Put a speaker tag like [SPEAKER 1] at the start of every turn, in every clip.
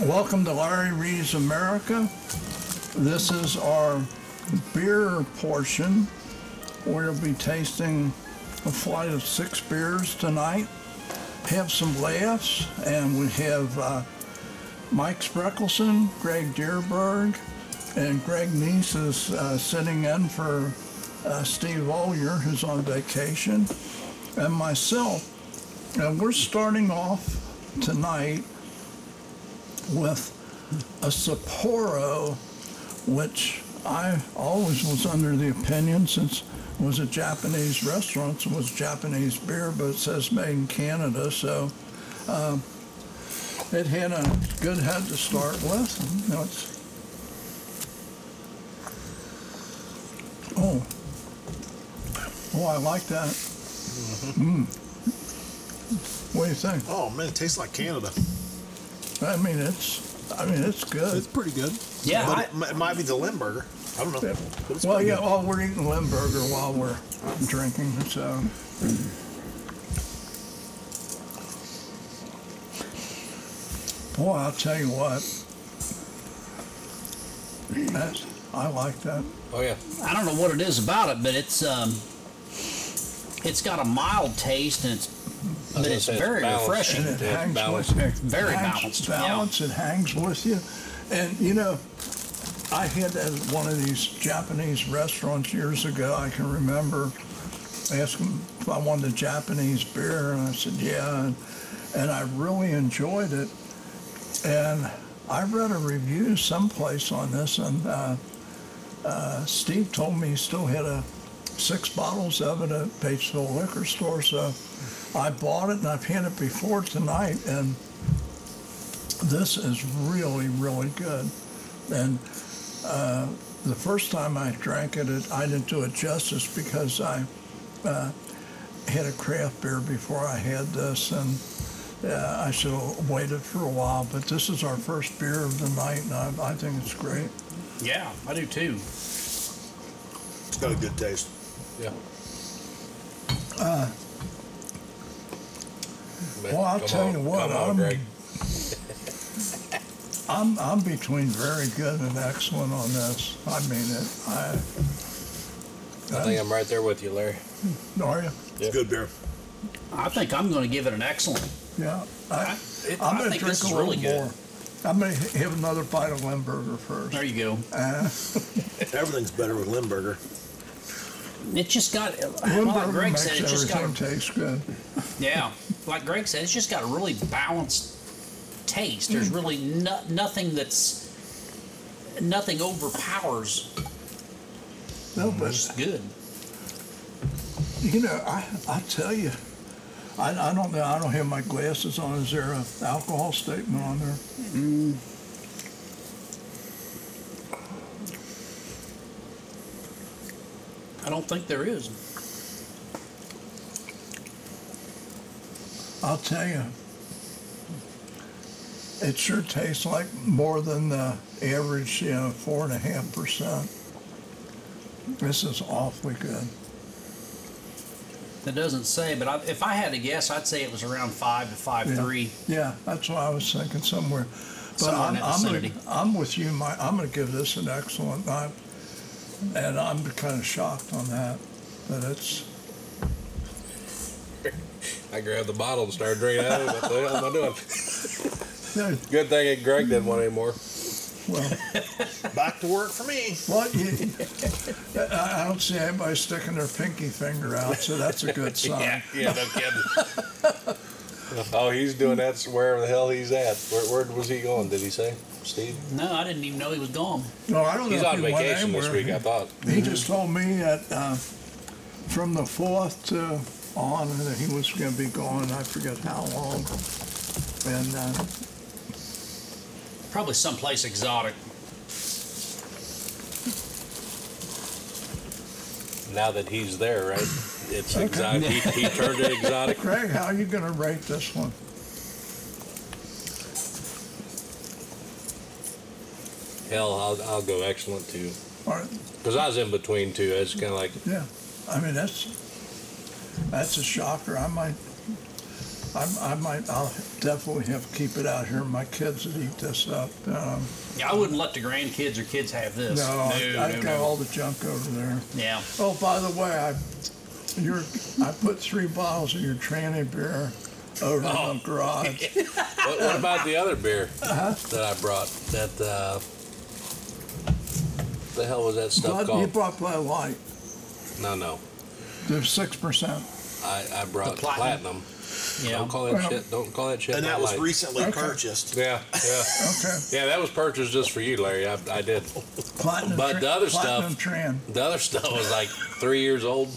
[SPEAKER 1] Welcome to Larry Reed's America. This is our beer portion. We'll be tasting a flight of six beers tonight, have some laughs, and we have uh, Mike Spreckelson, Greg Deerberg, and Greg Neese is uh, sitting in for uh, Steve Olyer, who's on vacation, and myself. And we're starting off tonight with a Sapporo, which I always was under the opinion since it was a Japanese restaurant, so it was Japanese beer, but it says made in Canada, so um, it had a good head to start with. and, you know, it's- oh, oh, I like that. Mm. What do you think?
[SPEAKER 2] Oh man, it tastes like Canada.
[SPEAKER 1] I mean, it's, I mean, it's good.
[SPEAKER 3] It's pretty good.
[SPEAKER 4] Yeah,
[SPEAKER 2] but
[SPEAKER 4] I,
[SPEAKER 2] it, mi- it might be the Limburger. I don't know.
[SPEAKER 1] Yeah.
[SPEAKER 2] But it's
[SPEAKER 1] Well,
[SPEAKER 2] pretty
[SPEAKER 1] yeah,
[SPEAKER 2] good.
[SPEAKER 1] well, we're eating Limburger while we're drinking, so. Boy, I'll tell you what. That's, I like that.
[SPEAKER 4] oh yeah. I don't know what it is about it, but it's um, it's got a mild taste and it's, but
[SPEAKER 5] gonna
[SPEAKER 4] it's
[SPEAKER 5] say it's
[SPEAKER 4] very
[SPEAKER 5] balanced.
[SPEAKER 4] refreshing.
[SPEAKER 1] And it
[SPEAKER 5] Yeah,
[SPEAKER 1] hangs
[SPEAKER 5] balance.
[SPEAKER 1] with you.
[SPEAKER 4] Very
[SPEAKER 1] hangs,
[SPEAKER 4] balanced, yeah.
[SPEAKER 1] Balance, it hangs with you. And, you know, I had that at one of these Japanese restaurants years ago. I can remember asking if I wanted a Japanese beer, and I said, yeah. And, and I really enjoyed it. And I read a review someplace on this, and uh, uh, Steve told me he still had a six bottles of it at Batesville Liquor Store. So I bought it, and I've had it before tonight, and this is really, really good. And uh, the first time I drank it, it, I didn't do it justice because I uh, had a craft beer before I had this, and uh, I should have waited for a while. But this is our first beer of the night, and I, I think it's great.
[SPEAKER 4] Yeah, I do too.
[SPEAKER 2] It's got a good taste.
[SPEAKER 5] Yeah.
[SPEAKER 1] Well, I'll
[SPEAKER 5] Uh, Come
[SPEAKER 1] tell
[SPEAKER 5] on,
[SPEAKER 1] you what,
[SPEAKER 5] Come on,
[SPEAKER 1] I'm-
[SPEAKER 5] Greg.
[SPEAKER 1] I'm I'm between very good and excellent on this. I mean it. I
[SPEAKER 5] I think I'm right there with you, Larry.
[SPEAKER 1] are you?
[SPEAKER 2] It's good beer.
[SPEAKER 4] I think I'm going to give it an excellent.
[SPEAKER 1] Yeah. I,
[SPEAKER 4] It,
[SPEAKER 1] I'm
[SPEAKER 4] I
[SPEAKER 1] gonna
[SPEAKER 4] think
[SPEAKER 1] drink
[SPEAKER 4] this
[SPEAKER 1] a
[SPEAKER 4] is
[SPEAKER 1] little
[SPEAKER 4] really good.
[SPEAKER 1] more. I'm gonna h- have another bite of Limburger first.
[SPEAKER 4] There you go.
[SPEAKER 1] Uh,
[SPEAKER 2] Everything's better with Limburger.
[SPEAKER 4] It just got, well, like
[SPEAKER 1] Limburger
[SPEAKER 4] Greg
[SPEAKER 1] makes
[SPEAKER 4] said, it just got a
[SPEAKER 1] everything taste good.
[SPEAKER 4] Yeah, like Greg said, it's just got a really balanced taste. There's really no, nothing that's nothing overpowers.
[SPEAKER 1] No,
[SPEAKER 5] Mm-hmm.
[SPEAKER 1] but
[SPEAKER 4] It's good.
[SPEAKER 1] you know, I I tell you, I, I don't know. I don't have my glasses on. Is there a alcohol statement on there?
[SPEAKER 4] I don't think there is.
[SPEAKER 1] I'll tell you, it sure tastes like more than the average, you know, four and a half percent. This is awfully good.
[SPEAKER 4] That doesn't say, but I, if I had to guess, I'd say it was around five to five
[SPEAKER 1] Yeah.
[SPEAKER 4] three.
[SPEAKER 1] Yeah, that's what I was thinking somewhere. But
[SPEAKER 4] Somewhere in
[SPEAKER 1] I'm,
[SPEAKER 4] that
[SPEAKER 1] I'm, gonna,
[SPEAKER 4] vicinity.
[SPEAKER 1] I'm with you, Mike. I'm going to give this an excellent night. And I'm kind of shocked on that. But it's,
[SPEAKER 5] I grabbed the bottle and started drinking out of it. What the hell am I doing?
[SPEAKER 1] yeah,
[SPEAKER 5] Good thing that Greg didn't want any more.
[SPEAKER 1] well,
[SPEAKER 2] Back to work for me.
[SPEAKER 1] what you, I I don't see anybody sticking their pinky finger out, so that's a good sign.
[SPEAKER 5] yeah, no kidding. oh, he's doing that wherever the hell he's at. Where, where was he going? Did he say, Steve?
[SPEAKER 4] No, I didn't even know he was gone.
[SPEAKER 1] No, I don't
[SPEAKER 5] He's
[SPEAKER 1] know
[SPEAKER 5] on
[SPEAKER 1] if he went
[SPEAKER 5] vacation this
[SPEAKER 1] anywhere.
[SPEAKER 5] week, I thought.
[SPEAKER 1] He just told me that uh, from the fourth to on that he was going to be gone. I forget how long. And uh,
[SPEAKER 4] Probably someplace exotic.
[SPEAKER 5] now that he's there, right? It's exotic. He, he turned it exotic.
[SPEAKER 1] Craig, how are you going to rate this one?
[SPEAKER 5] Hell, I'll, I'll go excellent too.
[SPEAKER 1] All right,
[SPEAKER 5] Because I was in between too. It's kind of like
[SPEAKER 1] yeah, I mean that's that's a shocker. I might, I, I might, I'll definitely have to keep it out here. My kids would eat this up. Um,
[SPEAKER 4] Yeah, I wouldn't let the grandkids or kids have this.
[SPEAKER 1] no, I, I
[SPEAKER 4] no,
[SPEAKER 1] got
[SPEAKER 4] no.
[SPEAKER 1] all the junk over there.
[SPEAKER 4] Yeah.
[SPEAKER 1] Oh, by the way, I your I put three bottles of your tranny beer over
[SPEAKER 5] Oh.
[SPEAKER 1] in the garage.
[SPEAKER 5] What, what about the other beer that I brought? That uh, the hell was that stuff
[SPEAKER 1] Blood, you
[SPEAKER 5] called?
[SPEAKER 1] brought Bud Light.
[SPEAKER 5] no, no,
[SPEAKER 1] There's six percent.
[SPEAKER 5] I, I brought
[SPEAKER 4] The
[SPEAKER 5] platinum.
[SPEAKER 4] platinum.
[SPEAKER 5] Don't
[SPEAKER 4] Yeah.
[SPEAKER 5] call that shit. Don't call that shit.
[SPEAKER 2] And that
[SPEAKER 5] Bud
[SPEAKER 2] was
[SPEAKER 5] Light.
[SPEAKER 2] recently
[SPEAKER 1] Okay.
[SPEAKER 2] purchased.
[SPEAKER 5] Yeah, yeah,
[SPEAKER 1] Okay.
[SPEAKER 5] yeah. That was purchased just for you, Larry. I, I did.
[SPEAKER 1] Platinum
[SPEAKER 5] But
[SPEAKER 1] tran-
[SPEAKER 5] the other
[SPEAKER 1] platinum
[SPEAKER 5] stuff-
[SPEAKER 1] Tran.
[SPEAKER 5] The other stuff was like three years old.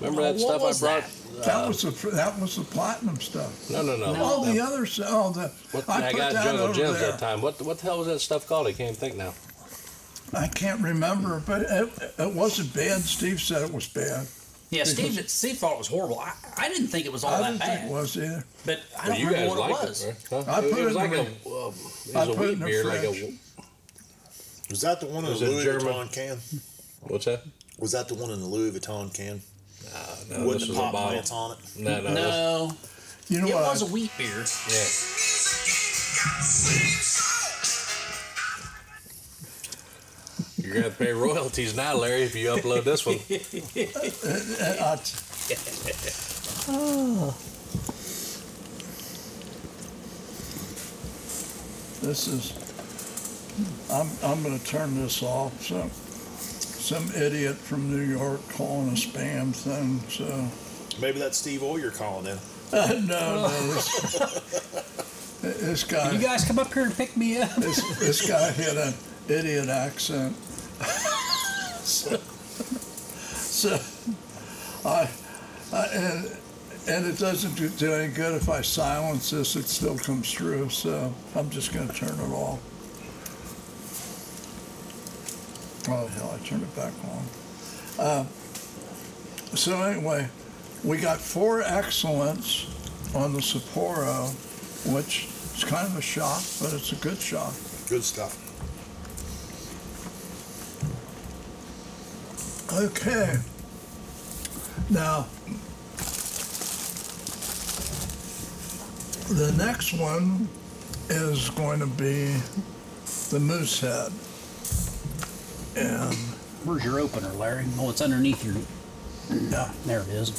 [SPEAKER 5] Remember
[SPEAKER 4] Oh,
[SPEAKER 5] that
[SPEAKER 4] what
[SPEAKER 5] stuff
[SPEAKER 4] was
[SPEAKER 5] I brought?
[SPEAKER 1] That was the fr- that was the platinum stuff.
[SPEAKER 5] No, no, no.
[SPEAKER 4] No.
[SPEAKER 1] All
[SPEAKER 5] That-
[SPEAKER 1] the other stuff. Oh, the
[SPEAKER 5] what, I,
[SPEAKER 1] I, put
[SPEAKER 5] got
[SPEAKER 1] that
[SPEAKER 5] Jungle
[SPEAKER 1] over
[SPEAKER 5] Gems
[SPEAKER 1] there.
[SPEAKER 5] that time. What what the hell was that stuff called? I can't think now.
[SPEAKER 1] I can't remember, but it, it wasn't bad. Steve said it was bad.
[SPEAKER 4] Yeah, Steve, Steve thought it was horrible. I, I didn't think it was all
[SPEAKER 1] I
[SPEAKER 4] that
[SPEAKER 1] didn't
[SPEAKER 4] bad.
[SPEAKER 1] think it was either.
[SPEAKER 4] But I
[SPEAKER 5] Well,
[SPEAKER 4] don't
[SPEAKER 5] you guys
[SPEAKER 4] remember what it
[SPEAKER 5] liked
[SPEAKER 4] was.
[SPEAKER 5] it, right?
[SPEAKER 1] I
[SPEAKER 5] Huh? It
[SPEAKER 1] put it
[SPEAKER 5] was
[SPEAKER 1] in
[SPEAKER 5] like
[SPEAKER 1] the
[SPEAKER 5] a,
[SPEAKER 1] fridge.
[SPEAKER 5] um, it
[SPEAKER 1] I
[SPEAKER 5] was a
[SPEAKER 1] put it
[SPEAKER 5] wheat
[SPEAKER 1] in the
[SPEAKER 5] beer, like a
[SPEAKER 1] fridge.
[SPEAKER 2] Was that the one in
[SPEAKER 5] Was
[SPEAKER 2] the
[SPEAKER 5] it
[SPEAKER 2] Louis
[SPEAKER 5] German?
[SPEAKER 2] Vuitton can?
[SPEAKER 5] what's that?
[SPEAKER 2] Was that the one in the Louis Vuitton can? Wooden
[SPEAKER 5] No, Uh, Oh, this was a
[SPEAKER 2] pop
[SPEAKER 5] bottle.
[SPEAKER 2] plants on it.
[SPEAKER 5] No, no, this-
[SPEAKER 4] No,
[SPEAKER 1] You know
[SPEAKER 4] it
[SPEAKER 1] what?
[SPEAKER 4] was a wheat beer.
[SPEAKER 5] yeah. You're gonna have to pay royalties now, Larry, if you upload this one.
[SPEAKER 1] I, I t- This is. I'm, I'm going to turn this off. So, some idiot from New York calling a spam thing. So,
[SPEAKER 2] Maybe that's Steve Oyer calling in.
[SPEAKER 1] no, no. This, this guy.
[SPEAKER 4] You guys come up here and pick me up.
[SPEAKER 1] this, this guy had an idiot accent. so, so I, I and, and it doesn't do, do any good if I silence this, it still comes through. So I'm just going to turn it off. Oh, hell, I turned it back on. Uh, so, anyway, we got four excellence on the Sapporo, which is kind of a shock, but it's a good shock.
[SPEAKER 2] Good stuff.
[SPEAKER 1] Okay. Now, the next one is going to be the Moosehead. And
[SPEAKER 4] Where's your opener, Larry? Oh, it's underneath your.
[SPEAKER 1] yeah,
[SPEAKER 4] There it is.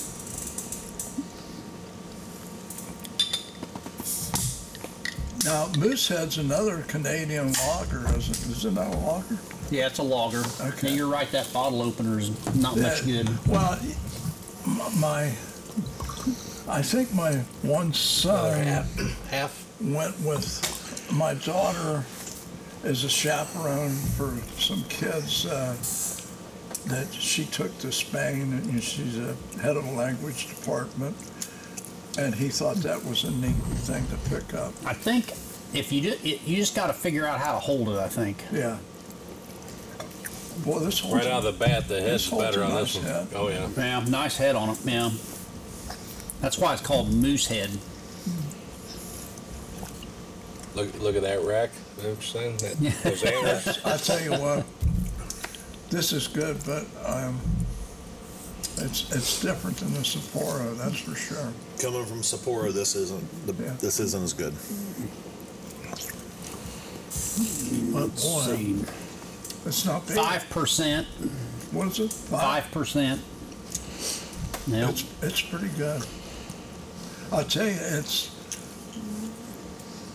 [SPEAKER 1] now Moosehead's another Canadian lager, isn't it? Is it not a lager?
[SPEAKER 4] Yeah, it's a lager.
[SPEAKER 1] Okay.
[SPEAKER 4] Yeah, you're right. That bottle opener is not much
[SPEAKER 1] Yeah,
[SPEAKER 4] good.
[SPEAKER 1] Well, m- my, I think my one son.
[SPEAKER 5] half, half
[SPEAKER 1] went with my daughter as a chaperone for some kids uh, that she took to Spain, and she's a head of the language department. And he thought that was a neat thing to pick up.
[SPEAKER 4] I think if you do, it, you just got to figure out how to hold it. I think.
[SPEAKER 1] Yeah. Well, this whole
[SPEAKER 5] right out of the bat. The
[SPEAKER 1] This
[SPEAKER 5] head's
[SPEAKER 1] holds
[SPEAKER 5] better
[SPEAKER 1] a
[SPEAKER 5] on
[SPEAKER 1] nice
[SPEAKER 5] this one.
[SPEAKER 1] head.
[SPEAKER 5] Oh yeah.
[SPEAKER 4] Yeah, nice head on it. Yeah. That's why it's called moose head.
[SPEAKER 5] Look, look at that rack. You know what I'm saying? That, those antlers.
[SPEAKER 1] I tell you what, this is good, but um, it's it's different than the Sapporo, that's for sure.
[SPEAKER 2] Coming from Sapporo, this isn't the,
[SPEAKER 1] Yeah.
[SPEAKER 2] this isn't as good.
[SPEAKER 1] But boy, it's not bad.
[SPEAKER 4] Five percent.
[SPEAKER 1] What is it?
[SPEAKER 4] Five percent. Yeah.
[SPEAKER 1] It's, it's pretty good. I'll tell you, it's,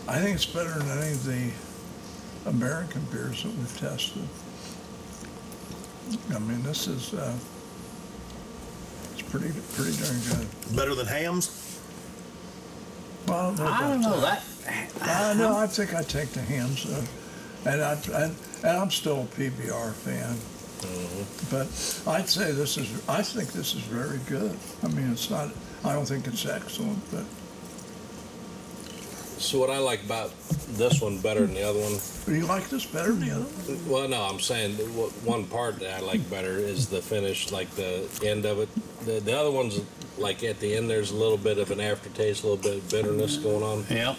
[SPEAKER 1] I think it's better than any of the American beers that we've tested. I mean, this is, uh, it's pretty, pretty darn good.
[SPEAKER 2] Better than hams?
[SPEAKER 1] Well, I don't know.
[SPEAKER 4] I
[SPEAKER 1] about
[SPEAKER 4] don't know that.
[SPEAKER 1] I know, I think I take the hams, uh, and I, and, and I'm still a PBR fan. But I'd say this is, I think this is very good. I mean, it's not, I don't think it's excellent, but
[SPEAKER 5] So what I like about this one better than the other one
[SPEAKER 1] Do you like this better than the other one?
[SPEAKER 5] Well, no, I'm saying that what- one part that I like better is the finish, like the end of it. The, the other one's like at the end, there's a little bit of an aftertaste, a little bit of bitterness going on.
[SPEAKER 4] Yep.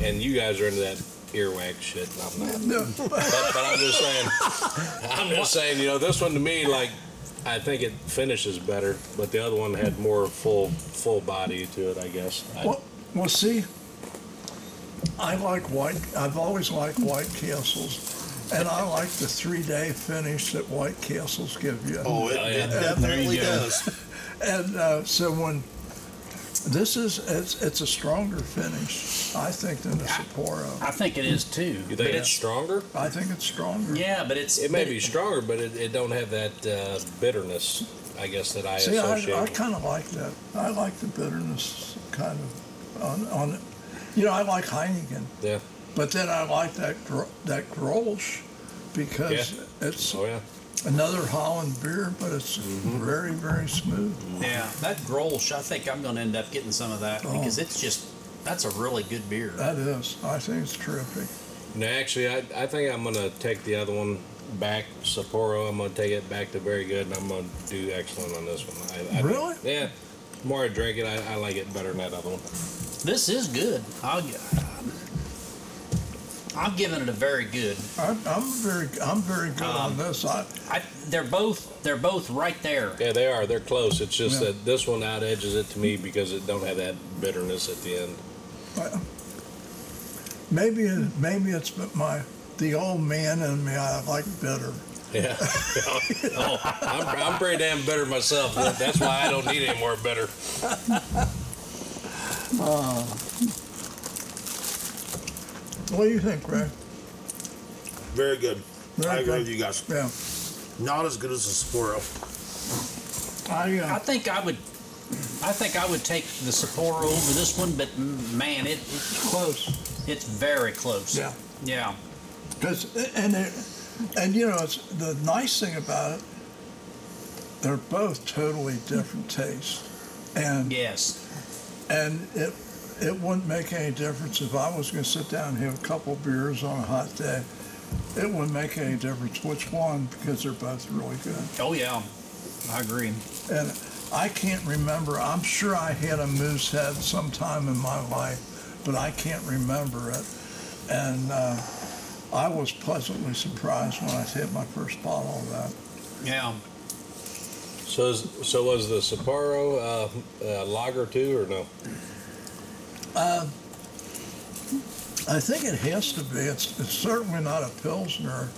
[SPEAKER 5] And you guys are into that earwax shit, and I'm not.
[SPEAKER 1] No.
[SPEAKER 5] But, but I'm just saying, I'm just saying, you know, this one to me, like, I think it finishes better, but the other one had more full full body to it, I guess. I,
[SPEAKER 1] Well, well, see, I like white. I've always liked White Castles, and I like the three-day finish that White Castles give you.
[SPEAKER 2] Oh, it,
[SPEAKER 5] Oh, yeah.
[SPEAKER 2] it definitely
[SPEAKER 4] There you go.
[SPEAKER 2] does.
[SPEAKER 1] And uh, so when this is, it's, it's a stronger finish, I think, than the Sapporo.
[SPEAKER 4] I think it is too.
[SPEAKER 5] you
[SPEAKER 4] but
[SPEAKER 5] think it's
[SPEAKER 4] it's
[SPEAKER 5] stronger?
[SPEAKER 1] I think it's stronger.
[SPEAKER 4] yeah, but it's
[SPEAKER 5] It may
[SPEAKER 4] but
[SPEAKER 5] be stronger, but it, it don't have that uh, bitterness, I guess, that I
[SPEAKER 1] See, I,
[SPEAKER 5] associate.
[SPEAKER 1] I
[SPEAKER 5] with-
[SPEAKER 1] kind of like that. I like the bitterness kind of on, on it. You know, I like Heineken,
[SPEAKER 5] yeah.
[SPEAKER 1] but then I like that gro- that Grolsch because it's
[SPEAKER 5] Oh yeah.
[SPEAKER 1] another Holland beer, but it's
[SPEAKER 5] Mm-hmm.
[SPEAKER 1] very, very smooth.
[SPEAKER 4] Yeah, that Grolsch, I think I'm going to end up getting some of that
[SPEAKER 1] Oh.
[SPEAKER 4] because it's just that's a really good beer.
[SPEAKER 1] That is, I think it's terrific.
[SPEAKER 5] No, actually, I, I think I'm gonna take the other one back, Sapporo. I'm gonna take it back to very good, and I'm gonna do excellent on this one. I, I, think-
[SPEAKER 1] Really?
[SPEAKER 5] Yeah. The more I drink it, I, I like it better than that other one.
[SPEAKER 4] This is good. I'll gi- I'm giving it a very good.
[SPEAKER 1] I'm, I'm very, I'm very good
[SPEAKER 5] Um,
[SPEAKER 1] on this. I,
[SPEAKER 4] I, they're both they're both right there.
[SPEAKER 5] Yeah, they are. They're close. It's just
[SPEAKER 1] Yeah.
[SPEAKER 5] that this one out edges it to me because it don't have that bitterness at the end.
[SPEAKER 1] I- maybe, it- maybe it's but my the old man in me. I like bitter.
[SPEAKER 5] Yeah. oh, I'm, I'm pretty damn bitter myself. That's why I don't need any more bitter.
[SPEAKER 1] What do you think, Ray?
[SPEAKER 2] Very good. I
[SPEAKER 1] Very
[SPEAKER 2] agree
[SPEAKER 1] good.
[SPEAKER 2] with you guys.
[SPEAKER 1] Yeah,
[SPEAKER 2] Not as good as the Sapporo.
[SPEAKER 1] I.
[SPEAKER 4] I
[SPEAKER 1] Uh,
[SPEAKER 4] think I would I think I would take the Sapporo over this one, but mm, man, it
[SPEAKER 1] close.
[SPEAKER 4] it's very close.
[SPEAKER 1] Yeah.
[SPEAKER 4] Yeah.
[SPEAKER 1] Because and it, and you know it's the nice thing about it. They're both totally different tastes, and
[SPEAKER 4] Yes.
[SPEAKER 1] and it it wouldn't make any difference if I was going to sit down and have a couple beers on a hot day. It wouldn't make any difference which one because they're both really good.
[SPEAKER 4] Oh yeah. I agree.
[SPEAKER 1] And I can't remember. I'm sure I had a moose head sometime in my life, but I can't remember it. And uh, I was pleasantly surprised when I hit my first bottle of that.
[SPEAKER 4] Yeah.
[SPEAKER 5] So, is, so was the Sapporo uh, uh, lager too, or no?
[SPEAKER 1] I think it has to be. It's, it's certainly not a pilsner.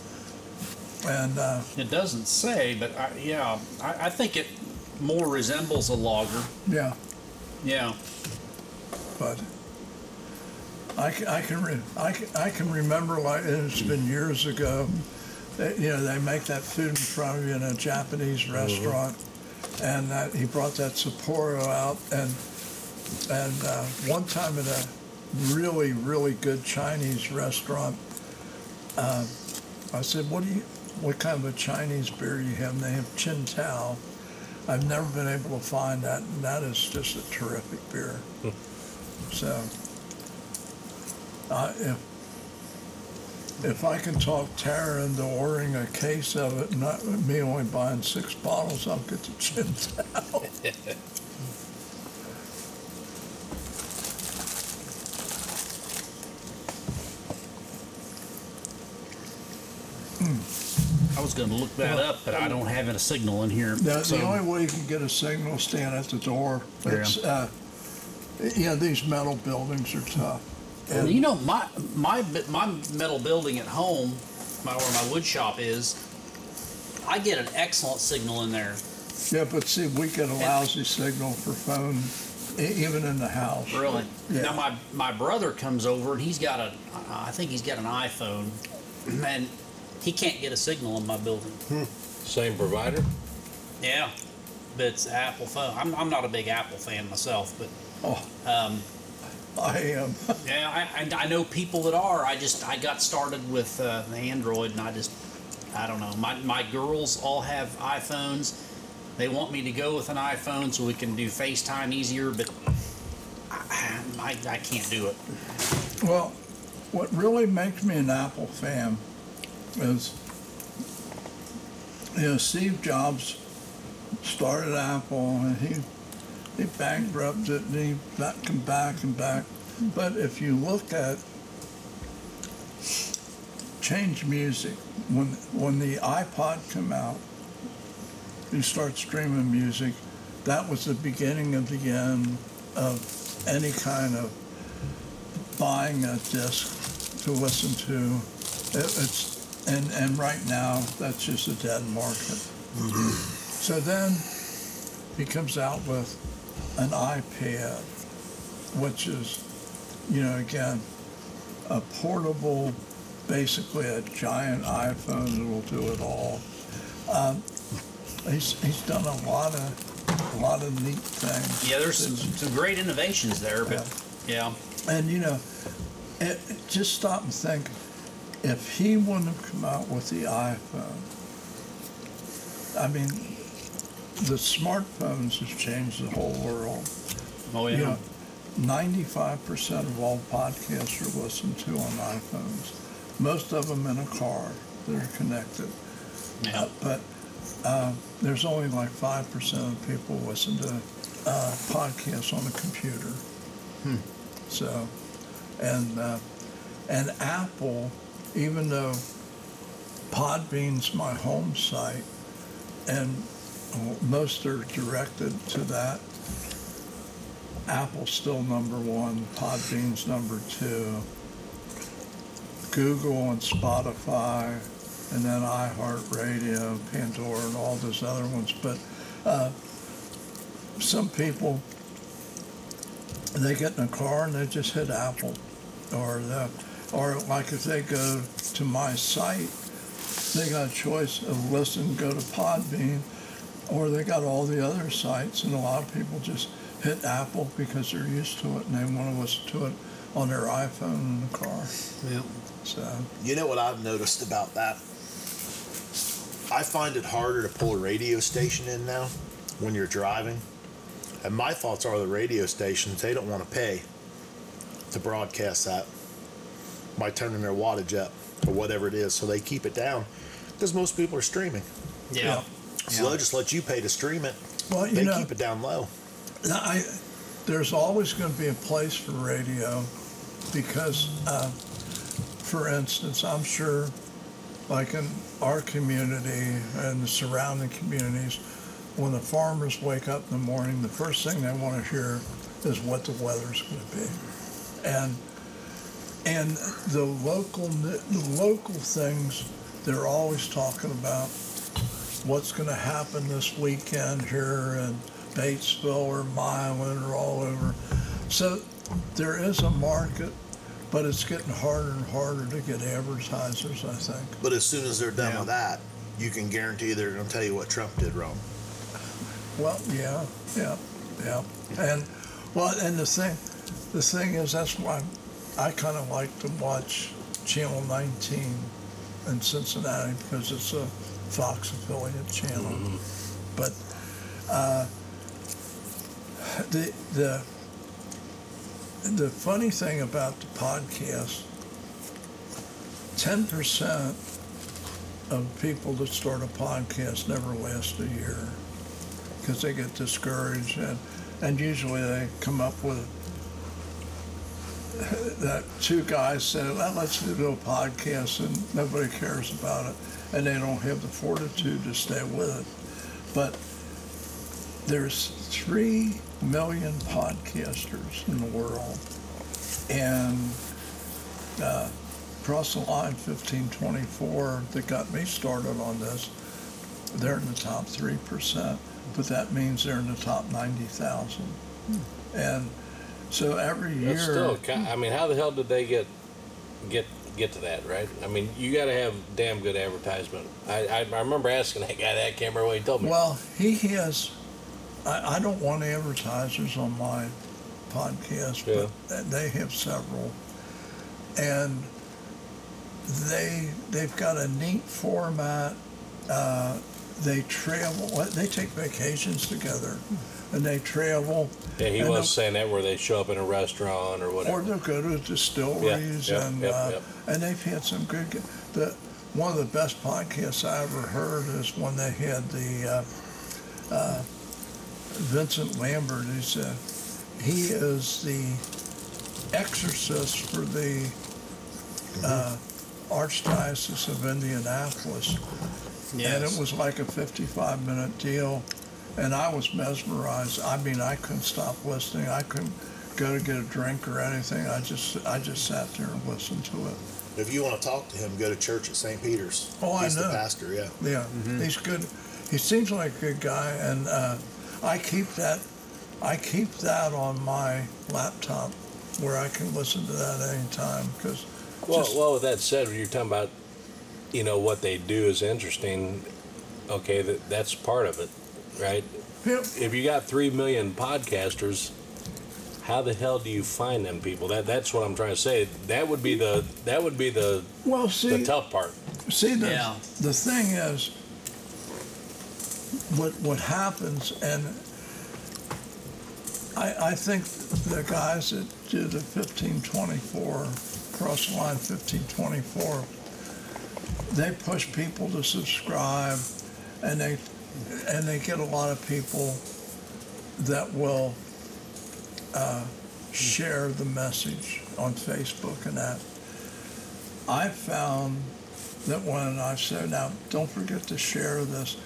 [SPEAKER 1] And uh,
[SPEAKER 4] It doesn't say, but I, yeah, I, I think it more resembles a lager.
[SPEAKER 1] yeah,
[SPEAKER 4] Yeah.
[SPEAKER 1] but I, ca- I can re- I, ca- I can remember like and it's been years ago. They, you know they make that food in front of you in a Japanese restaurant, and that he brought that Sapporo out and and uh, one time at a really really good Chinese restaurant, uh, I said, "What do you? What kind of a Chinese beer do you have?" And they have Chin Tao. I've never been able to find that, and that is just a terrific beer. So, I if, if I can talk Tara into ordering a case of it, not me only buying six bottles, I'll get the chips out.
[SPEAKER 4] I was going to look that up, but I don't have a signal in here.
[SPEAKER 1] Now,
[SPEAKER 4] so-
[SPEAKER 1] the only way you can get a signal stand at the door.
[SPEAKER 4] um, Yeah.
[SPEAKER 1] It's, uh, yeah, these metal buildings are tough.
[SPEAKER 4] Well, you know, my my bi- my metal building at home, my where my wood shop is, I get an excellent signal in there.
[SPEAKER 1] Yeah, but see, we get a lousy signal for phone, e- even in the house.
[SPEAKER 4] Really.
[SPEAKER 1] Yeah.
[SPEAKER 4] Now my my brother comes over and he's got a, I think he's got an iPhone, and he can't get a signal in my building.
[SPEAKER 5] Same provider?
[SPEAKER 4] Yeah, but it's Apple phone. I'm I'm not a big Apple fan myself, but
[SPEAKER 1] Oh,
[SPEAKER 4] um,
[SPEAKER 1] I um, am.
[SPEAKER 4] yeah, I, and I know people that are. I just I got started with uh, the Android, and I just I don't know. My my girls all have iPhones. They want me to go with an iPhone so we can do FaceTime easier, but I, I, I can't do it.
[SPEAKER 1] Well, what really makes me an Apple fan is, you know, Steve Jobs started Apple and he he bankrupted and he back and back and back. But if you look at change music, when when the iPod came out, you start streaming music. That was the beginning of the end of any kind of buying a disc to listen to. It, it's and and right now that's just a dead market. So then he comes out with an iPad, which is, you know, again, a portable, basically a giant iPhone that will do it all. Um, he's, he's done a lot of a lot of neat things.
[SPEAKER 4] Yeah, there's some, some great innovations there, but yeah.
[SPEAKER 1] And you know, it, it- just stop and think. If he wouldn't have come out with the iPhone, I mean, the smartphones have changed the whole world.
[SPEAKER 4] Oh yeah.
[SPEAKER 1] You know, ninety-five percent of all podcasts are listened to on iPhones. Most of them in a car. They're connected,
[SPEAKER 4] yeah.
[SPEAKER 1] but uh, there's only like five percent of people listen to uh, podcasts on a computer.
[SPEAKER 4] Hmm.
[SPEAKER 1] So, and uh, and Apple, even though Podbean's my home site, and most are directed to that. Apple's still number one. Podbean's number two. Google and Spotify, and then iHeartRadio, Pandora, and all those other ones. But uh, some people they get in a car and they just hit Apple, or the, or like if they go to my site, they got a choice of listen, go to Podbean, or they got all the other sites, and a lot of people just hit Apple because they're used to it and they want to listen to it on their iPhone in the car.
[SPEAKER 4] yeah.
[SPEAKER 1] So
[SPEAKER 2] You know what I've noticed about that? I find it harder to pull a radio station in now when you're driving. And my thoughts are the radio stations, they don't want to pay to broadcast that by turning their wattage up or whatever it is. So they keep it down because most people are streaming.
[SPEAKER 4] Yeah.
[SPEAKER 2] So they'll just let you pay to stream it.
[SPEAKER 1] well, you
[SPEAKER 2] They
[SPEAKER 1] know,
[SPEAKER 2] keep it down low.
[SPEAKER 1] Now, I, there's always going to be a place for radio because, uh, for instance, I'm sure, like in our community and the surrounding communities, when the farmers wake up in the morning, the first thing they want to hear is what the weather's going to be, and and the local n- the local things they're always talking about what's going to happen this weekend here in Batesville or Milan or all over. So there is a market, but it's getting harder and harder to get advertisers, I think.
[SPEAKER 2] But as soon as they're done
[SPEAKER 4] Yeah.
[SPEAKER 2] with that, you can guarantee they're going to tell you what Trump did wrong.
[SPEAKER 1] Well, yeah, yeah, yeah. And well, and the thing, the thing is, that's why I kind of like to watch Channel 19 in Cincinnati because it's a Fox affiliate channel. But uh, the the the funny thing about the podcast, ten percent of people that start a podcast never last a year because they get discouraged and, and usually they come up with that two guys said "Well, let's do a podcast and nobody cares about it and they don't have the fortitude to stay with it but there's three million podcasters in the world and uh, across the line 1524 that got me started on this they're in the top three percent, but that means they're in the top ninety thousand. And so every year,
[SPEAKER 5] Hmm. That's still, ki- I mean, how the hell did they get get get to that? Right? I mean, you got to have damn good advertisement. I, I I remember asking that guy that. I can't remember what he told me.
[SPEAKER 1] well, he has. I, I don't want advertisers on my podcast,
[SPEAKER 5] Yeah.
[SPEAKER 1] but they have several, and they they've got a neat format. Uh, they travel, they take vacations together and they travel
[SPEAKER 5] Yeah, he
[SPEAKER 1] And
[SPEAKER 5] was
[SPEAKER 1] the-
[SPEAKER 5] saying that where they show up in a restaurant or
[SPEAKER 1] or
[SPEAKER 5] whatever.
[SPEAKER 1] they'll go to distilleries
[SPEAKER 5] yeah,
[SPEAKER 1] and
[SPEAKER 5] yeah,
[SPEAKER 1] uh,
[SPEAKER 5] yeah.
[SPEAKER 1] and they've had some good. g- The one of the best podcasts I ever heard is when they had the uh, uh, Vincent Lambert. He's uh, he is the exorcist for the uh, Archdiocese of Indianapolis, and it
[SPEAKER 4] Yes.
[SPEAKER 1] was like a 55 minute deal. And I was mesmerized. I mean, I couldn't stop listening. I couldn't go to get a drink or anything. I just, I just sat there and listened to it.
[SPEAKER 2] If you want to talk to him, go to church at St. Peter's.
[SPEAKER 1] Oh, I
[SPEAKER 2] He's
[SPEAKER 1] know.
[SPEAKER 2] the Mm-hmm. pastor, yeah.
[SPEAKER 1] Yeah, he's good. He seems like a good guy, and uh, I keep that, I keep that on my laptop where I can listen to that anytime. Because
[SPEAKER 5] Well,
[SPEAKER 1] just-
[SPEAKER 5] well, with that said, when you're talking about, you know, what they do is interesting. Okay, that that's part of it, right? If you got three million podcasters, how the hell do you find them people? That that's what I'm trying to say. That would be the that would be the
[SPEAKER 1] well,
[SPEAKER 5] the
[SPEAKER 1] see,
[SPEAKER 5] tough part.
[SPEAKER 1] See, the,
[SPEAKER 4] Yeah.
[SPEAKER 1] the thing is, what what happens, and I, I think the guys that do the 1524, cross the line 1524, they push people to subscribe, and they and they get a lot of people that will uh, share the message on Facebook and that. I found that when I said, now don't forget to share this,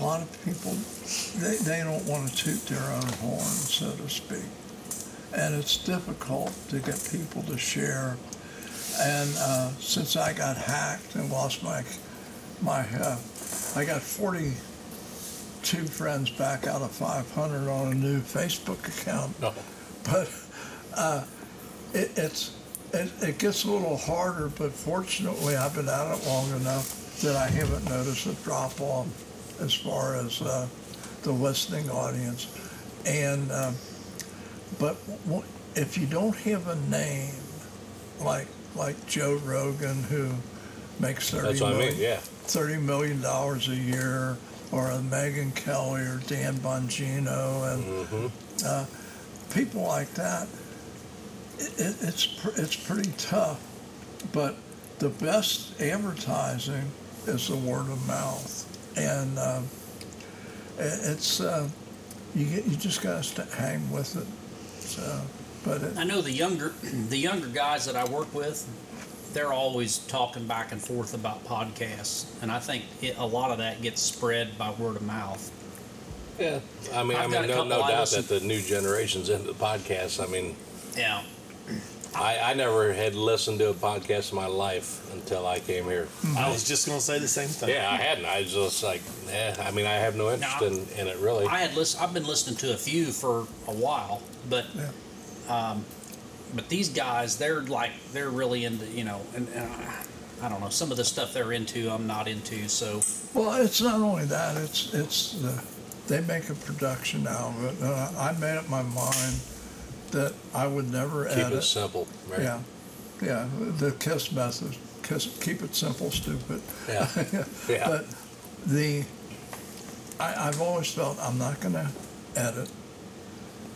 [SPEAKER 1] a lot of people, they, they don't want to toot their own horn, so to speak. And it's difficult to get people to share. And uh, since I got hacked and lost my, my, uh, I got 42 friends back out of 500 on a new Facebook account.
[SPEAKER 5] Oh.
[SPEAKER 1] But uh, it, it's, it, it gets a little harder, but fortunately, I've been at it long enough that I haven't noticed a drop off as far as uh, the listening audience. And um, but w- if you don't have a name like like Joe Rogan who makes thirty
[SPEAKER 5] That's what I mean.
[SPEAKER 1] million-
[SPEAKER 5] Yeah,
[SPEAKER 1] $30 million dollars a year, or a Megan Kelly or Dan Bongino, and uh, people like that. It, it, it's pr- it's pretty tough, but the best advertising is the word of mouth, and uh, it, it's uh, you get, you just gotta st- hang with it. So, but it,
[SPEAKER 4] I know the younger the younger guys that I work with, they're always talking back and forth about podcasts, and I think it, a lot of that gets spread by word of mouth.
[SPEAKER 5] yeah. I mean,
[SPEAKER 4] I've
[SPEAKER 5] I
[SPEAKER 4] got
[SPEAKER 5] mean,
[SPEAKER 4] a
[SPEAKER 5] no,
[SPEAKER 4] couple
[SPEAKER 5] no
[SPEAKER 4] I
[SPEAKER 5] doubt
[SPEAKER 4] listen-
[SPEAKER 5] that the new generations into the podcast. I mean,
[SPEAKER 4] Yeah.
[SPEAKER 5] I, I never had listened to a podcast in my life until I came here.
[SPEAKER 1] Hmm.
[SPEAKER 2] I was just going to say the same thing.
[SPEAKER 5] Yeah, I hadn't. I was just like, eh, I mean, I have no interest
[SPEAKER 4] No.
[SPEAKER 5] in, in it really.
[SPEAKER 4] I had list, I've been listening to a few for a while, but
[SPEAKER 1] Yeah.
[SPEAKER 4] um, but these guys, they're like they're really into you know, and, and I, I don't know some of the stuff they're into. I'm not into, so
[SPEAKER 1] Well, it's not only that. It's it's the, they make a production out of it. And I, I made up my mind that I would never
[SPEAKER 5] Keep it
[SPEAKER 1] edit.
[SPEAKER 5] simple, right?
[SPEAKER 1] uh, Yeah, yeah. The kiss method. Kiss, keep it simple, stupid.
[SPEAKER 5] Yeah. Yeah.
[SPEAKER 1] But the I, I've always felt I'm not going to edit,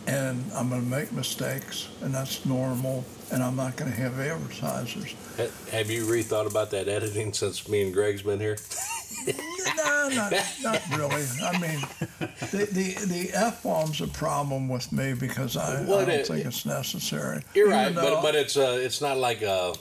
[SPEAKER 1] and I'm going to make mistakes, and that's normal. And I'm not going to have advertisers.
[SPEAKER 5] Ha- Have you rethought about that editing since me and Greg's been here?
[SPEAKER 1] No, not, not really. I mean, the the, the f bomb's a problem with me because I, I
[SPEAKER 5] What
[SPEAKER 1] don't
[SPEAKER 5] it-
[SPEAKER 1] think it's necessary.
[SPEAKER 5] You're
[SPEAKER 1] Even
[SPEAKER 5] right,
[SPEAKER 1] though-
[SPEAKER 5] but but it's uh it's not like a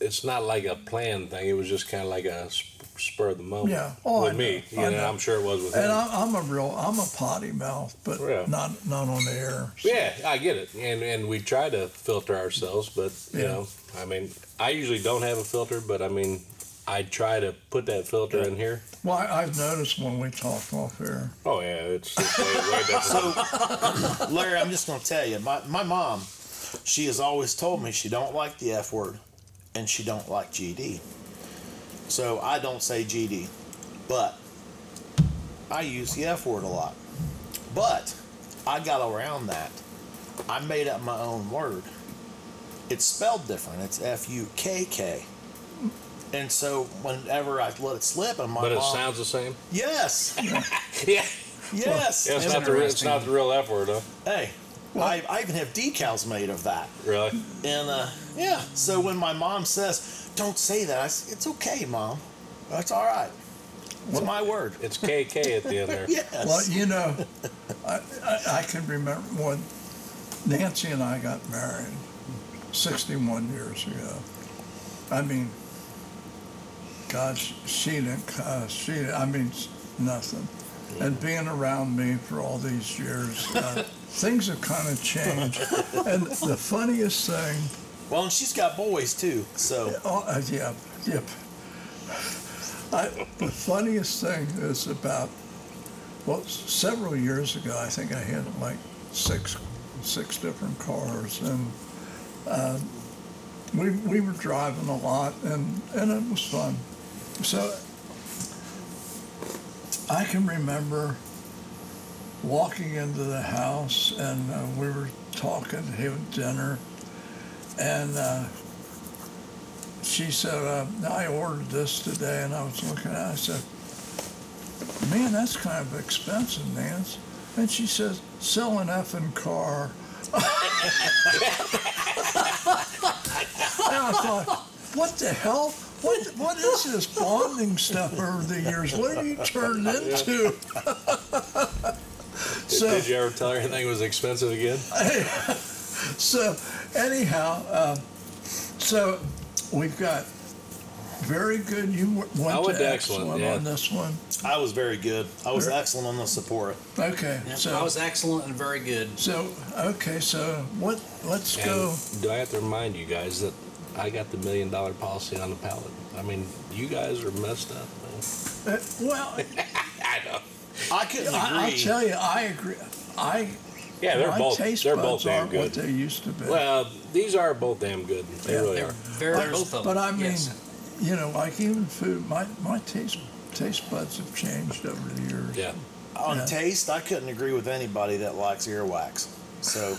[SPEAKER 5] it's not like a planned thing. It was just kind of like a sp- spur of the moment.
[SPEAKER 1] Yeah. Oh, I
[SPEAKER 5] with me,
[SPEAKER 1] know.
[SPEAKER 5] you
[SPEAKER 1] I
[SPEAKER 5] know,
[SPEAKER 1] know.
[SPEAKER 5] I'm sure it was with him.
[SPEAKER 1] and I, I'm a real I'm a potty mouth, but
[SPEAKER 5] Yeah.
[SPEAKER 1] not not on the air.
[SPEAKER 5] Yeah, I get it, and and we try to filter ourselves, but you
[SPEAKER 1] Yeah.
[SPEAKER 5] know, I mean, I usually don't have a filter, but I mean, I try to put that filter in here.
[SPEAKER 1] Well, I, I've noticed when we talk off air.
[SPEAKER 5] Oh yeah, it's, it's way, way better.
[SPEAKER 2] Larry, I'm just gonna tell you, my, my mom, she has always told me she don't like the F word and she don't like GD. So I don't say GD, but I use the F word a lot. But I got around that. I made up my own word. It's spelled different. It's F U K K. And so whenever I let it slip, I'm like,
[SPEAKER 5] but it
[SPEAKER 1] uh,
[SPEAKER 2] "Well,
[SPEAKER 5] sounds the same.
[SPEAKER 2] yes,
[SPEAKER 5] Yeah,
[SPEAKER 2] yes.
[SPEAKER 5] it's
[SPEAKER 2] And-
[SPEAKER 5] not the real, it's not the real F word, huh?
[SPEAKER 2] hey, I, I even have decals made of that.
[SPEAKER 5] Really?
[SPEAKER 2] And uh, yeah, so when my mom says, "Don't say that," I say, "It's okay, mom. That's all right. It's my word."
[SPEAKER 5] It's KK at the end there.
[SPEAKER 2] Yes.
[SPEAKER 1] Well, you know, I, I, I can remember when Nancy and I got married 61 years ago. I mean, God, sh- she didn't cuss. She, I mean, s- nothing. And being around me for all these years, uh, things have kind of changed. And the funniest thing
[SPEAKER 2] Well, and she's got boys too, so
[SPEAKER 1] Oh, uh, yeah, yep. I, the funniest thing is about, well, several years ago, I think I had like six, six different cars, and uh, we we were driving a lot, and and it was fun. So I can remember walking into the house, and uh, we were talking, having dinner, and. Uh, she said, uh, I ordered this today, and I was looking at it. I said, Man, that's kind of expensive, Nance. And she says, Sell an effing car. and I thought, What the hell? What, what is this bonding stuff over the years? What have you turned into? so,
[SPEAKER 5] Did you ever tell her anything was expensive again?
[SPEAKER 1] so anyhow, uh, so we've got very good. You w- went
[SPEAKER 5] I went
[SPEAKER 1] to
[SPEAKER 5] to excellent,
[SPEAKER 1] excellent
[SPEAKER 5] yeah.
[SPEAKER 1] on this one.
[SPEAKER 2] I was very good. I was
[SPEAKER 1] Sure.
[SPEAKER 2] excellent on the Sapporo.
[SPEAKER 1] Okay,
[SPEAKER 4] Yeah,
[SPEAKER 1] so
[SPEAKER 4] I was excellent and very good.
[SPEAKER 1] so okay, so what? Let's go.
[SPEAKER 5] And do I have to remind you guys that I got the million dollar policy on the pallet? I mean, you guys are messed up, man.
[SPEAKER 1] Uh, well,
[SPEAKER 5] I know.
[SPEAKER 2] I couldn't
[SPEAKER 1] I, I'll
[SPEAKER 2] agree.
[SPEAKER 1] tell you, I agree. I
[SPEAKER 5] Yeah, they're
[SPEAKER 1] my
[SPEAKER 5] both
[SPEAKER 1] taste
[SPEAKER 5] they're
[SPEAKER 1] buds
[SPEAKER 5] both damn
[SPEAKER 1] aren't what
[SPEAKER 5] good.
[SPEAKER 1] they used to be.
[SPEAKER 5] Well, these are both damn good. They
[SPEAKER 1] Yeah.
[SPEAKER 5] really
[SPEAKER 4] They're
[SPEAKER 5] are.
[SPEAKER 4] very
[SPEAKER 1] But-
[SPEAKER 4] both of them.
[SPEAKER 1] But I mean,
[SPEAKER 4] yes.
[SPEAKER 1] you know, like even food, my my taste taste buds have changed over the years.
[SPEAKER 5] Yeah.
[SPEAKER 2] on
[SPEAKER 1] yeah.
[SPEAKER 2] taste, I couldn't agree with anybody that likes earwax. So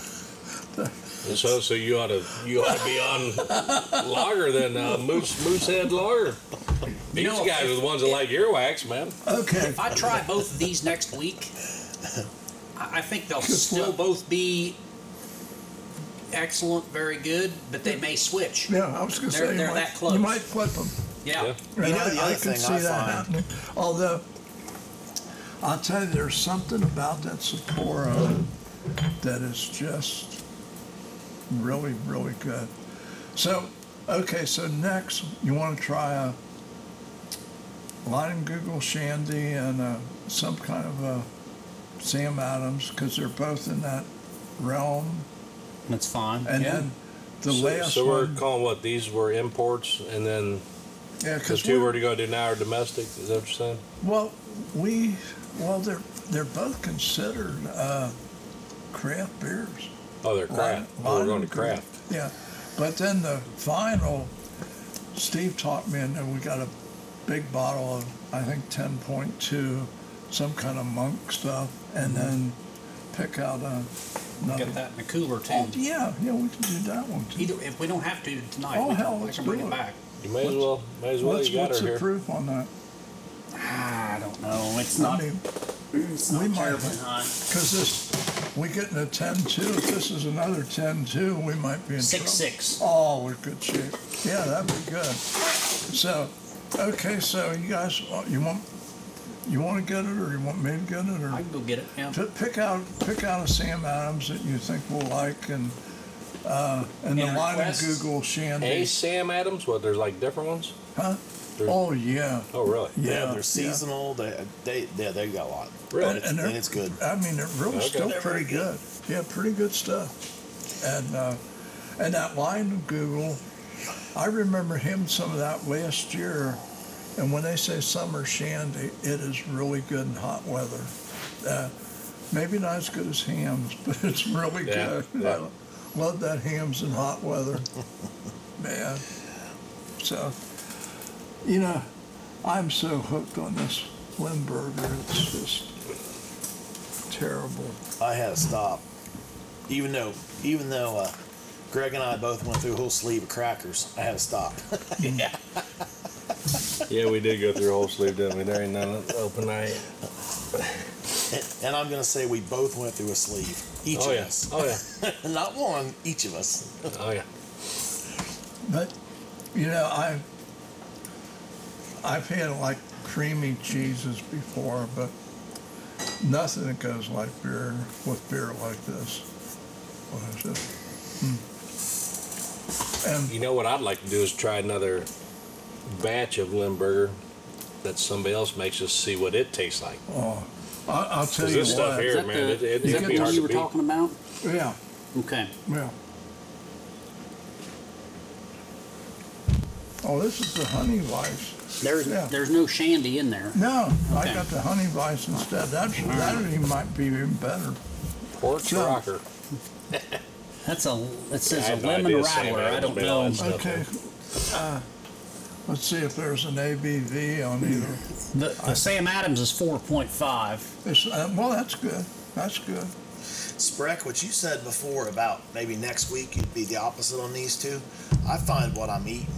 [SPEAKER 5] So so you ought to you ought to be on lager then uh, moose moosehead lager. These
[SPEAKER 4] know,
[SPEAKER 5] guys are the ones that like earwax, man.
[SPEAKER 1] Okay.
[SPEAKER 4] if I try both of these next week, I I think they'll still
[SPEAKER 1] luck.
[SPEAKER 4] both be excellent, very good, but they may switch.
[SPEAKER 1] Yeah, I was going to
[SPEAKER 4] They're-
[SPEAKER 1] say you
[SPEAKER 4] they're
[SPEAKER 1] might,
[SPEAKER 4] that close.
[SPEAKER 1] you might flip them.
[SPEAKER 4] Yeah.
[SPEAKER 5] Yeah.
[SPEAKER 2] You know, the other thing I find-
[SPEAKER 1] happening. Although, I'll tell you, there's something about that Sapporo that is just really, really good. So, okay, so next, you want to try a Lime Google Shandy and uh some kind of a Sam Adams because they're both in that realm.
[SPEAKER 4] That's fine.
[SPEAKER 1] And then the
[SPEAKER 5] so,
[SPEAKER 1] last
[SPEAKER 5] so we're
[SPEAKER 1] one,
[SPEAKER 5] calling what these were imports and then
[SPEAKER 1] yeah,
[SPEAKER 5] the
[SPEAKER 1] because
[SPEAKER 5] two we're going to do now are domestic, is that what you're saying?
[SPEAKER 1] Well, we, well, they're, they're both considered uh, craft beers.
[SPEAKER 5] Oh they're craft.
[SPEAKER 1] Lime-
[SPEAKER 5] Oh, we're
[SPEAKER 1] lime
[SPEAKER 5] going to
[SPEAKER 1] beer.
[SPEAKER 5] craft.
[SPEAKER 1] Yeah, but then the final, Steve taught me, and then we got a big bottle of, I think, 10.2, some kind of monk stuff,
[SPEAKER 5] Mm-hmm.
[SPEAKER 1] and then pick out a, another.
[SPEAKER 4] Get that in the cooler too.
[SPEAKER 1] Oh, yeah, yeah, we can do that one too.
[SPEAKER 4] Either if we don't have to tonight,
[SPEAKER 1] Oh,
[SPEAKER 4] we
[SPEAKER 1] hell,
[SPEAKER 4] can, we
[SPEAKER 1] let's
[SPEAKER 4] can bring
[SPEAKER 1] do
[SPEAKER 4] it
[SPEAKER 1] it.
[SPEAKER 4] back.
[SPEAKER 5] You may as well may as well
[SPEAKER 1] What's,
[SPEAKER 5] you got
[SPEAKER 1] what's
[SPEAKER 5] her
[SPEAKER 1] the
[SPEAKER 5] here.
[SPEAKER 1] proof on that?
[SPEAKER 4] Ah, I don't know. It's
[SPEAKER 1] I
[SPEAKER 4] not.
[SPEAKER 1] mean,
[SPEAKER 4] It's not
[SPEAKER 1] we might
[SPEAKER 4] terribly
[SPEAKER 1] have-
[SPEAKER 4] high.
[SPEAKER 1] because this, we getting a 10.2, if this is another 10.2, we might be in
[SPEAKER 4] Six
[SPEAKER 1] trouble.
[SPEAKER 4] six.
[SPEAKER 1] Oh, we're good shape. Yeah, that'd be good. So, okay, so you guys, uh, you want, you want to get it, or you want me to get it,
[SPEAKER 4] I
[SPEAKER 1] or
[SPEAKER 4] can go get it. Yeah.
[SPEAKER 1] P- pick out, pick out a Sam Adams that you think we'll like, and uh, and the
[SPEAKER 4] Any
[SPEAKER 1] line of
[SPEAKER 4] requests?
[SPEAKER 1] Google Shandy.
[SPEAKER 5] Hey Sam Adams, what there's like different ones?
[SPEAKER 1] Huh?
[SPEAKER 5] There's-
[SPEAKER 1] Oh yeah,
[SPEAKER 5] Oh really?
[SPEAKER 1] yeah.
[SPEAKER 2] they're seasonal. They they yeah, they got a lot.
[SPEAKER 1] Yeah.
[SPEAKER 5] Really?
[SPEAKER 1] they're-
[SPEAKER 2] and it's good.
[SPEAKER 1] I mean, they're really
[SPEAKER 5] Okay.
[SPEAKER 1] still
[SPEAKER 5] They're
[SPEAKER 1] pretty good. Yeah, pretty good stuff. And uh, and that line of Google, I remember him some of that last year. And when they say summer shandy, it is really good in hot weather. Uh, maybe not as good as hams, but it's really
[SPEAKER 5] Yeah,
[SPEAKER 1] good.
[SPEAKER 5] yeah.
[SPEAKER 1] I love that hams in hot weather, man. So, you know, I'm so hooked on this Limburger. It's just terrible.
[SPEAKER 2] I had to stop. Even though, even though uh, Greg and I both went through a whole sleeve of crackers, I had to stop.
[SPEAKER 5] yeah, we did go through a whole sleeve, didn't we? There ain't none open. I
[SPEAKER 2] And I'm going to say we both went through a sleeve. Each
[SPEAKER 5] oh
[SPEAKER 2] of
[SPEAKER 5] yeah,
[SPEAKER 2] us.
[SPEAKER 5] oh yeah,
[SPEAKER 2] Not one, each of us.
[SPEAKER 5] oh yeah.
[SPEAKER 1] But you know, I I've had like creamy cheeses before, but nothing that goes like beer with beer like this. What is this? Hmm.
[SPEAKER 5] You know what I'd like to do is try another batch of Limburger that somebody else makes just to see what it tastes like.
[SPEAKER 1] And oh, I, I'll tell
[SPEAKER 5] Because
[SPEAKER 1] you
[SPEAKER 5] this stuff
[SPEAKER 1] what.
[SPEAKER 5] here,
[SPEAKER 4] that
[SPEAKER 5] man,
[SPEAKER 4] the,
[SPEAKER 5] it, it,
[SPEAKER 4] is
[SPEAKER 5] it'd
[SPEAKER 4] that
[SPEAKER 5] be
[SPEAKER 4] the
[SPEAKER 5] hard
[SPEAKER 4] one
[SPEAKER 5] to
[SPEAKER 4] you were
[SPEAKER 5] beat.
[SPEAKER 4] talking about?
[SPEAKER 1] Yeah,
[SPEAKER 4] Okay.
[SPEAKER 1] yeah. Oh, this is the honey vice.
[SPEAKER 4] There's
[SPEAKER 1] Yeah.
[SPEAKER 4] there's no shandy in there.
[SPEAKER 1] No, I
[SPEAKER 4] Okay.
[SPEAKER 1] got the honey vice instead. That's that even might be even better.
[SPEAKER 5] Porch
[SPEAKER 1] No.
[SPEAKER 5] rocker.
[SPEAKER 4] That's a it
[SPEAKER 5] I
[SPEAKER 4] says
[SPEAKER 5] had
[SPEAKER 4] a
[SPEAKER 5] no
[SPEAKER 4] lemon
[SPEAKER 5] idea Sam
[SPEAKER 4] rattler.
[SPEAKER 5] Adams
[SPEAKER 4] I don't
[SPEAKER 5] made
[SPEAKER 4] know.
[SPEAKER 5] all that stuff.
[SPEAKER 1] Okay. Uh, Let's see if there's an ABV on either.
[SPEAKER 4] The, the Sam Adams is 4.5.
[SPEAKER 1] It's, uh, well, that's good. That's good.
[SPEAKER 2] Spreck, what you said before about maybe next week you'd be the opposite on these two, I find what I'm eating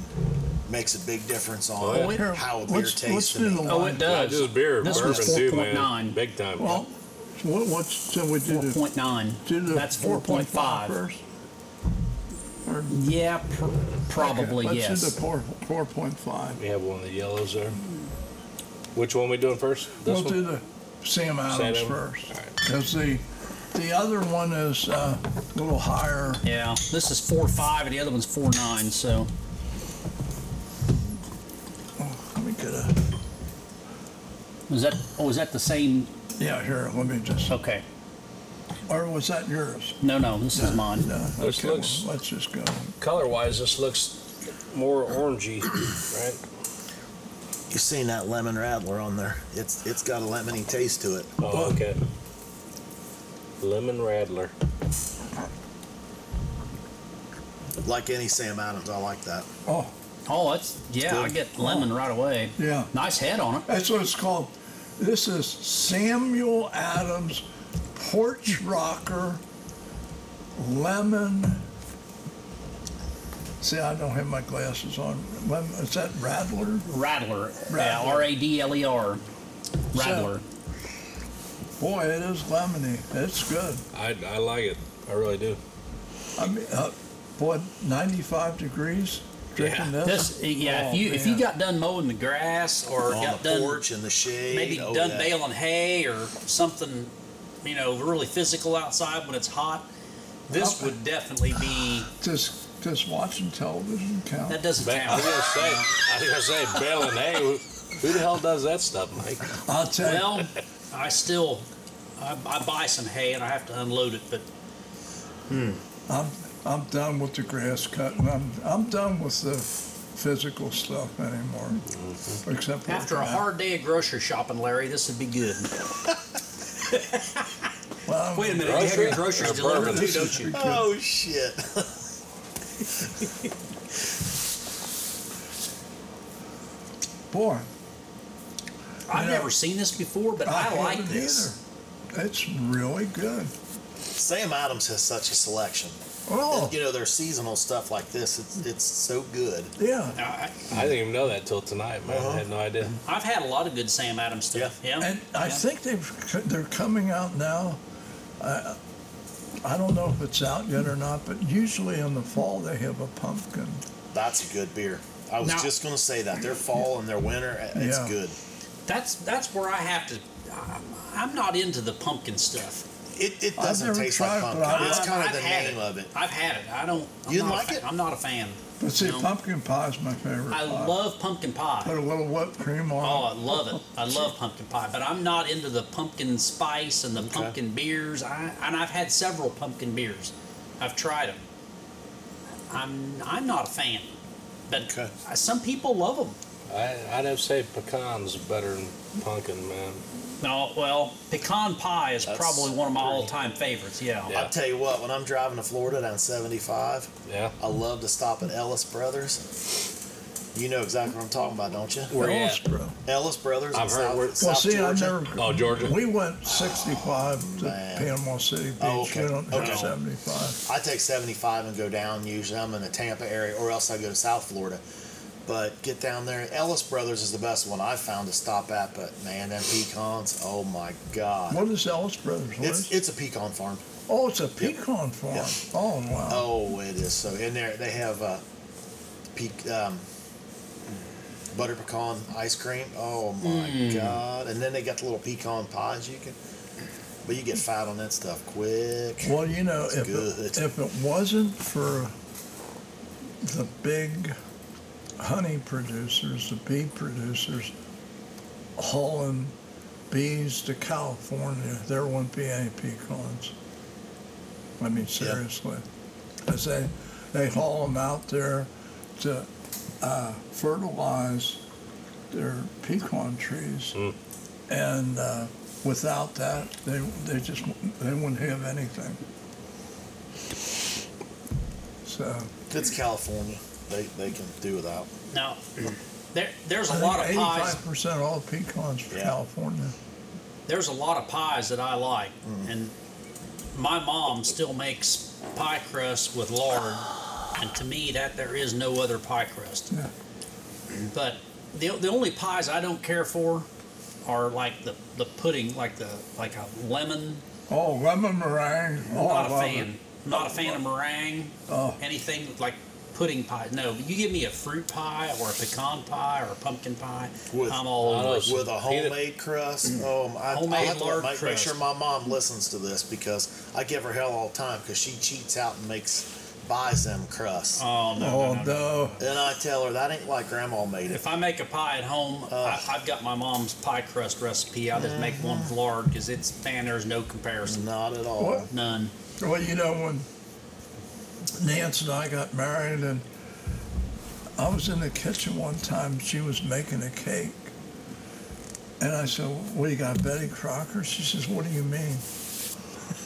[SPEAKER 2] makes a big difference on
[SPEAKER 5] Oh,
[SPEAKER 4] yeah.
[SPEAKER 2] how a beer
[SPEAKER 1] Let's,
[SPEAKER 2] tastes.
[SPEAKER 1] let's
[SPEAKER 2] to
[SPEAKER 1] do
[SPEAKER 2] me.
[SPEAKER 1] the
[SPEAKER 4] Oh,
[SPEAKER 1] wine.
[SPEAKER 4] it does.
[SPEAKER 5] Not just beer,
[SPEAKER 4] This
[SPEAKER 5] bourbon
[SPEAKER 4] one's
[SPEAKER 5] too, man.
[SPEAKER 4] 4.9.
[SPEAKER 5] Big time.
[SPEAKER 1] Well, what, what's so we do the,
[SPEAKER 4] 4.9.
[SPEAKER 1] do the
[SPEAKER 4] That's
[SPEAKER 1] 4.5
[SPEAKER 4] 4.5.
[SPEAKER 1] first? Or-
[SPEAKER 4] Yeah, pr- probably
[SPEAKER 1] okay, Let's do
[SPEAKER 4] yes.
[SPEAKER 1] the four, 4.5.
[SPEAKER 5] we have one of the yellows there. Which one we doing first? This
[SPEAKER 1] We'll
[SPEAKER 5] one.
[SPEAKER 1] do the Sam Adams
[SPEAKER 5] Adams?
[SPEAKER 1] first.
[SPEAKER 5] All right.
[SPEAKER 1] Because the, the other one is uh, a little higher.
[SPEAKER 4] Yeah, this is 4.5 and the other one's 4.9. So
[SPEAKER 1] Oh, let me get a,
[SPEAKER 4] was that? Oh, is that the same?
[SPEAKER 1] yeah, here, let me just,
[SPEAKER 4] Okay.
[SPEAKER 1] or was that yours?
[SPEAKER 4] No, no, this is mine.
[SPEAKER 1] No,
[SPEAKER 5] This
[SPEAKER 1] okay,
[SPEAKER 5] looks-
[SPEAKER 1] well, let's just go.
[SPEAKER 5] Color wise, this looks more orangey, right?
[SPEAKER 2] You've seen that lemon rattler on there. It's It's got a lemony taste to it.
[SPEAKER 5] Oh, okay. Lemon Rattler.
[SPEAKER 2] Like any Sam Adams, I like that.
[SPEAKER 1] Oh,
[SPEAKER 4] Oh, that's yeah. I get lemon right away.
[SPEAKER 1] yeah.
[SPEAKER 4] Nice head on it.
[SPEAKER 1] That's what it's called. This is Samuel Adams Porch Rocker Lemon. See, I don't have my glasses on. Lemon, is that Rattler?
[SPEAKER 4] Rattler. Yeah,
[SPEAKER 1] Rattler.
[SPEAKER 4] R A D L E R. Rattler.
[SPEAKER 1] Boy, it is lemony. It's good.
[SPEAKER 5] I, I like it. I really do.
[SPEAKER 1] I mean, uh, boy, 95 degrees drinking
[SPEAKER 5] Yeah.
[SPEAKER 1] this.
[SPEAKER 4] This yeah.
[SPEAKER 1] Oh,
[SPEAKER 4] if you if you
[SPEAKER 1] man.
[SPEAKER 4] got done mowing the grass or
[SPEAKER 2] on
[SPEAKER 4] got
[SPEAKER 2] the
[SPEAKER 4] done
[SPEAKER 2] porch in the shade.
[SPEAKER 4] maybe
[SPEAKER 2] oh,
[SPEAKER 4] done
[SPEAKER 2] yeah.
[SPEAKER 4] baling hay or something, you know, really physical outside when it's hot, this would definitely be.
[SPEAKER 1] Does does watching television count?
[SPEAKER 4] That doesn't
[SPEAKER 5] Ba- I was
[SPEAKER 4] count.
[SPEAKER 5] gonna say, I was gonna say, Bell and Hay. Who the hell does that stuff, Mike?
[SPEAKER 1] I'll tell you.
[SPEAKER 4] Well, I still I, I buy some hay and I have to unload it, but
[SPEAKER 1] I'm I'm done with the grass cutting. I'm I'm done with the physical stuff anymore. Except for
[SPEAKER 4] after a
[SPEAKER 1] that.
[SPEAKER 4] hard day of grocery shopping, Larry, this would be good.
[SPEAKER 1] Well,
[SPEAKER 4] Wait a minute, you have your groceries
[SPEAKER 5] Or
[SPEAKER 4] delivered
[SPEAKER 5] bourbon.
[SPEAKER 4] too, don't you?
[SPEAKER 2] Oh, shit.
[SPEAKER 4] Oh,
[SPEAKER 1] boy,
[SPEAKER 4] I've
[SPEAKER 1] Yeah.
[SPEAKER 4] never seen this before, but I, like
[SPEAKER 1] haven't
[SPEAKER 4] this.
[SPEAKER 1] either. It's really good.
[SPEAKER 2] Sam Adams has such a selection.
[SPEAKER 1] Oh
[SPEAKER 2] And, you know, their seasonal stuff like this, it's, it's so good.
[SPEAKER 1] yeah,
[SPEAKER 4] I,
[SPEAKER 5] I didn't even know that till tonight, man.
[SPEAKER 2] Uh-huh.
[SPEAKER 5] I had no idea.
[SPEAKER 4] I've had a lot of good Sam Adams stuff. Yeah.
[SPEAKER 1] and I
[SPEAKER 4] Yeah.
[SPEAKER 1] think they've c- they're coming out now. I I don't know if it's out yet or not, but usually in the fall they have a pumpkin.
[SPEAKER 2] That's a good beer. I was
[SPEAKER 4] Now-
[SPEAKER 2] just going to say that. Their fall and their winter, it's
[SPEAKER 1] Yeah.
[SPEAKER 2] good.
[SPEAKER 4] That's that's where I have to. I'm, I'm not into the pumpkin stuff.
[SPEAKER 2] It, it
[SPEAKER 1] I've
[SPEAKER 2] doesn't
[SPEAKER 1] never
[SPEAKER 2] taste
[SPEAKER 1] tried
[SPEAKER 2] like
[SPEAKER 1] it, but
[SPEAKER 2] pumpkin.
[SPEAKER 1] I-
[SPEAKER 2] It's
[SPEAKER 4] I've-
[SPEAKER 2] kind of
[SPEAKER 4] Uh, I've
[SPEAKER 2] the
[SPEAKER 4] had
[SPEAKER 2] name
[SPEAKER 4] it.
[SPEAKER 2] of it.
[SPEAKER 4] I've had it. I don't. I'm
[SPEAKER 2] You
[SPEAKER 4] not a
[SPEAKER 2] like
[SPEAKER 4] fa-
[SPEAKER 2] it?
[SPEAKER 4] I'm not a fan.
[SPEAKER 1] But see,
[SPEAKER 4] No.
[SPEAKER 1] pumpkin pie is my favorite.
[SPEAKER 4] I
[SPEAKER 1] pie.
[SPEAKER 4] love pumpkin
[SPEAKER 1] Put
[SPEAKER 4] pie.
[SPEAKER 1] a little whipped cream
[SPEAKER 4] Oh, I
[SPEAKER 1] on.
[SPEAKER 4] love it. I love pumpkin pie, but I'm not into the pumpkin spice and the pumpkin beers. I and I've had several pumpkin beers. I've tried them. I'm I'm not a fan, but
[SPEAKER 2] Okay.
[SPEAKER 4] I- some people love them.
[SPEAKER 5] I, I'd have to say pecans better than pumpkin, man.
[SPEAKER 4] No, well, pecan pie is
[SPEAKER 2] That's
[SPEAKER 4] probably one of my
[SPEAKER 2] pretty.
[SPEAKER 4] all-time favorites. Yeah.
[SPEAKER 5] Yeah.
[SPEAKER 2] I'll tell you what, when I'm driving to Florida down 75,
[SPEAKER 5] Yeah.
[SPEAKER 2] I love to stop at Ellis Brothers. You know exactly what I'm talking about, don't you?
[SPEAKER 5] Where you
[SPEAKER 1] Ellis,
[SPEAKER 5] at?
[SPEAKER 1] bro.
[SPEAKER 2] Ellis Brothers. in
[SPEAKER 5] I've heard
[SPEAKER 2] South,
[SPEAKER 5] where- Well,
[SPEAKER 1] Well,
[SPEAKER 2] South
[SPEAKER 1] see,
[SPEAKER 2] Georgia.
[SPEAKER 1] I never.
[SPEAKER 5] Oh, Georgia.
[SPEAKER 1] We went 65 to
[SPEAKER 2] Man.
[SPEAKER 1] Panama City Beach.
[SPEAKER 2] Oh, okay.
[SPEAKER 1] We don't do
[SPEAKER 2] Okay.
[SPEAKER 1] 75.
[SPEAKER 2] I take 75 and go down usually. I'm in the Tampa area, or else I go to South Florida. But get down there. Ellis Brothers is the best one I've found to stop at. But man, them pecans, oh my god!
[SPEAKER 1] What is Ellis Brothers? What
[SPEAKER 2] It's
[SPEAKER 1] is?
[SPEAKER 2] it's a pecan farm.
[SPEAKER 1] Oh, it's a pecan farm.
[SPEAKER 2] Yeah.
[SPEAKER 1] Oh, wow.
[SPEAKER 2] Oh, it is. So in there they have uh, peak um, butter pecan ice cream. Oh my god! And then they got the little pecan pies you can. But you get fat on that stuff quick.
[SPEAKER 1] Well, you know,
[SPEAKER 2] It's
[SPEAKER 1] if
[SPEAKER 2] good.
[SPEAKER 1] it, if it wasn't for the big honey producers, the bee producers, hauling bees to California, there wouldn't be any pecans. I mean, seriously. Because they, they haul them out there to uh, fertilize their pecan trees.
[SPEAKER 4] Mm.
[SPEAKER 1] And uh, without that, they, they just wouldn't- they wouldn't have anything. So
[SPEAKER 2] It's California. They they can do without.
[SPEAKER 4] Now,
[SPEAKER 2] Mm.
[SPEAKER 4] there, there's
[SPEAKER 1] I
[SPEAKER 4] a
[SPEAKER 1] think
[SPEAKER 4] lot of pies.
[SPEAKER 1] 85% of all pecans from
[SPEAKER 2] Yeah.
[SPEAKER 1] California.
[SPEAKER 4] there's a lot of pies that I like,
[SPEAKER 1] Mm-hmm.
[SPEAKER 4] and my mom still makes pie crust with lard, and to me that there is no other pie crust.
[SPEAKER 1] Yeah. Mm-hmm.
[SPEAKER 4] But the, the only pies I don't care for are like the, the pudding, like the like a lemon.
[SPEAKER 1] Oh, lemon meringue. Oh, I
[SPEAKER 4] not a
[SPEAKER 1] love
[SPEAKER 4] fan.
[SPEAKER 1] It.
[SPEAKER 4] Not a fan of meringue.
[SPEAKER 1] Oh.
[SPEAKER 4] Anything like pudding pie. No, you give me a fruit pie or a pecan pie or a pumpkin pie.
[SPEAKER 2] With- uh,
[SPEAKER 4] I'm all
[SPEAKER 5] I
[SPEAKER 4] over. it. Um,
[SPEAKER 5] don't
[SPEAKER 2] With a
[SPEAKER 5] Peanut-
[SPEAKER 2] homemade crust, oh, I, I
[SPEAKER 4] Mm. Homemade
[SPEAKER 2] have to
[SPEAKER 4] lard
[SPEAKER 2] make, make
[SPEAKER 4] crust.
[SPEAKER 2] sure my mom listens to this because I give her hell all the time because she cheats out and makes buys them crusts.
[SPEAKER 4] Oh no, no,
[SPEAKER 1] Oh,
[SPEAKER 4] no, no.
[SPEAKER 1] no.
[SPEAKER 2] And I tell her that ain't like grandma made it.
[SPEAKER 4] If I make a pie at home, I, I've got my mom's pie crust recipe. I just make one with lard because it's man, there's no comparison,
[SPEAKER 2] Not at all.
[SPEAKER 1] What?
[SPEAKER 4] none.
[SPEAKER 1] Well, you know, when Nance and I got married, and I was in the kitchen one time, she was making a cake. And I said, What do you got, Betty Crocker? She says, What do you mean?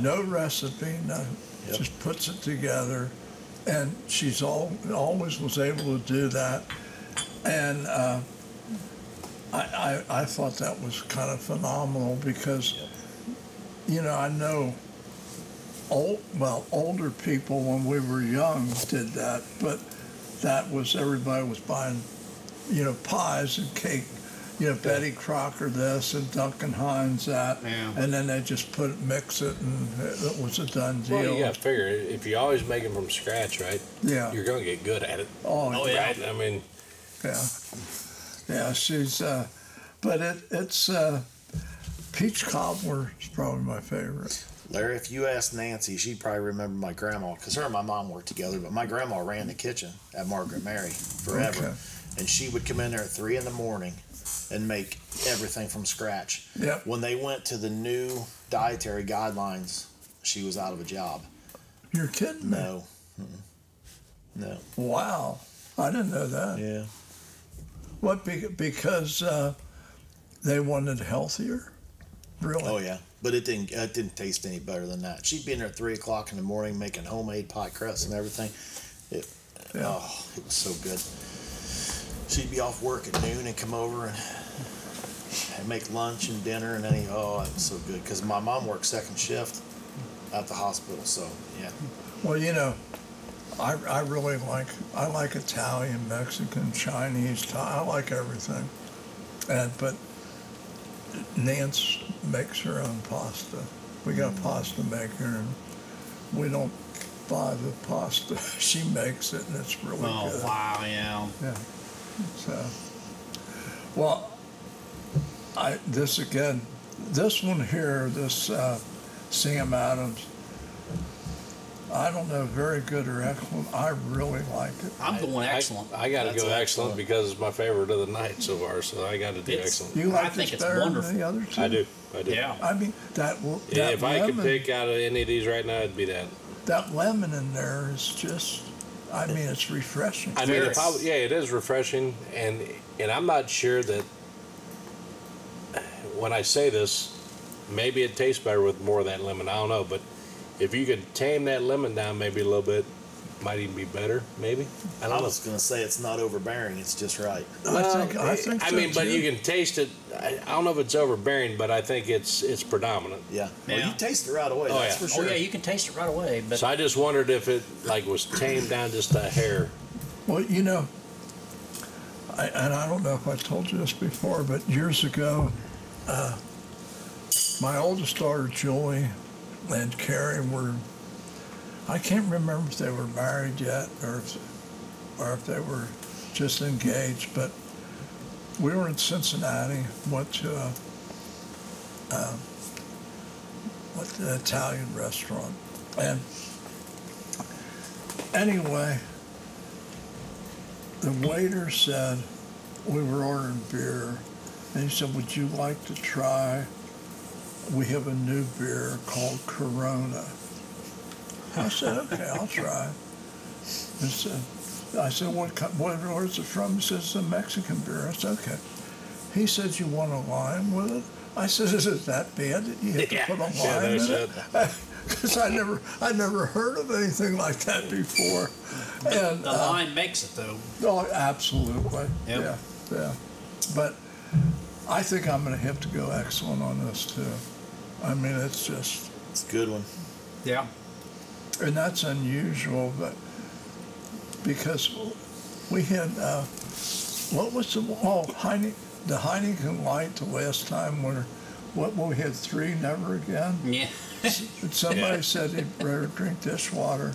[SPEAKER 1] no recipe, no.
[SPEAKER 2] Yep.
[SPEAKER 1] Just puts it together. And she's all, always was able to do that. And uh, I, I, I thought that was kind of phenomenal because you know, I know old, well, older people when we were young did that, but that was everybody was buying, you know, pies and cake, you know, Betty Crocker this and Duncan Hines that,
[SPEAKER 4] Yeah.
[SPEAKER 1] and then they just put it, mix it, and it it was a done deal.
[SPEAKER 5] Well, you got to figure if you always make them from scratch, right?
[SPEAKER 1] yeah.
[SPEAKER 5] You're gonna get good at it,
[SPEAKER 1] oh,
[SPEAKER 4] Oh, yeah.
[SPEAKER 5] right? I mean,
[SPEAKER 1] Yeah, yeah, she's. Uh, but it it's uh, peach cobbler is probably my favorite.
[SPEAKER 2] Larry, if you asked Nancy, she'd probably remember my grandma because her and my mom worked together. But my grandma ran the kitchen at Margaret Mary forever,
[SPEAKER 1] Okay.
[SPEAKER 2] and she would come in there at three in the morning and make everything from scratch.
[SPEAKER 1] Yep.
[SPEAKER 2] When they went to the new dietary guidelines, she was out of a job.
[SPEAKER 1] You're kidding me?
[SPEAKER 2] No. Mm-mm. No.
[SPEAKER 1] Wow, I didn't know that.
[SPEAKER 2] Yeah.
[SPEAKER 1] What? Be- because uh, they wanted healthier. Really?
[SPEAKER 2] Oh yeah. But it didn't. It didn't taste any better than that. She'd be in there at three o'clock in the morning making homemade pie crust and everything.
[SPEAKER 1] Yeah.
[SPEAKER 2] Oh, it was so good. She'd be off work at noon and come over and, and make lunch and dinner and any. Oh, it was so good because my mom worked second shift at the hospital. So yeah,
[SPEAKER 1] Well, you know, I, I really like I like Italian, Mexican, Chinese. Thai. I like everything, and but Nance makes her own pasta. We got a pasta maker, and we don't buy the pasta. she makes it, and it's really
[SPEAKER 4] Oh
[SPEAKER 1] good.
[SPEAKER 4] wow, yeah.
[SPEAKER 1] Yeah. So, well, I this again, this one here, this uh, Sam Adams. I don't know, very good or excellent. I really like it.
[SPEAKER 4] I'm going
[SPEAKER 5] I-
[SPEAKER 4] excellent.
[SPEAKER 5] I, got to
[SPEAKER 2] That's
[SPEAKER 5] go excellent
[SPEAKER 2] excellent.
[SPEAKER 5] because it's my favorite of the night so far. So I got to do
[SPEAKER 4] It's-
[SPEAKER 5] excellent.
[SPEAKER 1] You
[SPEAKER 4] I
[SPEAKER 1] like
[SPEAKER 4] think
[SPEAKER 1] this
[SPEAKER 4] it's
[SPEAKER 1] better
[SPEAKER 4] wonderful.
[SPEAKER 1] than the other two?
[SPEAKER 5] I do. I do.
[SPEAKER 4] yeah.
[SPEAKER 1] I mean that. l-
[SPEAKER 5] Yeah,
[SPEAKER 1] that
[SPEAKER 5] if I
[SPEAKER 1] lemon,
[SPEAKER 5] could pick out of any of these right now, it'd be that.
[SPEAKER 1] that lemon in there is just. I mean, it's refreshing.
[SPEAKER 5] I mean, if I,
[SPEAKER 4] Ferris.
[SPEAKER 5] yeah, it is refreshing, and and I'm not sure that when I say this, maybe it tastes better with more of that lemon. I don't know, but if you could tame that lemon down maybe a little bit, might even be better. Maybe I
[SPEAKER 2] I
[SPEAKER 1] Mm-hmm.
[SPEAKER 5] don't know.
[SPEAKER 2] was gonna say it's not overbearing. It's just right.
[SPEAKER 1] I think. I think.
[SPEAKER 5] I
[SPEAKER 1] so,
[SPEAKER 5] mean, but
[SPEAKER 1] too.
[SPEAKER 5] you can taste it. I, I don't know if it's overbearing, but I think it's it's predominant.
[SPEAKER 2] Yeah. Well,
[SPEAKER 4] Yeah.
[SPEAKER 2] you taste it right away.
[SPEAKER 5] Oh,
[SPEAKER 2] that's
[SPEAKER 5] yeah.
[SPEAKER 2] for
[SPEAKER 4] Oh
[SPEAKER 2] sure.
[SPEAKER 4] yeah, you can taste it right away. But
[SPEAKER 5] So I just wondered if it like was tamed down just a hair.
[SPEAKER 1] Well, you know, I, and I don't know if I told you this before, but years ago, uh, my oldest daughter Julie and Carrie were. I can't remember if they were married yet or if, or if they were just engaged, but we were in Cincinnati. Went to a, uh, what the Italian restaurant, and anyway, the waiter said we were ordering beer, and he said, "Would you like to try? We have a new beer called Corona." I said, "Okay, I'll try." He said, I said, "What co- what where is it from?" He says, "It's a Mexican beer." I said, "Okay." He said, "You want a lime with it?" I said, "Is it that bad that you have to put a lime
[SPEAKER 5] Yeah,
[SPEAKER 1] in
[SPEAKER 5] there's
[SPEAKER 1] it?" because I never I never heard of anything like that before. And
[SPEAKER 4] The
[SPEAKER 5] Uh-huh.
[SPEAKER 1] uh,
[SPEAKER 4] line makes it though.
[SPEAKER 1] oh, absolutely,
[SPEAKER 4] Yep.
[SPEAKER 1] yeah, yeah. But I think I'm going to have to go excellent on this too. I mean, it's just
[SPEAKER 2] It's a good one.
[SPEAKER 4] Yeah.
[SPEAKER 1] and that's unusual, but because we had uh, what was the oh Heine, the Heineken Light the last time where what well, we had three never again.
[SPEAKER 4] Yeah.
[SPEAKER 1] And somebody
[SPEAKER 5] Yeah.
[SPEAKER 1] said he'd rather drink dishwater.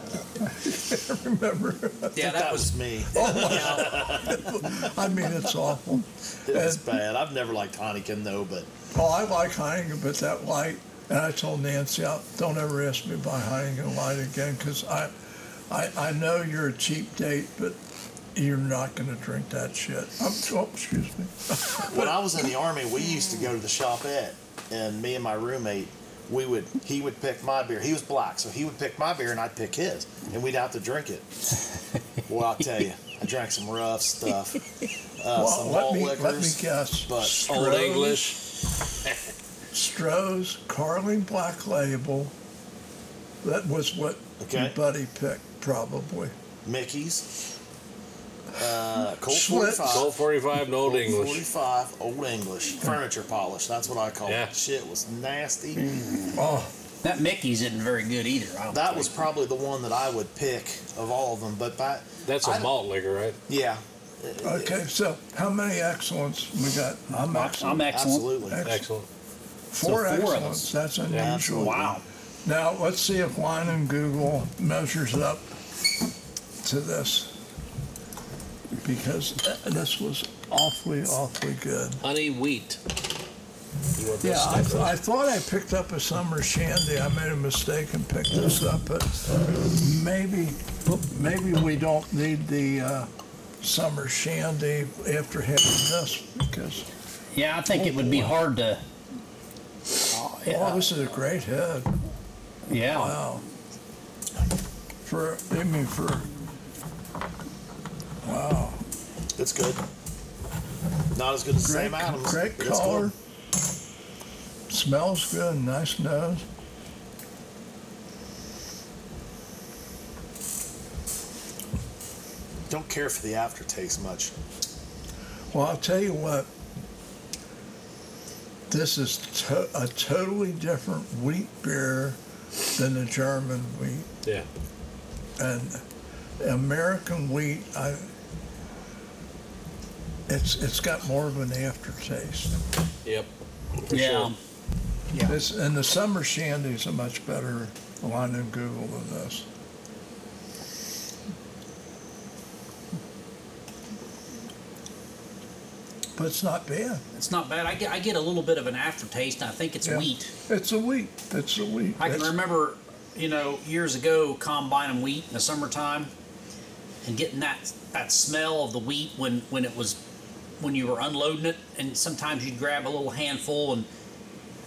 [SPEAKER 1] I remember.
[SPEAKER 4] Yeah, that was
[SPEAKER 2] me.
[SPEAKER 1] I mean, it's awful.
[SPEAKER 2] It was bad. I've never liked Heineken though, but
[SPEAKER 1] Oh, I like Heineken, but that light. And I told Nancy, I, don't ever ask me about Heineken light again, because I, I, I know you're a cheap date, but you're not going to drink that shit. I'm, oh, excuse me.
[SPEAKER 2] when I was in the army, we used to go to the shop at, and me and my roommate, we would he would pick my beer. He was black, so he would pick my beer and I'd pick his, and we'd have to drink it. Well, I'll tell you, I drank some rough stuff, uh,
[SPEAKER 1] well,
[SPEAKER 2] some
[SPEAKER 1] let
[SPEAKER 2] malt
[SPEAKER 1] me let me
[SPEAKER 2] liquors,
[SPEAKER 1] guess.
[SPEAKER 2] but
[SPEAKER 5] Old
[SPEAKER 1] Stroh's-
[SPEAKER 5] English.
[SPEAKER 1] Stroh's Carling Black Label. That was what
[SPEAKER 2] Okay.
[SPEAKER 1] your buddy picked, probably.
[SPEAKER 2] Mickey's, uh, Colt
[SPEAKER 1] Schlitz.
[SPEAKER 2] 45,
[SPEAKER 5] Gold 45 and Old
[SPEAKER 2] Colt
[SPEAKER 5] English.
[SPEAKER 2] 45, Old English furniture polish. That's what I call
[SPEAKER 5] Yeah.
[SPEAKER 2] it. Shit was nasty.
[SPEAKER 1] Oh,
[SPEAKER 4] that Mickey's isn't very good either. I don't
[SPEAKER 2] That
[SPEAKER 4] think.
[SPEAKER 2] was probably the one that I would pick of all of them. But by,
[SPEAKER 5] That's a
[SPEAKER 2] I-
[SPEAKER 5] malt liquor, right?
[SPEAKER 2] yeah,
[SPEAKER 1] Okay, so how many excellents we got? I'm
[SPEAKER 4] I'm
[SPEAKER 1] excellent.
[SPEAKER 4] excellent.
[SPEAKER 2] absolutely.
[SPEAKER 1] Excellent.
[SPEAKER 5] Excellent.
[SPEAKER 1] Four
[SPEAKER 4] so four of
[SPEAKER 1] excellents, that's unusual.
[SPEAKER 2] absolutely.
[SPEAKER 4] Wow.
[SPEAKER 1] Now, let's see if Wine and Google measures up to this. Because th- this was awfully, awfully good.
[SPEAKER 5] Honey wheat. You want this
[SPEAKER 1] Yeah, I,
[SPEAKER 5] stuff,
[SPEAKER 1] th-
[SPEAKER 5] right?
[SPEAKER 1] I thought I picked up a summer shandy. I made a mistake and picked this up, but maybe, maybe we don't need the uh, summer shandy after having this because,
[SPEAKER 4] Yeah, I think it would be hard to. Oh,
[SPEAKER 1] oh,
[SPEAKER 4] yeah.
[SPEAKER 1] this is a great hit.
[SPEAKER 4] yeah.
[SPEAKER 1] Wow. For, I mean, for, wow.
[SPEAKER 2] It's good. Not as good as
[SPEAKER 1] Great,
[SPEAKER 2] Sam Adams.
[SPEAKER 1] great
[SPEAKER 2] but it's
[SPEAKER 1] color.
[SPEAKER 2] good.
[SPEAKER 1] Smells good, nice nose.
[SPEAKER 2] Don't care for the aftertaste much.
[SPEAKER 1] Well, I'll tell you what. This is to- a totally different wheat beer than the German wheat.
[SPEAKER 5] Yeah.
[SPEAKER 1] And American wheat, I, it's, it's got more of an aftertaste.
[SPEAKER 5] Yep. For
[SPEAKER 4] Yeah.
[SPEAKER 5] sure.
[SPEAKER 1] This, and the summer shandy's a much better line in Google than this. But it's not bad.
[SPEAKER 4] It's not bad. I get, I get a little bit of an aftertaste, and I think it's
[SPEAKER 1] Yeah.
[SPEAKER 4] wheat.
[SPEAKER 1] It's a wheat. It's a wheat.
[SPEAKER 4] I can
[SPEAKER 1] It's-
[SPEAKER 4] remember, you know, years ago combining wheat in the summertime and getting that that smell of the wheat when when it was when you were unloading it, and sometimes you'd grab a little handful and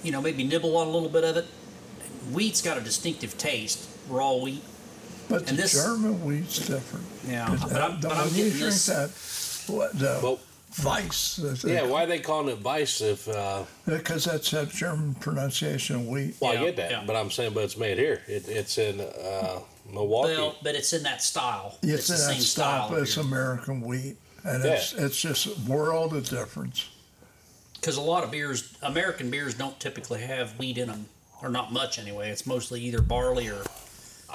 [SPEAKER 4] you know maybe nibble on a little bit of it. Wheat's got a distinctive taste. Raw wheat.
[SPEAKER 1] But the
[SPEAKER 4] and this-
[SPEAKER 1] German wheat's different.
[SPEAKER 4] Yeah,
[SPEAKER 1] It's-
[SPEAKER 4] but I'm-
[SPEAKER 1] the-
[SPEAKER 4] but I'm
[SPEAKER 1] when you
[SPEAKER 4] getting
[SPEAKER 1] drink
[SPEAKER 4] this-
[SPEAKER 1] that, what, the
[SPEAKER 5] Well-
[SPEAKER 1] Weiss.
[SPEAKER 5] Yeah, why are they calling it vice if, uh,
[SPEAKER 1] Because that's a German pronunciation of wheat.
[SPEAKER 5] well,
[SPEAKER 4] Yeah,
[SPEAKER 5] I get that,
[SPEAKER 4] yeah.
[SPEAKER 5] but I'm saying, but it's made here. It, it's in uh, Milwaukee.
[SPEAKER 4] Well, but it's in that style.
[SPEAKER 1] It's
[SPEAKER 4] the
[SPEAKER 1] in that
[SPEAKER 4] same
[SPEAKER 1] style,
[SPEAKER 4] style
[SPEAKER 1] but it's American wheat. And
[SPEAKER 5] Yeah.
[SPEAKER 1] it's, it's just a world of difference.
[SPEAKER 4] because a lot of beers, American beers, don't typically have wheat in them, or not much anyway. It's mostly either barley or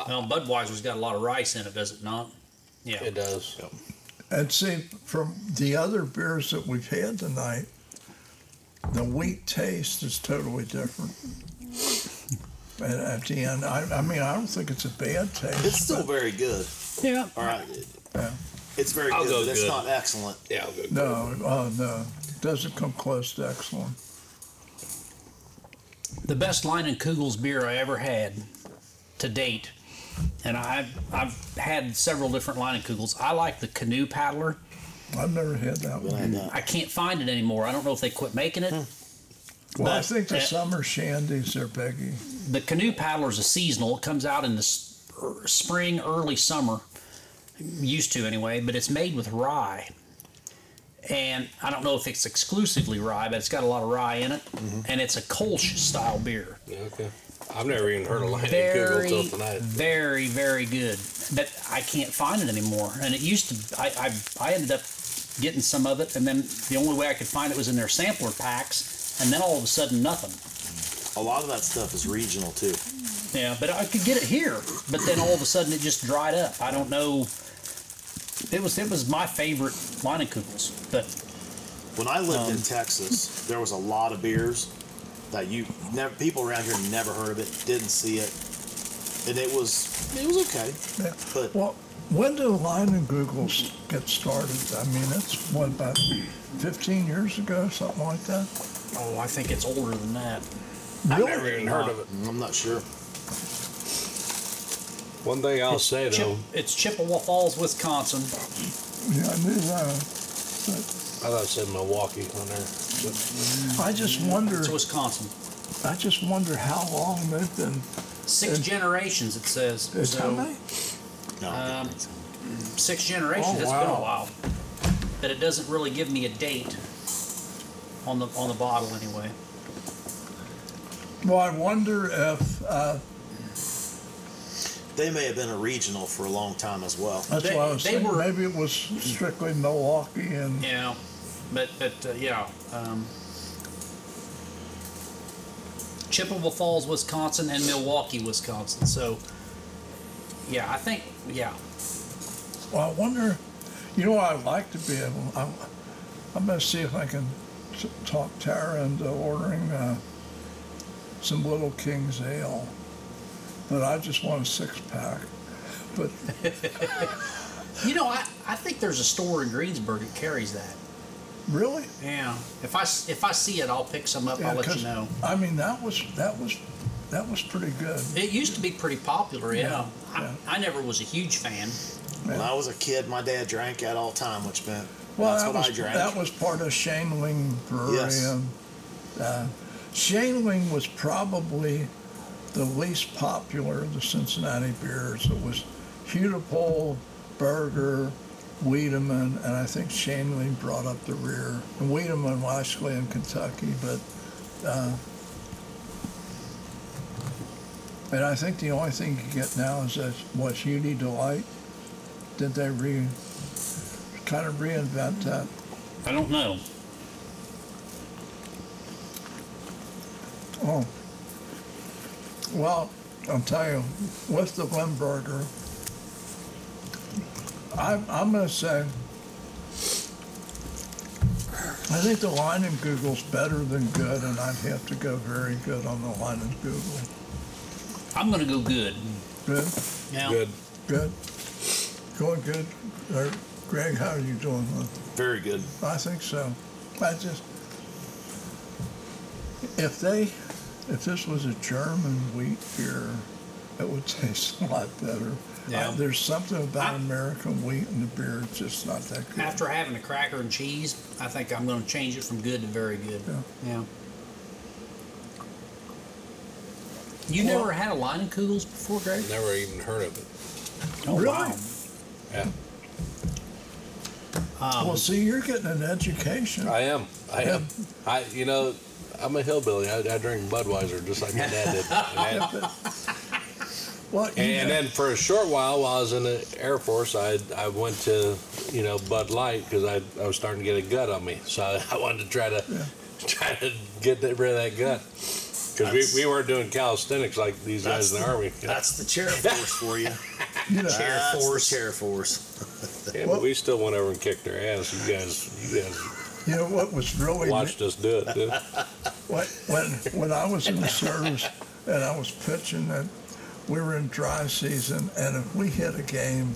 [SPEAKER 4] well, Budweiser's got a lot of rice in it, does it not? Yeah,
[SPEAKER 5] it does.
[SPEAKER 1] And see, from the other beers that we've had tonight, the wheat taste is totally different. And at the end, I, I mean, I don't think it's a bad taste.
[SPEAKER 2] It's still
[SPEAKER 1] but
[SPEAKER 2] very good.
[SPEAKER 4] Yeah.
[SPEAKER 2] All right. It-
[SPEAKER 1] Yeah.
[SPEAKER 2] It's very
[SPEAKER 5] I'll
[SPEAKER 2] good,
[SPEAKER 5] go
[SPEAKER 2] but it's
[SPEAKER 5] good.
[SPEAKER 2] not excellent.
[SPEAKER 5] Yeah, I'll go.
[SPEAKER 1] no, oh no, doesn't come close to excellent.
[SPEAKER 4] The best line in Kugel's beer I ever had to date, and I've, I've had several different line in Kugel's. I like the canoe paddler.
[SPEAKER 1] I've never had that
[SPEAKER 2] But
[SPEAKER 1] one.
[SPEAKER 2] I know.
[SPEAKER 4] I can't find it anymore. I don't know if they quit making it.
[SPEAKER 1] Well, I
[SPEAKER 4] But-
[SPEAKER 1] think the
[SPEAKER 4] Yeah.
[SPEAKER 1] summer shandies are Peggy.
[SPEAKER 4] the canoe paddler is a seasonal. It comes out in the s- er, spring, early summer. Used to anyway, but it's made with rye. And I don't know if it's exclusively rye, but it's got a lot of rye in it,
[SPEAKER 5] Mm-hmm.
[SPEAKER 4] and it's a Kolsch style beer.
[SPEAKER 5] Yeah, okay. I've never even heard of Lion Kugel till
[SPEAKER 4] Very,
[SPEAKER 5] tonight.
[SPEAKER 4] very, very good. But I can't find it anymore. And it used to, I, I, I ended up getting some of it, and then the only way I could find it was in their sampler packs, and then all of a sudden, nothing.
[SPEAKER 2] A lot of that stuff is regional too.
[SPEAKER 4] Yeah, but I could get it here, but then all of a sudden it just dried up. I don't know. It was it was my favorite Leinenkugel's, but
[SPEAKER 2] When I lived in Texas, there was a lot of beers that you never people around here never heard of it, didn't see it, and it was it was okay.
[SPEAKER 1] Yeah.
[SPEAKER 2] But-
[SPEAKER 1] Well, when did Line and Google get started? I mean, that's what, about 15 years ago, something like that?
[SPEAKER 4] oh, I think it's older than that.
[SPEAKER 5] I've never even heard of it.
[SPEAKER 2] I'm not sure.
[SPEAKER 5] One thing I'll say
[SPEAKER 4] Chip-
[SPEAKER 5] though,
[SPEAKER 4] it's Chippewa Falls, Wisconsin.
[SPEAKER 1] Yeah, I knew that.
[SPEAKER 5] I thought it said Milwaukee on there.
[SPEAKER 1] I just wonder,
[SPEAKER 4] It's Wisconsin.
[SPEAKER 1] I just wonder how long they've been,
[SPEAKER 4] Six generations, it says.
[SPEAKER 1] it's how
[SPEAKER 4] So,
[SPEAKER 1] many?
[SPEAKER 2] No.
[SPEAKER 4] Um, six generations.
[SPEAKER 1] Oh,
[SPEAKER 4] It's been
[SPEAKER 1] wow.
[SPEAKER 4] a while, but it doesn't really give me a date on the on the bottle anyway.
[SPEAKER 1] Well, I wonder if, uh,
[SPEAKER 2] they may have been a regional for a long time as well.
[SPEAKER 1] that's
[SPEAKER 4] They-
[SPEAKER 1] what I was
[SPEAKER 4] they
[SPEAKER 1] thinking,
[SPEAKER 4] were-
[SPEAKER 1] maybe it was strictly Milwaukee and,
[SPEAKER 4] Yeah, but but uh, yeah. Um, Chippewa Falls, Wisconsin, and Milwaukee, Wisconsin. So, yeah, I think yeah.
[SPEAKER 1] well, I wonder, you know, what I'd like to be able, I'm, I'm gonna see if I can s- talk Tara into ordering, uh, some Little King's Ale. But I just want a six pack, but
[SPEAKER 4] You know, I, I think there's a store in Greensburg that carries that.
[SPEAKER 1] really?
[SPEAKER 4] Yeah. If I s- if I see it, I'll pick some up.
[SPEAKER 1] Yeah,
[SPEAKER 4] I'll let
[SPEAKER 1] 'cause,
[SPEAKER 4] you know.
[SPEAKER 1] I mean, that was, that was, that was pretty good.
[SPEAKER 4] It used to be pretty popular. Yeah.
[SPEAKER 1] Yeah,
[SPEAKER 4] I,
[SPEAKER 1] yeah.
[SPEAKER 4] I never was a huge fan.
[SPEAKER 2] When I was a kid, my dad drank at all time, which meant
[SPEAKER 1] Well,
[SPEAKER 2] that's
[SPEAKER 1] that
[SPEAKER 2] what
[SPEAKER 1] was,
[SPEAKER 2] I drank.
[SPEAKER 1] That was part of Shaneling Brewery.
[SPEAKER 2] Yes.
[SPEAKER 1] And, uh, Shaneling was probably the least popular of the Cincinnati beers. It was Hudepole, Berger, Wiedemann, and I think Shaneling brought up the rear. And Wiedemann, actually in Kentucky, but. Uh, and I think the only thing you can get now is that what's Uni Delight. Did they re kind of reinvent that?
[SPEAKER 4] I don't know.
[SPEAKER 1] Oh. Well, I'll tell you, with the Limburger, I'm, I'm going to say, I think the line in Google's better than good, and I'd have to go very good on the line in Google.
[SPEAKER 4] I'm gonna go good.
[SPEAKER 1] Good,
[SPEAKER 4] Yeah.
[SPEAKER 5] Good.
[SPEAKER 1] good. Going good. Or, Greg, how are you doing?
[SPEAKER 2] very good.
[SPEAKER 1] I think so. I just, if they, if this was a German wheat beer, it would taste a lot better.
[SPEAKER 4] Yeah.
[SPEAKER 1] Uh, there's something about
[SPEAKER 4] I-
[SPEAKER 1] American wheat in the beer, it's just not that good.
[SPEAKER 4] After having a cracker and cheese, I think I'm going to change it from good to very good.
[SPEAKER 1] Yeah.
[SPEAKER 4] Yeah. You
[SPEAKER 1] Well-
[SPEAKER 4] never had a Leinenkugel's before, Greg?
[SPEAKER 5] Never even heard of it.
[SPEAKER 4] Oh,
[SPEAKER 1] Really?
[SPEAKER 4] wow.
[SPEAKER 5] Yeah.
[SPEAKER 1] well, see, you're getting an education.
[SPEAKER 5] I am. I am. I you know, I'm a hillbilly. I, I drink Budweiser just like my dad did. And, I-
[SPEAKER 1] well, you
[SPEAKER 5] and, and
[SPEAKER 1] know,
[SPEAKER 5] then for a short while, while I was in the Air Force, I I went to you know Bud Light because I, I was starting to get a gut on me, so I, I wanted to try to try to get that, rid of that gut because
[SPEAKER 2] That's-
[SPEAKER 5] we, we weren't doing calisthenics like these guys in the army.
[SPEAKER 2] That's the chair force for you.
[SPEAKER 1] you know,
[SPEAKER 2] Chair
[SPEAKER 1] I-
[SPEAKER 2] force. Chair force.
[SPEAKER 5] Yeah,
[SPEAKER 1] Well-
[SPEAKER 5] but we still went over and kicked their ass. You guys, you guys
[SPEAKER 1] You know what was really
[SPEAKER 5] watched us do it. didn't you?
[SPEAKER 1] When, when, when I was in the service and I was pitching that we were in dry season and if we hit a game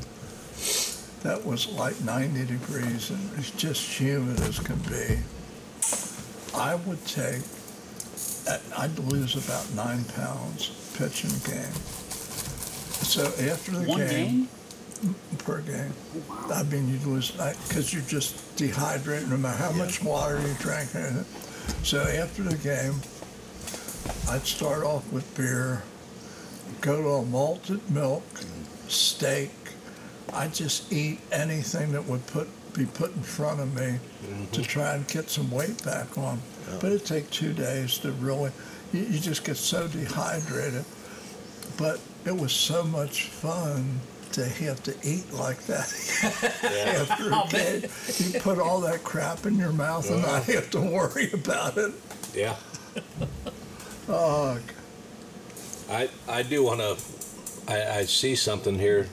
[SPEAKER 1] that was like 90 degrees and it's just humid as can be, I would take, I- I'd lose about nine pounds pitching a game. So after the
[SPEAKER 4] One game?
[SPEAKER 1] per game,
[SPEAKER 4] Wow.
[SPEAKER 1] I mean, you'd lose because you're just dehydrated no matter how much water you drank. and everything. So after the game, I'd start off with beer, go to a malted milk, steak. I'd just eat anything that would put be put in front of me to try and get some weight back on. But it'd take two days to really, you, you just get so dehydrated. But it was so much fun to have to eat like that
[SPEAKER 5] Yeah.
[SPEAKER 1] after a game. You put all that crap in your mouth and not have to worry about it.
[SPEAKER 5] yeah.
[SPEAKER 1] Oh,
[SPEAKER 5] I, I do want to. I, I see something here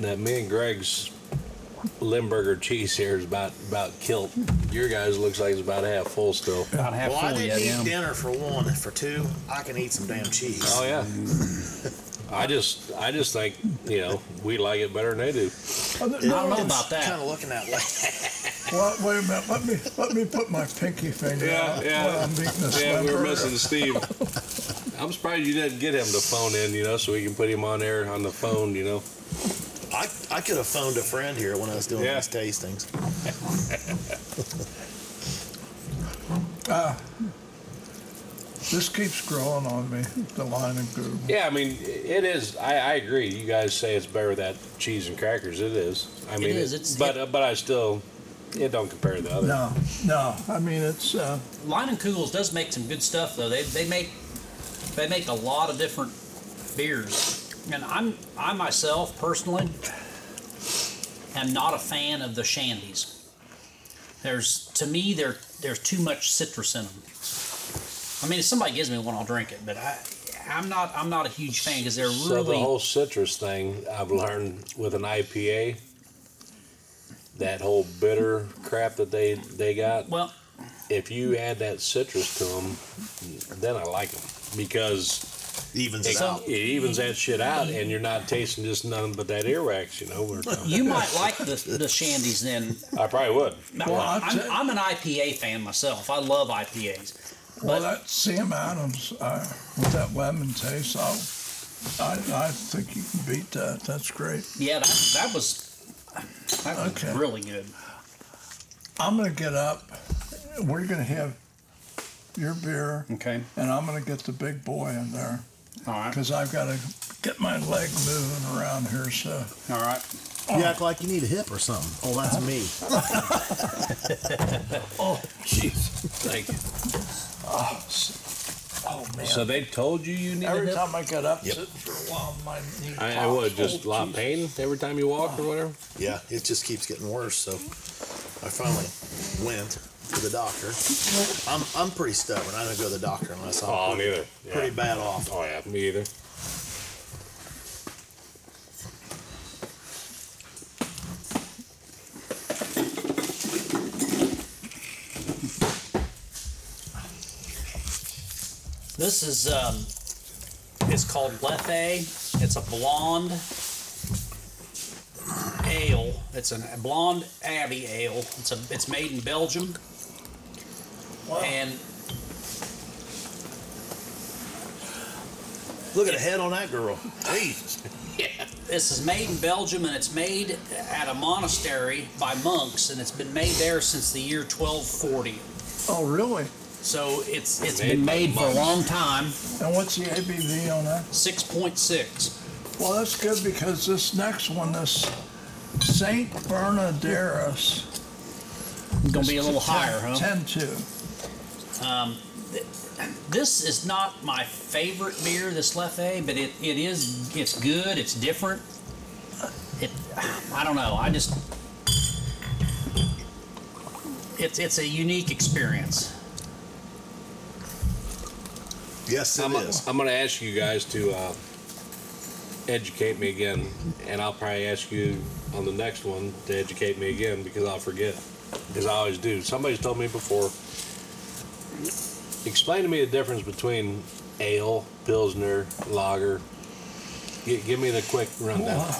[SPEAKER 5] that me and Greg's Limburger cheese here is about about kilt. Your guys looks like it's about half full still.
[SPEAKER 4] About half
[SPEAKER 2] Well, I
[SPEAKER 4] full yet,
[SPEAKER 2] didn't eat
[SPEAKER 4] yeah.
[SPEAKER 2] dinner for one. For two, I can eat some damn cheese.
[SPEAKER 5] Oh yeah. I just I just think you know we like it better than they do.
[SPEAKER 1] Oh,
[SPEAKER 4] I don't know about that.
[SPEAKER 2] Kind of looking that way.
[SPEAKER 1] Well, wait a minute. Let me let me put my pinky finger
[SPEAKER 5] Yeah,
[SPEAKER 1] out
[SPEAKER 5] yeah.
[SPEAKER 1] while I'm eating this
[SPEAKER 5] Yeah, we were
[SPEAKER 1] limburger.
[SPEAKER 5] missing Steve. I'm surprised you didn't get him to phone in, you know, so we can put him on air on the phone, you know.
[SPEAKER 2] I, I could have phoned a friend here when I was doing
[SPEAKER 5] Yeah.
[SPEAKER 2] these tastings.
[SPEAKER 1] This keeps growing on me. The line of goo.
[SPEAKER 5] Yeah, I mean, it is. I, I agree. You guys say it's better that cheese and crackers. It is. I mean,
[SPEAKER 4] is. It's-
[SPEAKER 5] but but I still, it don't compare to the other.
[SPEAKER 1] No, no. I mean, it's uh,
[SPEAKER 4] Line and Kugels does make some good stuff though. They, they make they make a lot of different beers, and I'm I myself personally am not a fan of the shandies. There's to me there there's too much citrus in them. I mean, if somebody gives me one, I'll drink it, but I I'm not I'm not a huge fan because they're
[SPEAKER 5] So
[SPEAKER 4] really
[SPEAKER 5] the whole citrus thing, I've learned with an IPA, that whole bitter crap that they they got.
[SPEAKER 4] well.
[SPEAKER 5] If you add that citrus to them, then I like them because
[SPEAKER 2] Evens
[SPEAKER 5] it,
[SPEAKER 2] it out.
[SPEAKER 5] it evens that shit out, and you're not tasting just nothing but that earwax. You know, we're talking.
[SPEAKER 4] You might like the the shandies then.
[SPEAKER 5] I probably would.
[SPEAKER 1] Well, I'll
[SPEAKER 4] I'm,
[SPEAKER 1] tell-
[SPEAKER 4] I'm an IPA fan myself. I love IPAs.
[SPEAKER 1] well,
[SPEAKER 4] But-
[SPEAKER 1] that Sam Adams uh, with that lemon taste. I, I I think you can beat that. That's great.
[SPEAKER 4] Yeah, that, that was that was
[SPEAKER 1] Okay.
[SPEAKER 4] really good.
[SPEAKER 1] I'm gonna get up. We're gonna have your beer,
[SPEAKER 4] Okay,
[SPEAKER 1] and I'm gonna get the big boy in there
[SPEAKER 4] all right,
[SPEAKER 1] because I've got to get my leg moving around here. So.
[SPEAKER 4] all right.
[SPEAKER 2] You act like you need a hip or something. Oh, that's me.
[SPEAKER 5] Jeez, thank you.
[SPEAKER 1] Oh man.
[SPEAKER 5] So they told you you need a
[SPEAKER 1] Every
[SPEAKER 5] hip?
[SPEAKER 1] time I get up,
[SPEAKER 2] Yep.
[SPEAKER 1] sit for a while, my knee
[SPEAKER 5] I, I
[SPEAKER 1] pops.
[SPEAKER 5] would just a
[SPEAKER 1] Oh,
[SPEAKER 5] lot of
[SPEAKER 1] geez.
[SPEAKER 5] pain every time you walk or whatever.
[SPEAKER 2] Yeah, it just keeps getting worse. So I finally went to the doctor. I'm, I'm pretty stubborn. I don't go to the doctor unless I'm
[SPEAKER 5] Oh,
[SPEAKER 2] pretty,
[SPEAKER 5] neither. Yeah.
[SPEAKER 2] pretty bad off.
[SPEAKER 5] Oh yeah, me either.
[SPEAKER 4] This is um, it's called Lethe. It's a blonde ale. It's a blonde Abbey ale. It's a it's made in Belgium. And
[SPEAKER 2] Look at the head on that girl. Jeez.
[SPEAKER 4] This is made in Belgium and it's made at a monastery by monks and it's been made there since the year 1240.
[SPEAKER 1] Oh, really?
[SPEAKER 4] So it's it's
[SPEAKER 5] Made
[SPEAKER 4] been
[SPEAKER 5] by
[SPEAKER 4] made for a
[SPEAKER 5] monks.
[SPEAKER 4] long time.
[SPEAKER 1] And what's the ABV on that?
[SPEAKER 4] 6.6.
[SPEAKER 1] Well, that's good because this next one, this Saint Bernardus,
[SPEAKER 4] It's going to be a little higher, huh?
[SPEAKER 1] Ten two.
[SPEAKER 4] This is not my favorite beer, this Lethe, but it, it is it's good, it's different. Uh, It I don't know. I just it's it's a unique experience.
[SPEAKER 2] Yes, it
[SPEAKER 5] I'm,
[SPEAKER 2] is.
[SPEAKER 5] I'm going to ask you guys to uh, educate me again, and I'll probably ask you on the next one to educate me again because I'll forget, because I always do. Somebody's told me before. Explain to me the difference between ale, pilsner, lager. Gi- give me the quick rundown.
[SPEAKER 1] Well,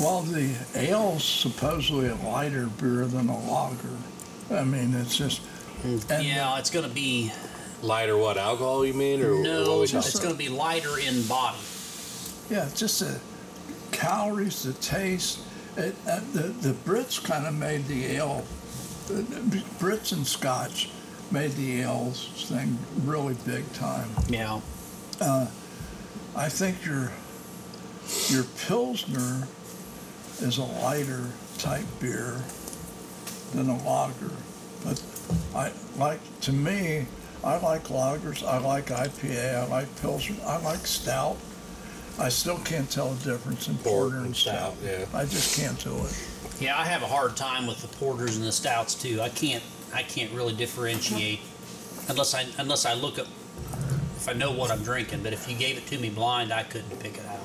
[SPEAKER 1] well, the ale's supposedly a lighter beer than a lager. I mean, it's just. And
[SPEAKER 4] yeah, it's going to be
[SPEAKER 5] Lighter what alcohol you mean, or or what
[SPEAKER 4] no.
[SPEAKER 5] we
[SPEAKER 4] It's
[SPEAKER 5] talking?
[SPEAKER 4] going to be lighter in body.
[SPEAKER 1] Yeah, it's just the calories, the taste. It, uh, the, the Brits kind of made the ale, the the Brits and Scotch made the ales thing really big time.
[SPEAKER 4] Yeah.
[SPEAKER 1] I think your your Pilsner is a lighter type beer than a lager. But I like to me, I like lagers, I like IPA, I like Pilsner, I like stout. I still can't tell the difference in porter and stout.
[SPEAKER 5] Yeah.
[SPEAKER 1] I just can't do it.
[SPEAKER 4] Yeah, I have a hard time with the porters and the stouts too. I can't I can't really differentiate unless I unless I look up if I know what I'm drinking, but if you gave it to me blind, I couldn't pick it out.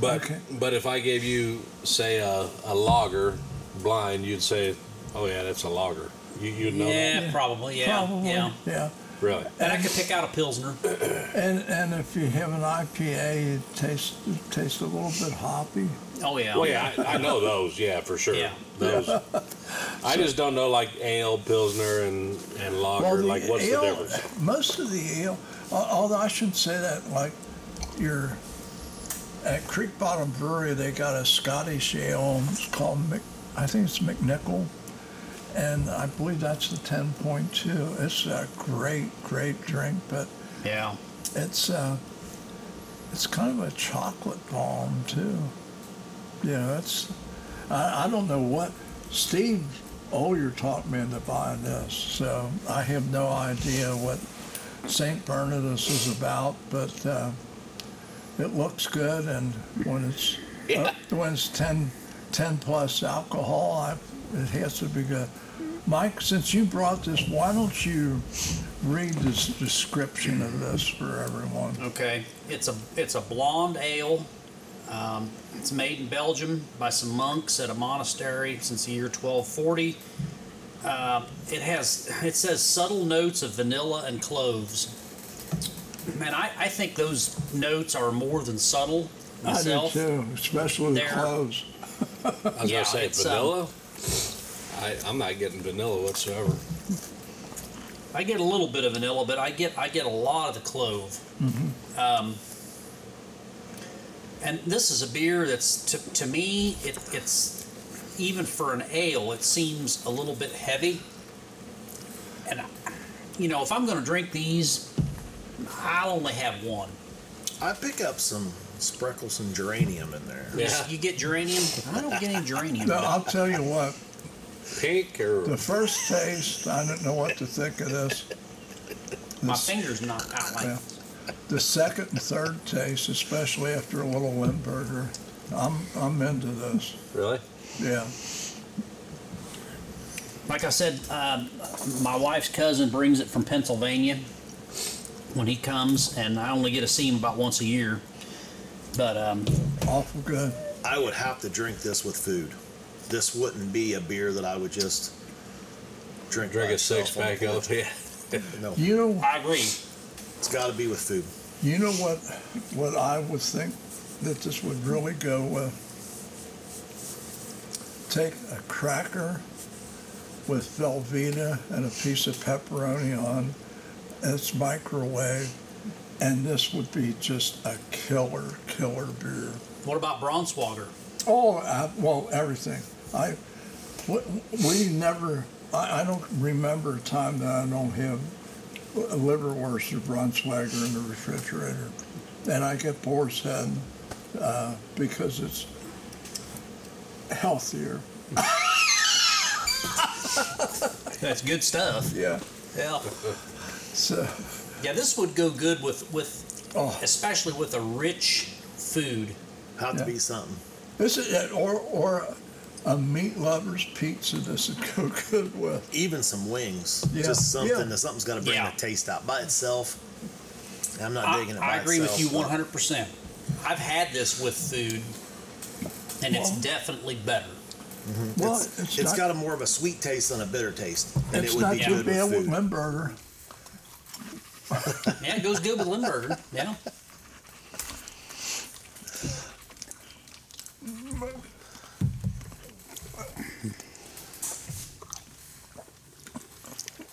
[SPEAKER 5] But
[SPEAKER 1] Okay.
[SPEAKER 5] but if I gave you say a, a lager blind, you'd say, oh yeah, that's a lager. You you'd know
[SPEAKER 4] yeah,
[SPEAKER 1] Yeah.
[SPEAKER 4] probably, yeah.
[SPEAKER 1] Probably,
[SPEAKER 4] Yeah.
[SPEAKER 1] yeah.
[SPEAKER 5] that really.
[SPEAKER 4] And I could pick out a pilsner.
[SPEAKER 1] And and if you have an IPA, it tastes it tastes a little bit hoppy.
[SPEAKER 4] Oh yeah.
[SPEAKER 5] Well, yeah, I, I know those. Yeah, for sure.
[SPEAKER 4] Yeah.
[SPEAKER 5] Those. I just don't know like ale, pilsner, and and lager.
[SPEAKER 1] the
[SPEAKER 5] like, what's
[SPEAKER 1] ale,
[SPEAKER 5] the difference?
[SPEAKER 1] Most of the ale, al- although I shouldn't say that, like your at Creek Bottom Brewery, they got a Scottish ale. It's called Mc, I think it's McNichol, and I believe that's the ten point two. It's a great, great drink, but
[SPEAKER 4] Yeah.
[SPEAKER 1] it's uh, it's kind of a chocolate bomb too. You know, it's I, I don't know what Steve Olyer taught me into buying this, so I have no idea what Saint Bernardus is about, but uh, it looks good, and when it's
[SPEAKER 5] Yeah.
[SPEAKER 1] uh, when it's 10, 10 plus alcohol, I, it has to be good. Mike, since you brought this, why don't you read this description of this for everyone?
[SPEAKER 4] Okay. It's a it's a blonde ale. Um, it's made in Belgium by some monks at a monastery since the year 1240. Uh, it has it says subtle notes of vanilla and cloves. Man, I, I think those notes are more than subtle
[SPEAKER 1] I do
[SPEAKER 4] myself.
[SPEAKER 1] too, especially the
[SPEAKER 4] There.
[SPEAKER 1] clothes.
[SPEAKER 5] I was
[SPEAKER 4] yeah,
[SPEAKER 5] gonna
[SPEAKER 4] it's,
[SPEAKER 5] say
[SPEAKER 4] um,
[SPEAKER 5] vanilla. I I'm not getting vanilla whatsoever.
[SPEAKER 4] I get a little bit of vanilla, but I get I get a lot of the clove. Um, and this is a beer that's to, to me it, it's even for an ale it seems a little bit heavy. And I, you know if I'm going to drink these, I'll only have one.
[SPEAKER 2] I pick up some spreckle some geranium in there.
[SPEAKER 4] You-
[SPEAKER 5] Yeah.
[SPEAKER 4] You, get geranium. I don't get any geranium.
[SPEAKER 1] No, I'll tell you what,
[SPEAKER 5] Pink or
[SPEAKER 1] the first taste, I didn't know what to think of this.
[SPEAKER 4] My
[SPEAKER 1] The
[SPEAKER 4] fingers knocked out like.
[SPEAKER 1] Yeah. the second and third taste, especially after a little Limburger. I'm I'm into this.
[SPEAKER 5] really?
[SPEAKER 1] Yeah.
[SPEAKER 4] like I said, um, my wife's cousin brings it from Pennsylvania when he comes, and I only get to see him about once a year. But um,
[SPEAKER 1] Awful good.
[SPEAKER 2] I would have to drink this with food. This wouldn't be a beer that I would just drink.
[SPEAKER 5] Drink
[SPEAKER 2] by
[SPEAKER 5] a six
[SPEAKER 2] itself on the
[SPEAKER 5] pack of.
[SPEAKER 2] porch.
[SPEAKER 5] Yeah.
[SPEAKER 2] No,
[SPEAKER 1] You know
[SPEAKER 4] I agree.
[SPEAKER 2] it's got to be with food.
[SPEAKER 1] you know what what I would think that this would really go with? Take a cracker with Velveeta and a piece of pepperoni on it's microwave and this would be just a killer, killer beer.
[SPEAKER 4] What about Braunschweiger?
[SPEAKER 1] Oh, I, well, everything. I we, we never. I, I don't remember a time that I don't have a liverwurst or Braunschweiger in the refrigerator, and I get boar's head uh, because it's healthier.
[SPEAKER 4] That's good stuff.
[SPEAKER 1] Yeah.
[SPEAKER 4] Yeah,
[SPEAKER 1] So
[SPEAKER 4] yeah. This would go good with with
[SPEAKER 1] oh,
[SPEAKER 4] especially with a rich food.
[SPEAKER 2] Have
[SPEAKER 1] Yeah.
[SPEAKER 2] to be something.
[SPEAKER 1] this is it. Or or a meat lover's pizza. This would go good with.
[SPEAKER 2] Even some wings.
[SPEAKER 1] Yeah.
[SPEAKER 2] Just something
[SPEAKER 1] Yeah.
[SPEAKER 2] that something's got to bring
[SPEAKER 4] Yeah.
[SPEAKER 2] the taste out by itself. I'm not
[SPEAKER 4] I,
[SPEAKER 2] digging it.
[SPEAKER 4] I
[SPEAKER 2] by
[SPEAKER 4] agree with
[SPEAKER 2] itself,
[SPEAKER 4] you
[SPEAKER 2] but
[SPEAKER 4] 100. percent I've had this with food, and it's
[SPEAKER 1] Well-
[SPEAKER 4] definitely better.
[SPEAKER 1] Well,
[SPEAKER 2] it's,
[SPEAKER 1] it's
[SPEAKER 2] it's
[SPEAKER 1] not-
[SPEAKER 2] got a more of a sweet taste than a bitter taste, and
[SPEAKER 1] it's
[SPEAKER 2] it would
[SPEAKER 1] not
[SPEAKER 2] be
[SPEAKER 1] too
[SPEAKER 2] good
[SPEAKER 1] bad
[SPEAKER 2] with
[SPEAKER 1] with
[SPEAKER 2] food.
[SPEAKER 1] Limburger.
[SPEAKER 4] Yeah, it goes good with Limburger. Yeah.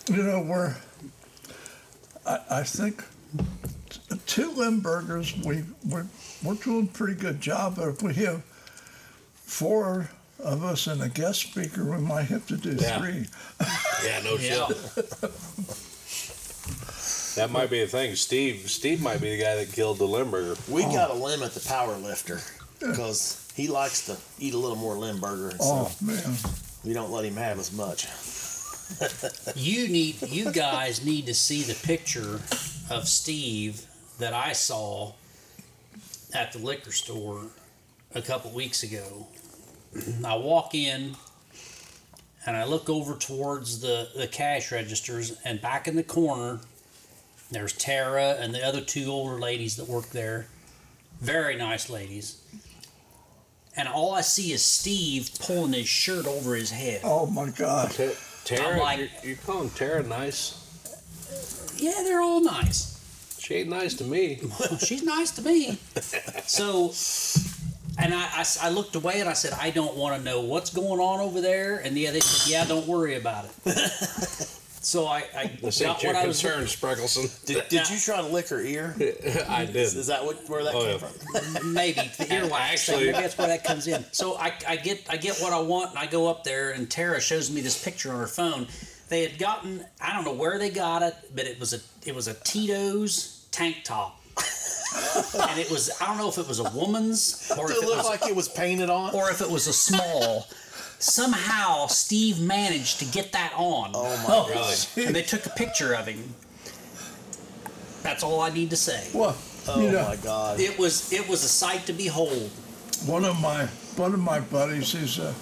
[SPEAKER 1] You know, we're, I, I think t- two Limburgers, we, we're, we're doing a pretty good job, but if we have four of us and a guest speaker, we might have to do
[SPEAKER 5] Yeah.
[SPEAKER 1] three.
[SPEAKER 5] Yeah, no
[SPEAKER 4] Yeah.
[SPEAKER 5] shit. That might be a thing. Steve, Steve might be the guy that killed the Limburger.
[SPEAKER 2] We
[SPEAKER 1] Oh.
[SPEAKER 2] got to limit the power lifter because he likes to eat a little more Limburger, and so
[SPEAKER 1] Oh, man.
[SPEAKER 2] we don't let him have as much.
[SPEAKER 4] You need you guys need to see the picture of Steve that I saw at the liquor store a couple weeks ago. I walk in and I look over towards the, the cash registers and back in the corner there's Tara and the other two older ladies that work there. Very nice ladies. And all I see is Steve pulling his shirt over his head.
[SPEAKER 1] Oh, my God.
[SPEAKER 5] Ta- Tara,
[SPEAKER 4] I'm like-
[SPEAKER 5] you're, you're calling Tara nice?
[SPEAKER 4] Yeah, they're all nice.
[SPEAKER 5] She ain't nice to me.
[SPEAKER 4] Well, she's nice to me. So, and I, I s- I looked away and I said, I don't want to know what's going on over there. And yeah, they said, yeah, don't worry about it. so I, I
[SPEAKER 5] This ain't
[SPEAKER 4] got
[SPEAKER 5] your
[SPEAKER 4] what I was.
[SPEAKER 5] concern, Spreckleson.
[SPEAKER 2] Did, did you try to lick her ear?
[SPEAKER 5] I did.
[SPEAKER 2] Is that what, where that
[SPEAKER 5] Oh,
[SPEAKER 2] came
[SPEAKER 5] yeah.
[SPEAKER 2] from?
[SPEAKER 4] Maybe the earwax.
[SPEAKER 5] Actually-
[SPEAKER 4] maybe that's where that comes in. So I, I get I get what I want and I go up there and Tara shows me this picture on her phone. They had gotten I don't know where they got it, but it was a it was a Tito's tank top. and it was I don't know if it was a woman's or if
[SPEAKER 2] It
[SPEAKER 4] it was
[SPEAKER 2] looked like it was painted on.
[SPEAKER 4] or if it was a small. Somehow Steve managed to get that on. Oh
[SPEAKER 2] my
[SPEAKER 4] And they took a picture of him. That's all I need to say.
[SPEAKER 1] Well,
[SPEAKER 2] Oh
[SPEAKER 1] you know,
[SPEAKER 2] my God!
[SPEAKER 4] It was it was a sight to behold.
[SPEAKER 1] one of my one of my buddies is a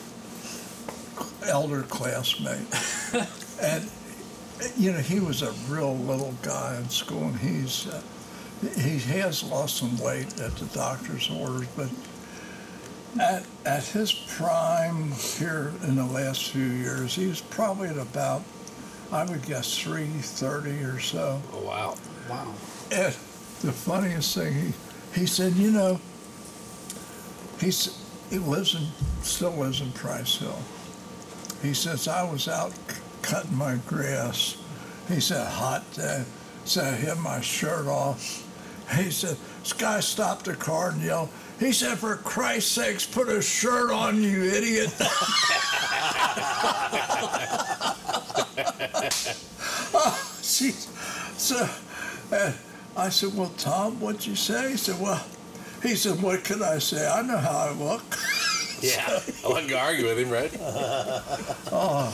[SPEAKER 1] elder classmate, and you know he was a real little guy in school, and he's uh, he has lost some weight at the doctor's orders, but at at his prime here in the last few years, he was probably at about I would guess three thirty or so.
[SPEAKER 5] Oh, wow.
[SPEAKER 4] Wow.
[SPEAKER 1] And the funniest thing, he, he said, you know, he's, he lives in, still lives in Price Hill. He says, I was out c- cutting my grass. He said, hot day. Said, I had my shirt off. He said, this guy stopped the car and yelled, he said, for Christ's sakes, put a shirt on, you idiot. oh, jeez. So, and I said, Well, Tom, what'd you say? He said, Well, he said, What can I say? I know how I look.
[SPEAKER 5] Yeah. I wasn't going to argue with him, right?
[SPEAKER 4] I,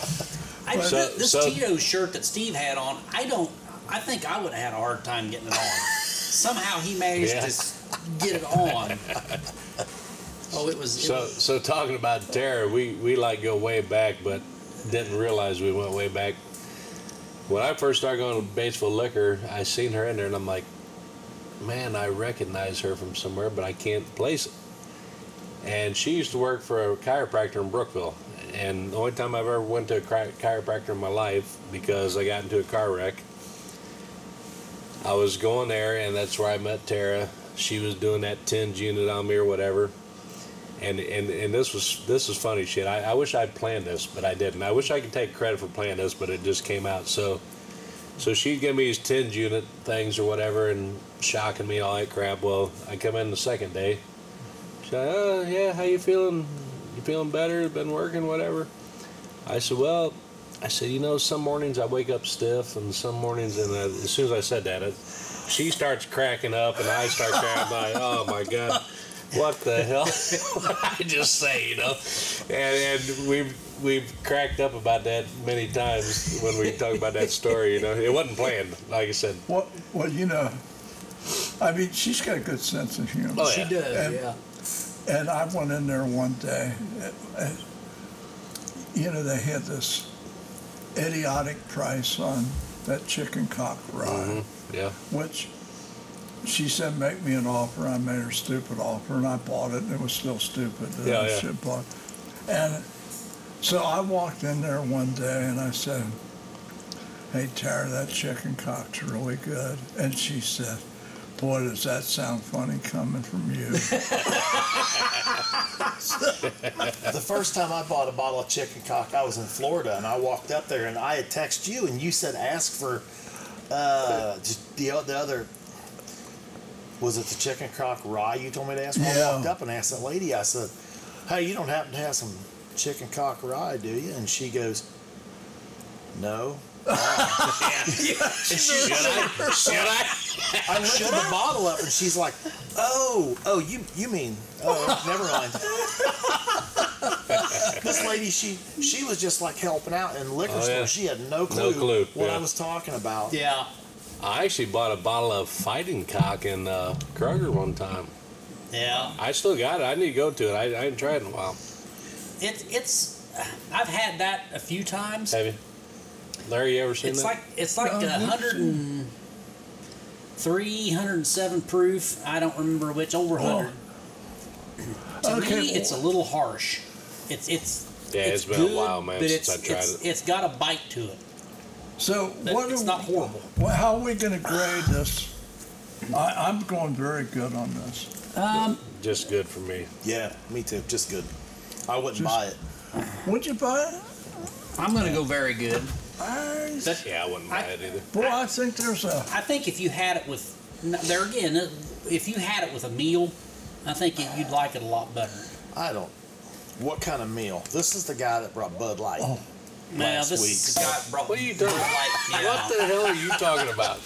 [SPEAKER 5] So-
[SPEAKER 4] this
[SPEAKER 5] so-
[SPEAKER 4] Tito's shirt that Steve had on, I don't. I think I would have had a hard time getting it on. Somehow he managed
[SPEAKER 5] Yeah.
[SPEAKER 4] to s- get it on. Oh, it was. it
[SPEAKER 5] So,
[SPEAKER 4] was-
[SPEAKER 5] so talking about Tara, we, we like go way back, but didn't realize we went way back. When I first started going to Batesville Liquor, I seen her in there and I'm like, man, I recognize her from somewhere, but I can't place it. And she used to work for a chiropractor in Brookville. And the only time I've ever went to a chi- chiropractor in my life because I got into a car wreck. I was going there, and that's where I met Tara. She was doing that tinge unit on me or whatever and and and this was this is funny shit. I, I wish I planned this, but I didn't. I wish I could take credit for planning this, but it just came out. So, so she'd give me these tinge unit things or whatever, and shocking me all that crap. Well, I come in the second day. She's like, oh yeah, how you feeling? You feeling better? Been working, whatever. I said, well, I said, you know, some mornings I wake up stiff, and some mornings, and uh, as soon as I said that, it, she starts cracking up, and I start cracking up. Like, oh my god what the hell? I just say, you know, and, and we've we've cracked up about that many times when we talk about that story. You know, it wasn't planned, like I said.
[SPEAKER 1] Well, well, you know, I mean, she's got a good sense of humor.
[SPEAKER 5] Oh,
[SPEAKER 4] she
[SPEAKER 5] yeah.
[SPEAKER 4] does.
[SPEAKER 1] And-
[SPEAKER 4] yeah.
[SPEAKER 1] And I went in there one day. and- and, you know, they had this idiotic price on that chicken cock rye,
[SPEAKER 5] Yeah,
[SPEAKER 1] which she said, make me an offer. I made her a stupid offer, and I bought it, and it was still stupid. and
[SPEAKER 5] Yeah,
[SPEAKER 1] I
[SPEAKER 5] yeah.
[SPEAKER 1] should have bought- And So I walked in there one day and I said, Hey, Tara, that chicken cock's really good. And she said, Boy, does that sound funny coming from you.
[SPEAKER 2] The first time I bought a bottle of chicken cock, I was in Florida, and I walked up there, and I had texted you, and you said ask for uh, just the o- the other. Was it the chicken cock rye you told me to ask? for?
[SPEAKER 1] Yeah.
[SPEAKER 2] I walked up and asked that lady. I said, "Hey, you don't happen to have some chicken cock rye, do you?" And she goes, "No."
[SPEAKER 5] Should I? Should I?
[SPEAKER 2] I lifted the bottle up, and she's like, "Oh, oh, you you mean? Oh, never mind." this lady, she she was just like helping out in liquor
[SPEAKER 5] Oh,
[SPEAKER 2] store.
[SPEAKER 5] yeah.
[SPEAKER 2] She had no clue,
[SPEAKER 5] No clue,
[SPEAKER 2] what
[SPEAKER 5] yeah.
[SPEAKER 2] I was talking about.
[SPEAKER 4] Yeah.
[SPEAKER 5] I actually bought a bottle of fighting cock in uh, Kroger one time.
[SPEAKER 4] Yeah.
[SPEAKER 5] I still got it. I need to go to it. I, I haven't tried it in a while.
[SPEAKER 4] It, it's. I've had that a few times.
[SPEAKER 5] Have you? Larry, you ever seen
[SPEAKER 4] It's
[SPEAKER 5] that?
[SPEAKER 4] like it's like
[SPEAKER 1] No,
[SPEAKER 4] a
[SPEAKER 1] I've never
[SPEAKER 4] hundred and three hundred and seven proof. I don't remember which over
[SPEAKER 1] Well,
[SPEAKER 4] hundred. to
[SPEAKER 1] okay,
[SPEAKER 4] me, it's a
[SPEAKER 1] well-
[SPEAKER 4] little harsh. It's it's
[SPEAKER 5] Yeah, it's been a while, man,
[SPEAKER 4] but
[SPEAKER 5] since
[SPEAKER 4] it's-
[SPEAKER 5] I tried
[SPEAKER 4] it's-
[SPEAKER 5] it.
[SPEAKER 4] It's got a bite to it.
[SPEAKER 1] So
[SPEAKER 4] That-
[SPEAKER 1] what
[SPEAKER 4] it's
[SPEAKER 1] are,
[SPEAKER 4] not horrible.
[SPEAKER 1] well, how are we going to grade this? I, I'm going very good on this.
[SPEAKER 4] Um,
[SPEAKER 5] Just good for me.
[SPEAKER 2] Yeah, me too. Just good. I wouldn't
[SPEAKER 1] Just-
[SPEAKER 2] buy it.
[SPEAKER 1] Would you buy it?
[SPEAKER 4] I'm gonna go very good.
[SPEAKER 1] I,
[SPEAKER 4] That-
[SPEAKER 5] Yeah, I wouldn't buy
[SPEAKER 4] I-
[SPEAKER 5] it either.
[SPEAKER 1] boy, I think there's a
[SPEAKER 4] I think if you had it with there again, uh, if you had it with a meal, I think it, you'd like it a lot better.
[SPEAKER 2] I don't. What kind of meal? This is the guy that brought Bud Light.
[SPEAKER 1] Oh.
[SPEAKER 4] Now
[SPEAKER 2] Last
[SPEAKER 4] this
[SPEAKER 2] week.
[SPEAKER 4] guy brought
[SPEAKER 5] What are you doing?
[SPEAKER 4] like, yeah.
[SPEAKER 5] What the hell are you talking about?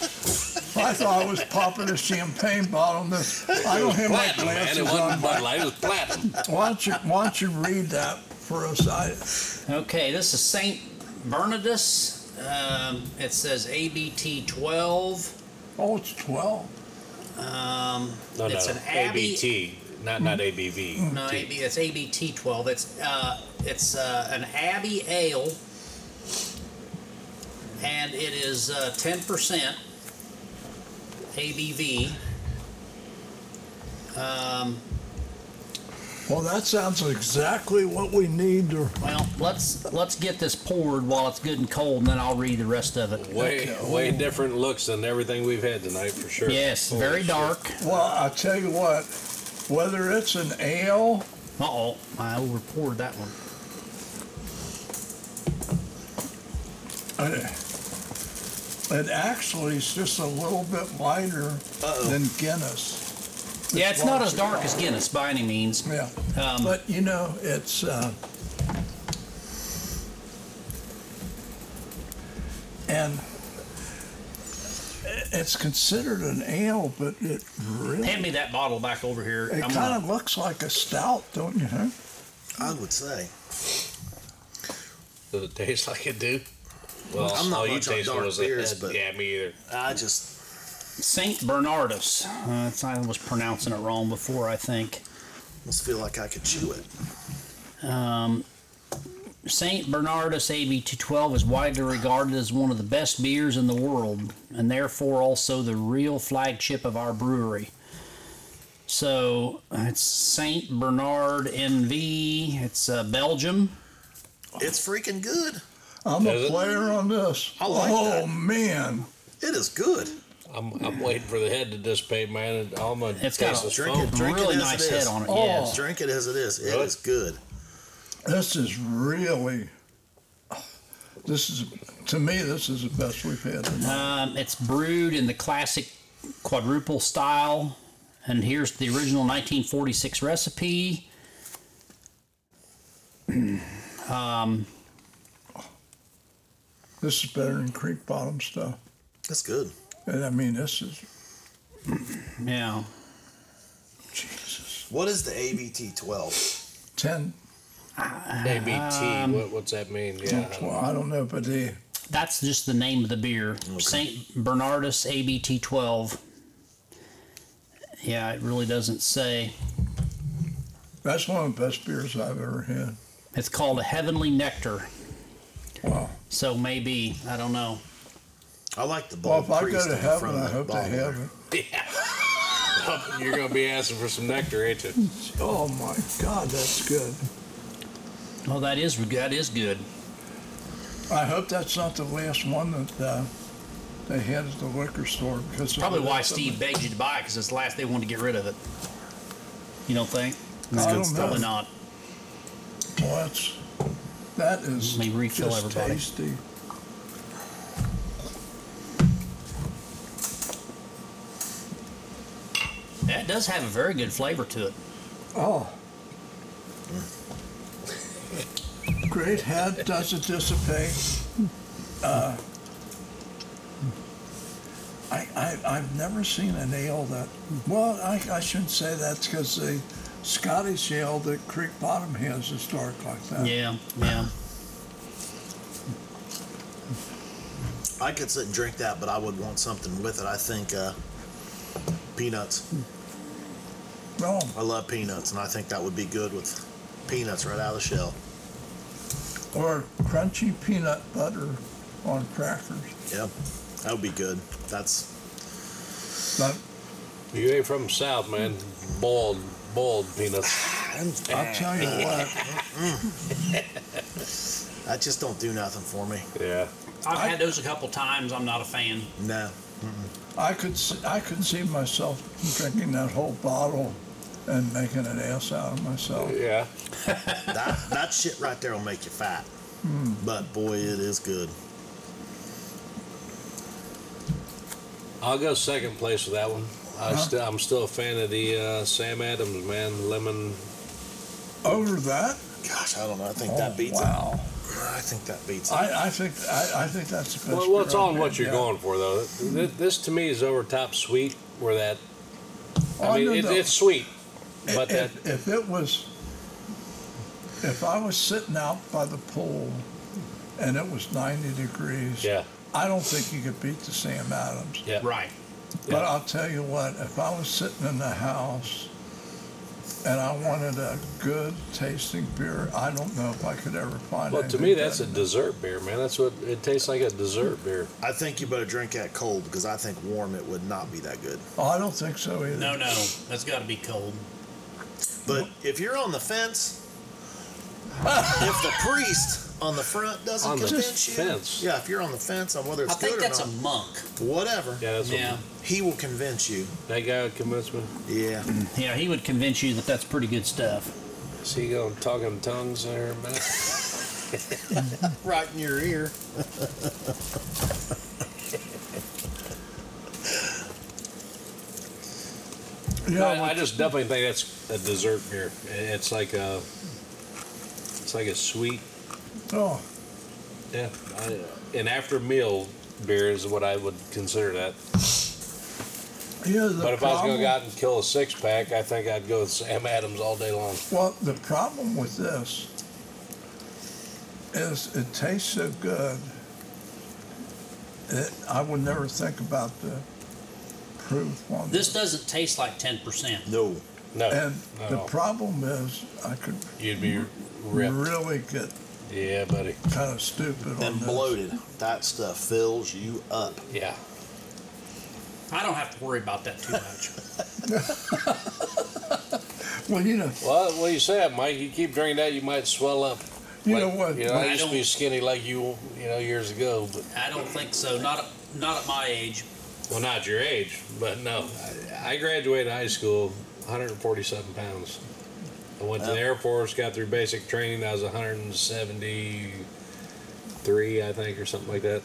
[SPEAKER 1] I thought I was popping a champagne bottle. in This I don't have my
[SPEAKER 5] Platinum, man.
[SPEAKER 1] glasses
[SPEAKER 5] It
[SPEAKER 1] on.
[SPEAKER 5] wasn't Bud Light. It was platinum.
[SPEAKER 1] Why don't you Why don't you read that for us? I,
[SPEAKER 4] Okay, this is Saint Bernardus. Um, it says ABT 12.
[SPEAKER 1] oh, it's twelve.
[SPEAKER 4] Um,
[SPEAKER 5] No,
[SPEAKER 4] it's
[SPEAKER 5] no.
[SPEAKER 4] an Abbey.
[SPEAKER 5] ABT, not not ABV.
[SPEAKER 4] No, AB, it's ABT 12. It's uh, it's uh, an Abbey ale, and it is uh, 10% ABV. Um,
[SPEAKER 1] Well, that sounds exactly what we need. To,
[SPEAKER 4] well, let's let's get this poured while it's good and cold, and then I'll read the rest of it.
[SPEAKER 5] Way
[SPEAKER 1] Okay.
[SPEAKER 5] way different looks than everything we've had tonight for sure.
[SPEAKER 4] Yes,
[SPEAKER 5] Holy
[SPEAKER 4] very
[SPEAKER 5] shit.
[SPEAKER 4] dark.
[SPEAKER 1] well, I tell you what, whether it's an ale,
[SPEAKER 4] Uh oh, I over poured that one.
[SPEAKER 1] uh, it actually is just a little bit lighter
[SPEAKER 2] Uh-oh.
[SPEAKER 1] than Guinness.
[SPEAKER 4] Yeah, it's not as dark as Guinness by any means.
[SPEAKER 1] Yeah,
[SPEAKER 4] Um,
[SPEAKER 1] but you know, it's. Uh, And i- it's considered an ale, but it really
[SPEAKER 4] hand me that bottle back over here.
[SPEAKER 1] It
[SPEAKER 4] I'm
[SPEAKER 1] kind
[SPEAKER 4] gonna-
[SPEAKER 1] of looks like a stout, don't you think?
[SPEAKER 2] I would say.
[SPEAKER 5] Does it taste like it do? Well,
[SPEAKER 2] I'm not
[SPEAKER 5] all you
[SPEAKER 2] much on
[SPEAKER 5] tasted
[SPEAKER 2] dark
[SPEAKER 5] was
[SPEAKER 2] beers,
[SPEAKER 5] a,
[SPEAKER 2] but-
[SPEAKER 5] yeah, me either.
[SPEAKER 2] I just.
[SPEAKER 4] Saint Bernardus. Uh, it's- I was pronouncing it wrong before, I think.
[SPEAKER 2] Must feel like I could chew it.
[SPEAKER 4] Um, Saint Bernardus AB 212 is widely regarded as one of the best beers in the world, and therefore also the real flagship of our brewery. So it's Saint Bernard NV. It's uh, Belgium.
[SPEAKER 2] It's freaking good.
[SPEAKER 1] I'm
[SPEAKER 5] Is
[SPEAKER 1] a
[SPEAKER 5] it?
[SPEAKER 1] player on this.
[SPEAKER 2] I like
[SPEAKER 1] oh
[SPEAKER 2] that.
[SPEAKER 1] man,
[SPEAKER 2] It is good.
[SPEAKER 5] I'm, I'm waiting for the head to dissipate, man. and All my
[SPEAKER 4] It's got
[SPEAKER 5] taste
[SPEAKER 4] a
[SPEAKER 5] is
[SPEAKER 2] Drink
[SPEAKER 5] foam.
[SPEAKER 2] it. Drink
[SPEAKER 4] really
[SPEAKER 2] as it
[SPEAKER 4] nice
[SPEAKER 2] is.
[SPEAKER 4] head on it.
[SPEAKER 1] Oh.
[SPEAKER 4] Yes.
[SPEAKER 2] Drink it as it is. It
[SPEAKER 5] Really?
[SPEAKER 2] is good.
[SPEAKER 1] this is really. This is to me. This is the best we've had. tonight.
[SPEAKER 4] Um, it's brewed in the classic quadruple style, and here's the original 1946 recipe. Um,
[SPEAKER 1] This is better than Creek Bottom stuff.
[SPEAKER 2] That's good.
[SPEAKER 1] And I mean, this is
[SPEAKER 4] Yeah,
[SPEAKER 1] Jesus.
[SPEAKER 2] What is the ABT 12?
[SPEAKER 1] Ten.
[SPEAKER 5] ABT. what, what's that mean? Yeah. I don't-
[SPEAKER 1] Well, I don't know, but the
[SPEAKER 4] that's just the name of the beer, Saint Bernardus ABT 12. Yeah, it really doesn't say.
[SPEAKER 1] that's one of the best beers I've ever had.
[SPEAKER 4] It's called a heavenly nectar,
[SPEAKER 1] Wow.
[SPEAKER 4] so maybe I don't know.
[SPEAKER 2] I like the
[SPEAKER 1] Well,
[SPEAKER 2] bald
[SPEAKER 1] if I
[SPEAKER 2] priest
[SPEAKER 1] go to
[SPEAKER 2] in the
[SPEAKER 1] heaven,
[SPEAKER 2] front
[SPEAKER 1] I
[SPEAKER 2] of the
[SPEAKER 1] hope they
[SPEAKER 2] bottle there.
[SPEAKER 1] have it.
[SPEAKER 5] You're gonna be asking for some nectar, ain't you?
[SPEAKER 1] Oh my God, that's good.
[SPEAKER 4] Oh, that is that is good.
[SPEAKER 1] I hope that's not the last one that uh, they had at the liquor store because
[SPEAKER 4] Probably why Steve begged you to buy it because it's the last they wanted to get rid of it. You don't think?
[SPEAKER 1] I don't know.
[SPEAKER 4] Probably not.
[SPEAKER 1] Well, that's that is
[SPEAKER 4] Let me refill
[SPEAKER 1] just
[SPEAKER 4] everybody.
[SPEAKER 1] tasty.
[SPEAKER 4] That does have a very good flavor to it.
[SPEAKER 1] Oh. Great head doesn't dissipate. Uh, I, I, I've never seen an ale that, well, I, I shouldn't say that because the Scottish ale that Creek Bottom has is dark like that.
[SPEAKER 4] Yeah, yeah.
[SPEAKER 2] I could sit and drink that, but I would want something with it. I think uh, peanuts.
[SPEAKER 1] No,
[SPEAKER 2] I love peanuts, and I think that would be good with peanuts right out of the shell.
[SPEAKER 1] or crunchy peanut butter on crackers.
[SPEAKER 2] Yeah, that would be good. That's
[SPEAKER 1] But
[SPEAKER 5] You ain't from the South, man. Boiled, boiled peanuts.
[SPEAKER 1] I'll tell you what,
[SPEAKER 2] that just don't do nothing for me.
[SPEAKER 5] Yeah.
[SPEAKER 4] I've
[SPEAKER 1] I-
[SPEAKER 4] had those a couple times. I'm not a fan.
[SPEAKER 2] No.
[SPEAKER 1] I could s- I could see myself drinking that whole bottle and making an ass out of myself.
[SPEAKER 5] Yeah.
[SPEAKER 2] that that shit right there will make you fat.
[SPEAKER 1] Hmm.
[SPEAKER 2] But boy, it is good.
[SPEAKER 5] I'll go second place with that one. I
[SPEAKER 1] Uh-huh.
[SPEAKER 5] still, I'm still a fan of the uh, Sam Adams, man. Lemon.
[SPEAKER 1] Over that?
[SPEAKER 2] Gosh, I don't know. I think
[SPEAKER 1] Oh,
[SPEAKER 2] that beats
[SPEAKER 1] wow.
[SPEAKER 2] it. I think that beats it.
[SPEAKER 1] I, I think I, I think that's the best.
[SPEAKER 5] Well, well, it's
[SPEAKER 1] beer
[SPEAKER 5] all
[SPEAKER 1] I've
[SPEAKER 5] in what
[SPEAKER 1] had,
[SPEAKER 5] you're
[SPEAKER 1] yeah.
[SPEAKER 5] going for, though. This, this to me is over top sweet, where that,
[SPEAKER 1] Oh,
[SPEAKER 5] I mean,
[SPEAKER 1] no,
[SPEAKER 5] it,
[SPEAKER 1] no.
[SPEAKER 5] it's sweet, but that,
[SPEAKER 1] if, if it was, if I was sitting out by the pool, and it was 90 degrees,
[SPEAKER 5] yeah,
[SPEAKER 1] I don't think you could beat the Sam Adams.
[SPEAKER 5] yeah.
[SPEAKER 4] Right.
[SPEAKER 1] But
[SPEAKER 5] Yeah.
[SPEAKER 1] I'll tell you what, if I was sitting in the house and I wanted a good tasting beer, I don't know if I could ever find
[SPEAKER 5] Well, to
[SPEAKER 1] anything
[SPEAKER 5] me, that's a
[SPEAKER 1] better.
[SPEAKER 5] dessert beer, man. That's what it tastes like a dessert beer.
[SPEAKER 2] I think you better drink that cold because I think warm it would not be that good.
[SPEAKER 1] Oh, I don't think so either.
[SPEAKER 4] No, no. That's got to be cold.
[SPEAKER 2] But if you're on the fence, if the priest on the front doesn't
[SPEAKER 5] On the
[SPEAKER 2] convince you,
[SPEAKER 5] fence.
[SPEAKER 2] yeah, if you're on the fence on whether it's
[SPEAKER 4] I think
[SPEAKER 2] good
[SPEAKER 4] that's
[SPEAKER 2] or
[SPEAKER 4] a
[SPEAKER 2] not,
[SPEAKER 4] monk.
[SPEAKER 2] whatever,
[SPEAKER 5] Yeah, that's
[SPEAKER 4] Yeah.
[SPEAKER 2] he will convince you.
[SPEAKER 5] what that guy convinced me.
[SPEAKER 2] Yeah,
[SPEAKER 4] Yeah, he would convince you that that's pretty good stuff.
[SPEAKER 5] Is he going to talk in tongues there a minute?
[SPEAKER 2] right in your ear.
[SPEAKER 1] Yeah,
[SPEAKER 5] I,
[SPEAKER 1] well,
[SPEAKER 5] I just definitely think that's a dessert beer. It's like a, it's like a sweet,
[SPEAKER 1] oh,
[SPEAKER 5] yeah. I, an after meal beer is what I would consider that.
[SPEAKER 1] yeah, the
[SPEAKER 5] But if I was
[SPEAKER 1] problem,
[SPEAKER 5] going to go out and kill a six pack, I think I'd go with Sam Adams all day long.
[SPEAKER 1] Well, the problem with this is it tastes so good. It, I would never think about the proof on
[SPEAKER 4] This doesn't taste like 10%.
[SPEAKER 2] No,
[SPEAKER 5] No,
[SPEAKER 1] And
[SPEAKER 5] not at
[SPEAKER 1] the
[SPEAKER 5] all.
[SPEAKER 1] problem is, I could
[SPEAKER 5] you'd be ripped.
[SPEAKER 1] really get
[SPEAKER 5] yeah, buddy.
[SPEAKER 1] kind of stupid on
[SPEAKER 2] and
[SPEAKER 1] this.
[SPEAKER 2] bloated. That stuff fills you up.
[SPEAKER 5] Yeah.
[SPEAKER 4] I don't have to worry about that too much.
[SPEAKER 1] Well, you know,
[SPEAKER 5] Well, what you say, Mike? You keep drinking that, you might swell up.
[SPEAKER 1] you
[SPEAKER 5] Like,
[SPEAKER 1] know what?
[SPEAKER 5] You know, I
[SPEAKER 4] I
[SPEAKER 5] used to be
[SPEAKER 4] don't-
[SPEAKER 5] skinny like you, you know, years ago. But
[SPEAKER 4] I don't think so. Not at, not at my age.
[SPEAKER 5] well, not your age, but no. I, I graduated high school 147 pounds. I went to the Air Force, got through basic training. I was 173, I think, or something like that.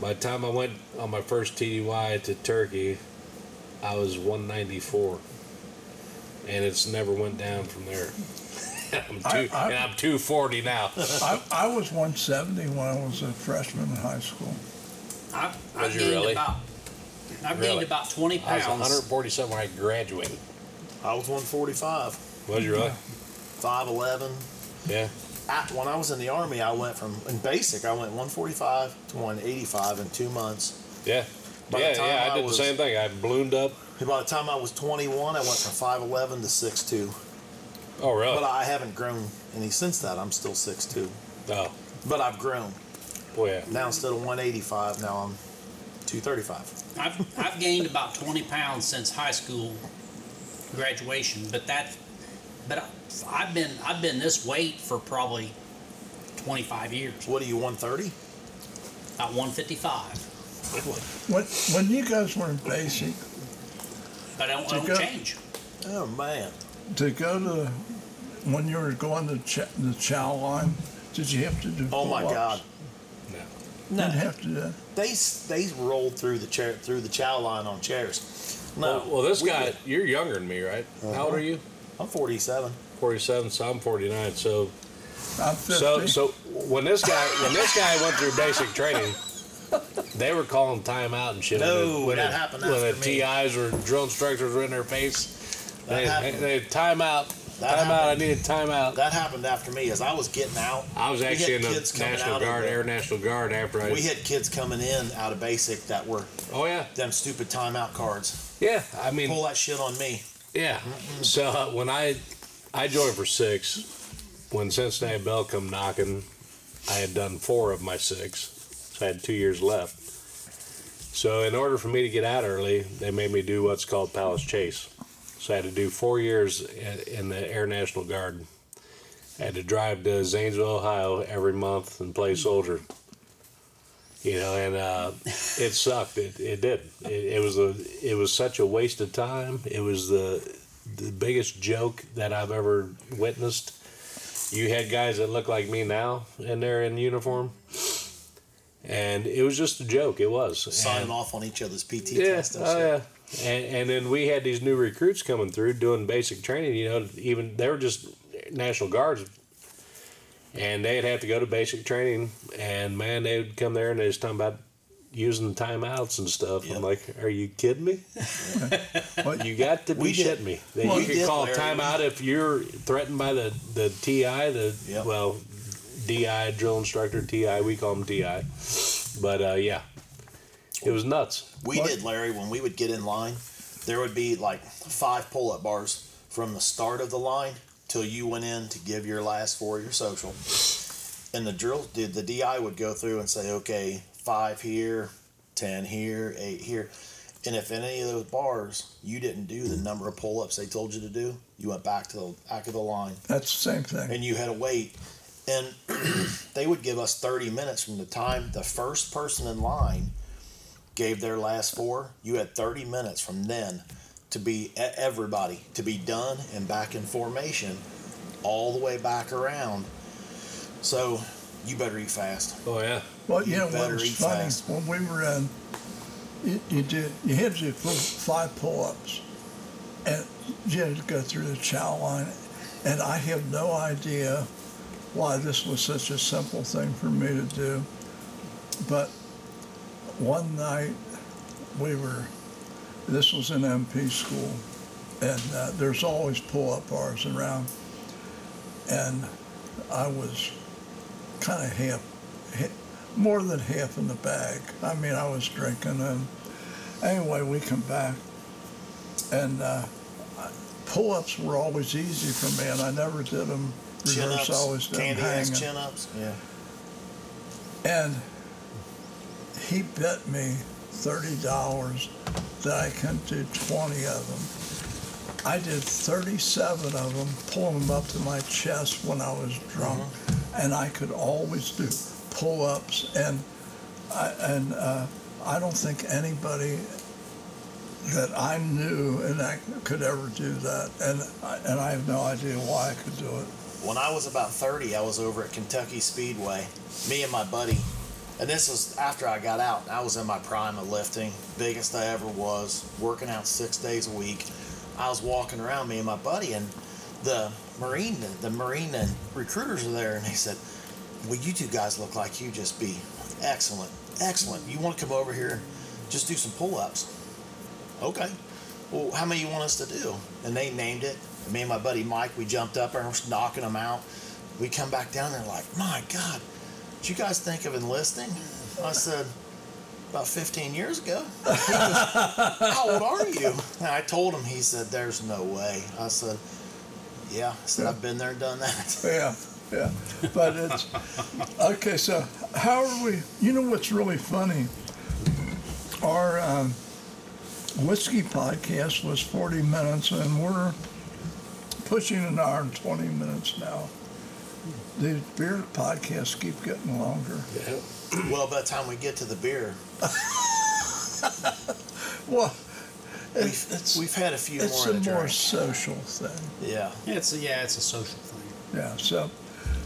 [SPEAKER 5] By the time I went on my first TDY to Turkey, I was 194, and it's never went down from there. I'm
[SPEAKER 1] I-
[SPEAKER 5] two,
[SPEAKER 1] I-
[SPEAKER 5] and I'm 240 now.
[SPEAKER 1] I, I was 170 when I was a freshman in high school.
[SPEAKER 4] I, I
[SPEAKER 5] Was
[SPEAKER 4] gained
[SPEAKER 5] you really?
[SPEAKER 4] about I gained
[SPEAKER 5] Really?
[SPEAKER 4] about 20
[SPEAKER 5] I was
[SPEAKER 4] pounds.
[SPEAKER 5] 147 when I graduated.
[SPEAKER 2] I was 145,
[SPEAKER 5] Was you really?
[SPEAKER 2] 5'11.
[SPEAKER 5] Yeah.
[SPEAKER 2] I, when I was in the army, I went from in basic, I went 145 to 185 in two months.
[SPEAKER 5] Yeah.
[SPEAKER 2] By the
[SPEAKER 5] yeah,
[SPEAKER 2] time
[SPEAKER 5] yeah, I,
[SPEAKER 2] I
[SPEAKER 5] did
[SPEAKER 2] was-
[SPEAKER 5] the same thing. I ballooned up.
[SPEAKER 2] And by the time I was 21, I went from 5'11 to 6'2.
[SPEAKER 5] Oh, really?
[SPEAKER 2] But I haven't grown any since that. I'm still 6'2.
[SPEAKER 5] oh,
[SPEAKER 2] But I've grown.
[SPEAKER 5] boy, yeah.
[SPEAKER 2] Now instead of 185, now I'm 235.
[SPEAKER 4] I've, I've gained about 20 pounds since high school graduation, but that But I, I've been I've been this weight for probably 25 years.
[SPEAKER 2] What are you, 130?
[SPEAKER 4] About 155.
[SPEAKER 1] When, when you guys were in basic,
[SPEAKER 4] But I don't, I
[SPEAKER 1] You
[SPEAKER 4] don't
[SPEAKER 1] got-
[SPEAKER 4] change.
[SPEAKER 2] Oh, man.
[SPEAKER 1] to go to, when you were going to ch- the chow line, did you have to do
[SPEAKER 2] Oh, my
[SPEAKER 1] pull-ups?
[SPEAKER 2] God.
[SPEAKER 5] No.
[SPEAKER 1] Didn't have to uh, do that.
[SPEAKER 2] They s- they rolled through the chair through the chow line on chairs. No,
[SPEAKER 5] well, well, this
[SPEAKER 2] we
[SPEAKER 5] guy,
[SPEAKER 2] did. Uh-huh.
[SPEAKER 5] you're younger than me, right? How old are you?
[SPEAKER 2] I'm 47.
[SPEAKER 5] 47, so I'm 49. So,
[SPEAKER 1] I'm 50.
[SPEAKER 5] so, so when this guy, when this guy went through basic training, they were calling timeout and shit. when
[SPEAKER 2] No,
[SPEAKER 5] the- when
[SPEAKER 2] that
[SPEAKER 5] the-
[SPEAKER 2] happened
[SPEAKER 5] When the
[SPEAKER 2] after me.
[SPEAKER 5] TIs or drill instructors were in their face,
[SPEAKER 2] That
[SPEAKER 5] they,
[SPEAKER 2] happened.
[SPEAKER 5] they, they timeout,
[SPEAKER 2] That
[SPEAKER 5] timeout. I
[SPEAKER 2] happened.
[SPEAKER 5] need a timeout.
[SPEAKER 2] That happened after me as I was getting out.
[SPEAKER 5] I was
[SPEAKER 2] we had
[SPEAKER 5] actually in the
[SPEAKER 2] kids coming
[SPEAKER 5] National
[SPEAKER 2] out of
[SPEAKER 5] Guard,
[SPEAKER 2] the-
[SPEAKER 5] Air National Guard after I.
[SPEAKER 2] We had kids coming in out of basic that were
[SPEAKER 5] oh yeah,
[SPEAKER 2] them stupid timeout cards.
[SPEAKER 5] yeah. I mean,
[SPEAKER 2] Pull that shit on me.
[SPEAKER 5] Yeah. So uh, when I I joined for six, when Cincinnati Bell come knocking, I had done four of my six, so I had two years left. So in order for me to get out early, they made me do what's called Palace Chase. So I had to do four years in, in the Air National Guard. I had to drive to Zanesville, Ohio, every month and play soldier. You know, and uh, it sucked. It, it did. It, it was a it was such a waste of time. It was the the biggest joke that I've ever witnessed. You had guys that look like me now, and they're in uniform, and it was just a joke. It was.
[SPEAKER 2] Signing
[SPEAKER 5] And-
[SPEAKER 2] off on each other's PT
[SPEAKER 5] yeah,
[SPEAKER 2] tests and
[SPEAKER 5] oh,
[SPEAKER 2] shit.
[SPEAKER 5] yeah. And, and then we had these new recruits coming through doing basic training. You know, even they were just National Guards, and they'd have to go to basic training. And man, they would come there and they was talking about using timeouts and stuff.
[SPEAKER 2] Yep.
[SPEAKER 5] I'm like, are you kidding me?
[SPEAKER 1] But
[SPEAKER 5] You got to be
[SPEAKER 2] We did-
[SPEAKER 5] shitting me. That
[SPEAKER 2] we
[SPEAKER 5] you could
[SPEAKER 2] did,
[SPEAKER 5] call a
[SPEAKER 2] Larry.
[SPEAKER 5] timeout if you're threatened by the the TI, the
[SPEAKER 2] Yep.
[SPEAKER 5] well, DI drill instructor TI. We call them TI, but uh, yeah, it was nuts.
[SPEAKER 2] We
[SPEAKER 1] What?
[SPEAKER 2] did, Larry, when we would get in line, there would be like five pull up bars from the start of the line till you went in to give your last for your social. And the drill did the DI would go through and say, okay, five here, ten here, eight here. And if in any of those bars you didn't do the number of pull ups they told you to do, you went back to the back of the line
[SPEAKER 1] that's the same thing.
[SPEAKER 2] and you had to wait. And they would give us 30 minutes from the time the first person in line gave their last four. You had 30 minutes from then to be e- everybody to be done and back in formation all the way back around. So you better eat fast.
[SPEAKER 5] Oh yeah.
[SPEAKER 1] Well, you know what
[SPEAKER 2] better
[SPEAKER 1] was
[SPEAKER 2] eat
[SPEAKER 1] funny?
[SPEAKER 2] fast.
[SPEAKER 1] When we were in, you, you did you had to do full- five pull-ups, and you had to go through the chow line, and I have no idea why this was such a simple thing for me to do, but one night we were, this was in MP school, and uh, there's always pull-up bars around, and I was kind of half more than half in the bag. I mean, I was drinking, and anyway, we come back, and uh, pull-ups were always easy for me, and I never did them.
[SPEAKER 2] Chin
[SPEAKER 1] Reverse, I always
[SPEAKER 2] ups,
[SPEAKER 1] did 'em
[SPEAKER 2] candy ass
[SPEAKER 1] hanging.
[SPEAKER 2] chin ups. Yeah.
[SPEAKER 1] And he bet me thirty dollars that I couldn't do twenty of them. I did thirty-seven of them, pulling them up to my chest when I was drunk, and I could always do pull-ups. And I, and uh, I don't think anybody that I knew and I could ever do that. And I, and I have no idea why I could do it.
[SPEAKER 2] When I was about 30, I was over at Kentucky Speedway. Me and my buddy, and this was after I got out. I was in my prime of lifting, biggest I ever was, working out six days a week. I was walking around, me and my buddy, and the Marine, the Marine and recruiters were there, and they said, "Well, you two guys look like you just be excellent, excellent. You want to come over here, just do some pull-ups." Okay. Well, how many you want us to do? And they named it. And me and my buddy Mike, we jumped up and was knocking them out. We come back down there like, my God, did you guys think of enlisting? I said, about 15 years ago. He goes, how old are you? And I told him. He said, there's no way. I said, yeah. I said, I've been there, and done that.
[SPEAKER 1] Yeah, yeah. But it's okay. So how are we? You know what's really funny? Our um, whiskey podcast was 40 minutes, and we're pushing an hour and 20 minutes now. These beer podcasts keep getting longer.
[SPEAKER 5] Yeah.
[SPEAKER 2] Well, by the time we get to the beer,
[SPEAKER 1] Well,
[SPEAKER 2] we've,
[SPEAKER 1] it's, it's,
[SPEAKER 2] we've had a few
[SPEAKER 1] it's
[SPEAKER 2] more.
[SPEAKER 1] a
[SPEAKER 2] and a
[SPEAKER 1] more
[SPEAKER 2] drink.
[SPEAKER 1] social thing.
[SPEAKER 2] Yeah.
[SPEAKER 4] It's a, yeah, it's a social thing.
[SPEAKER 1] Yeah, so,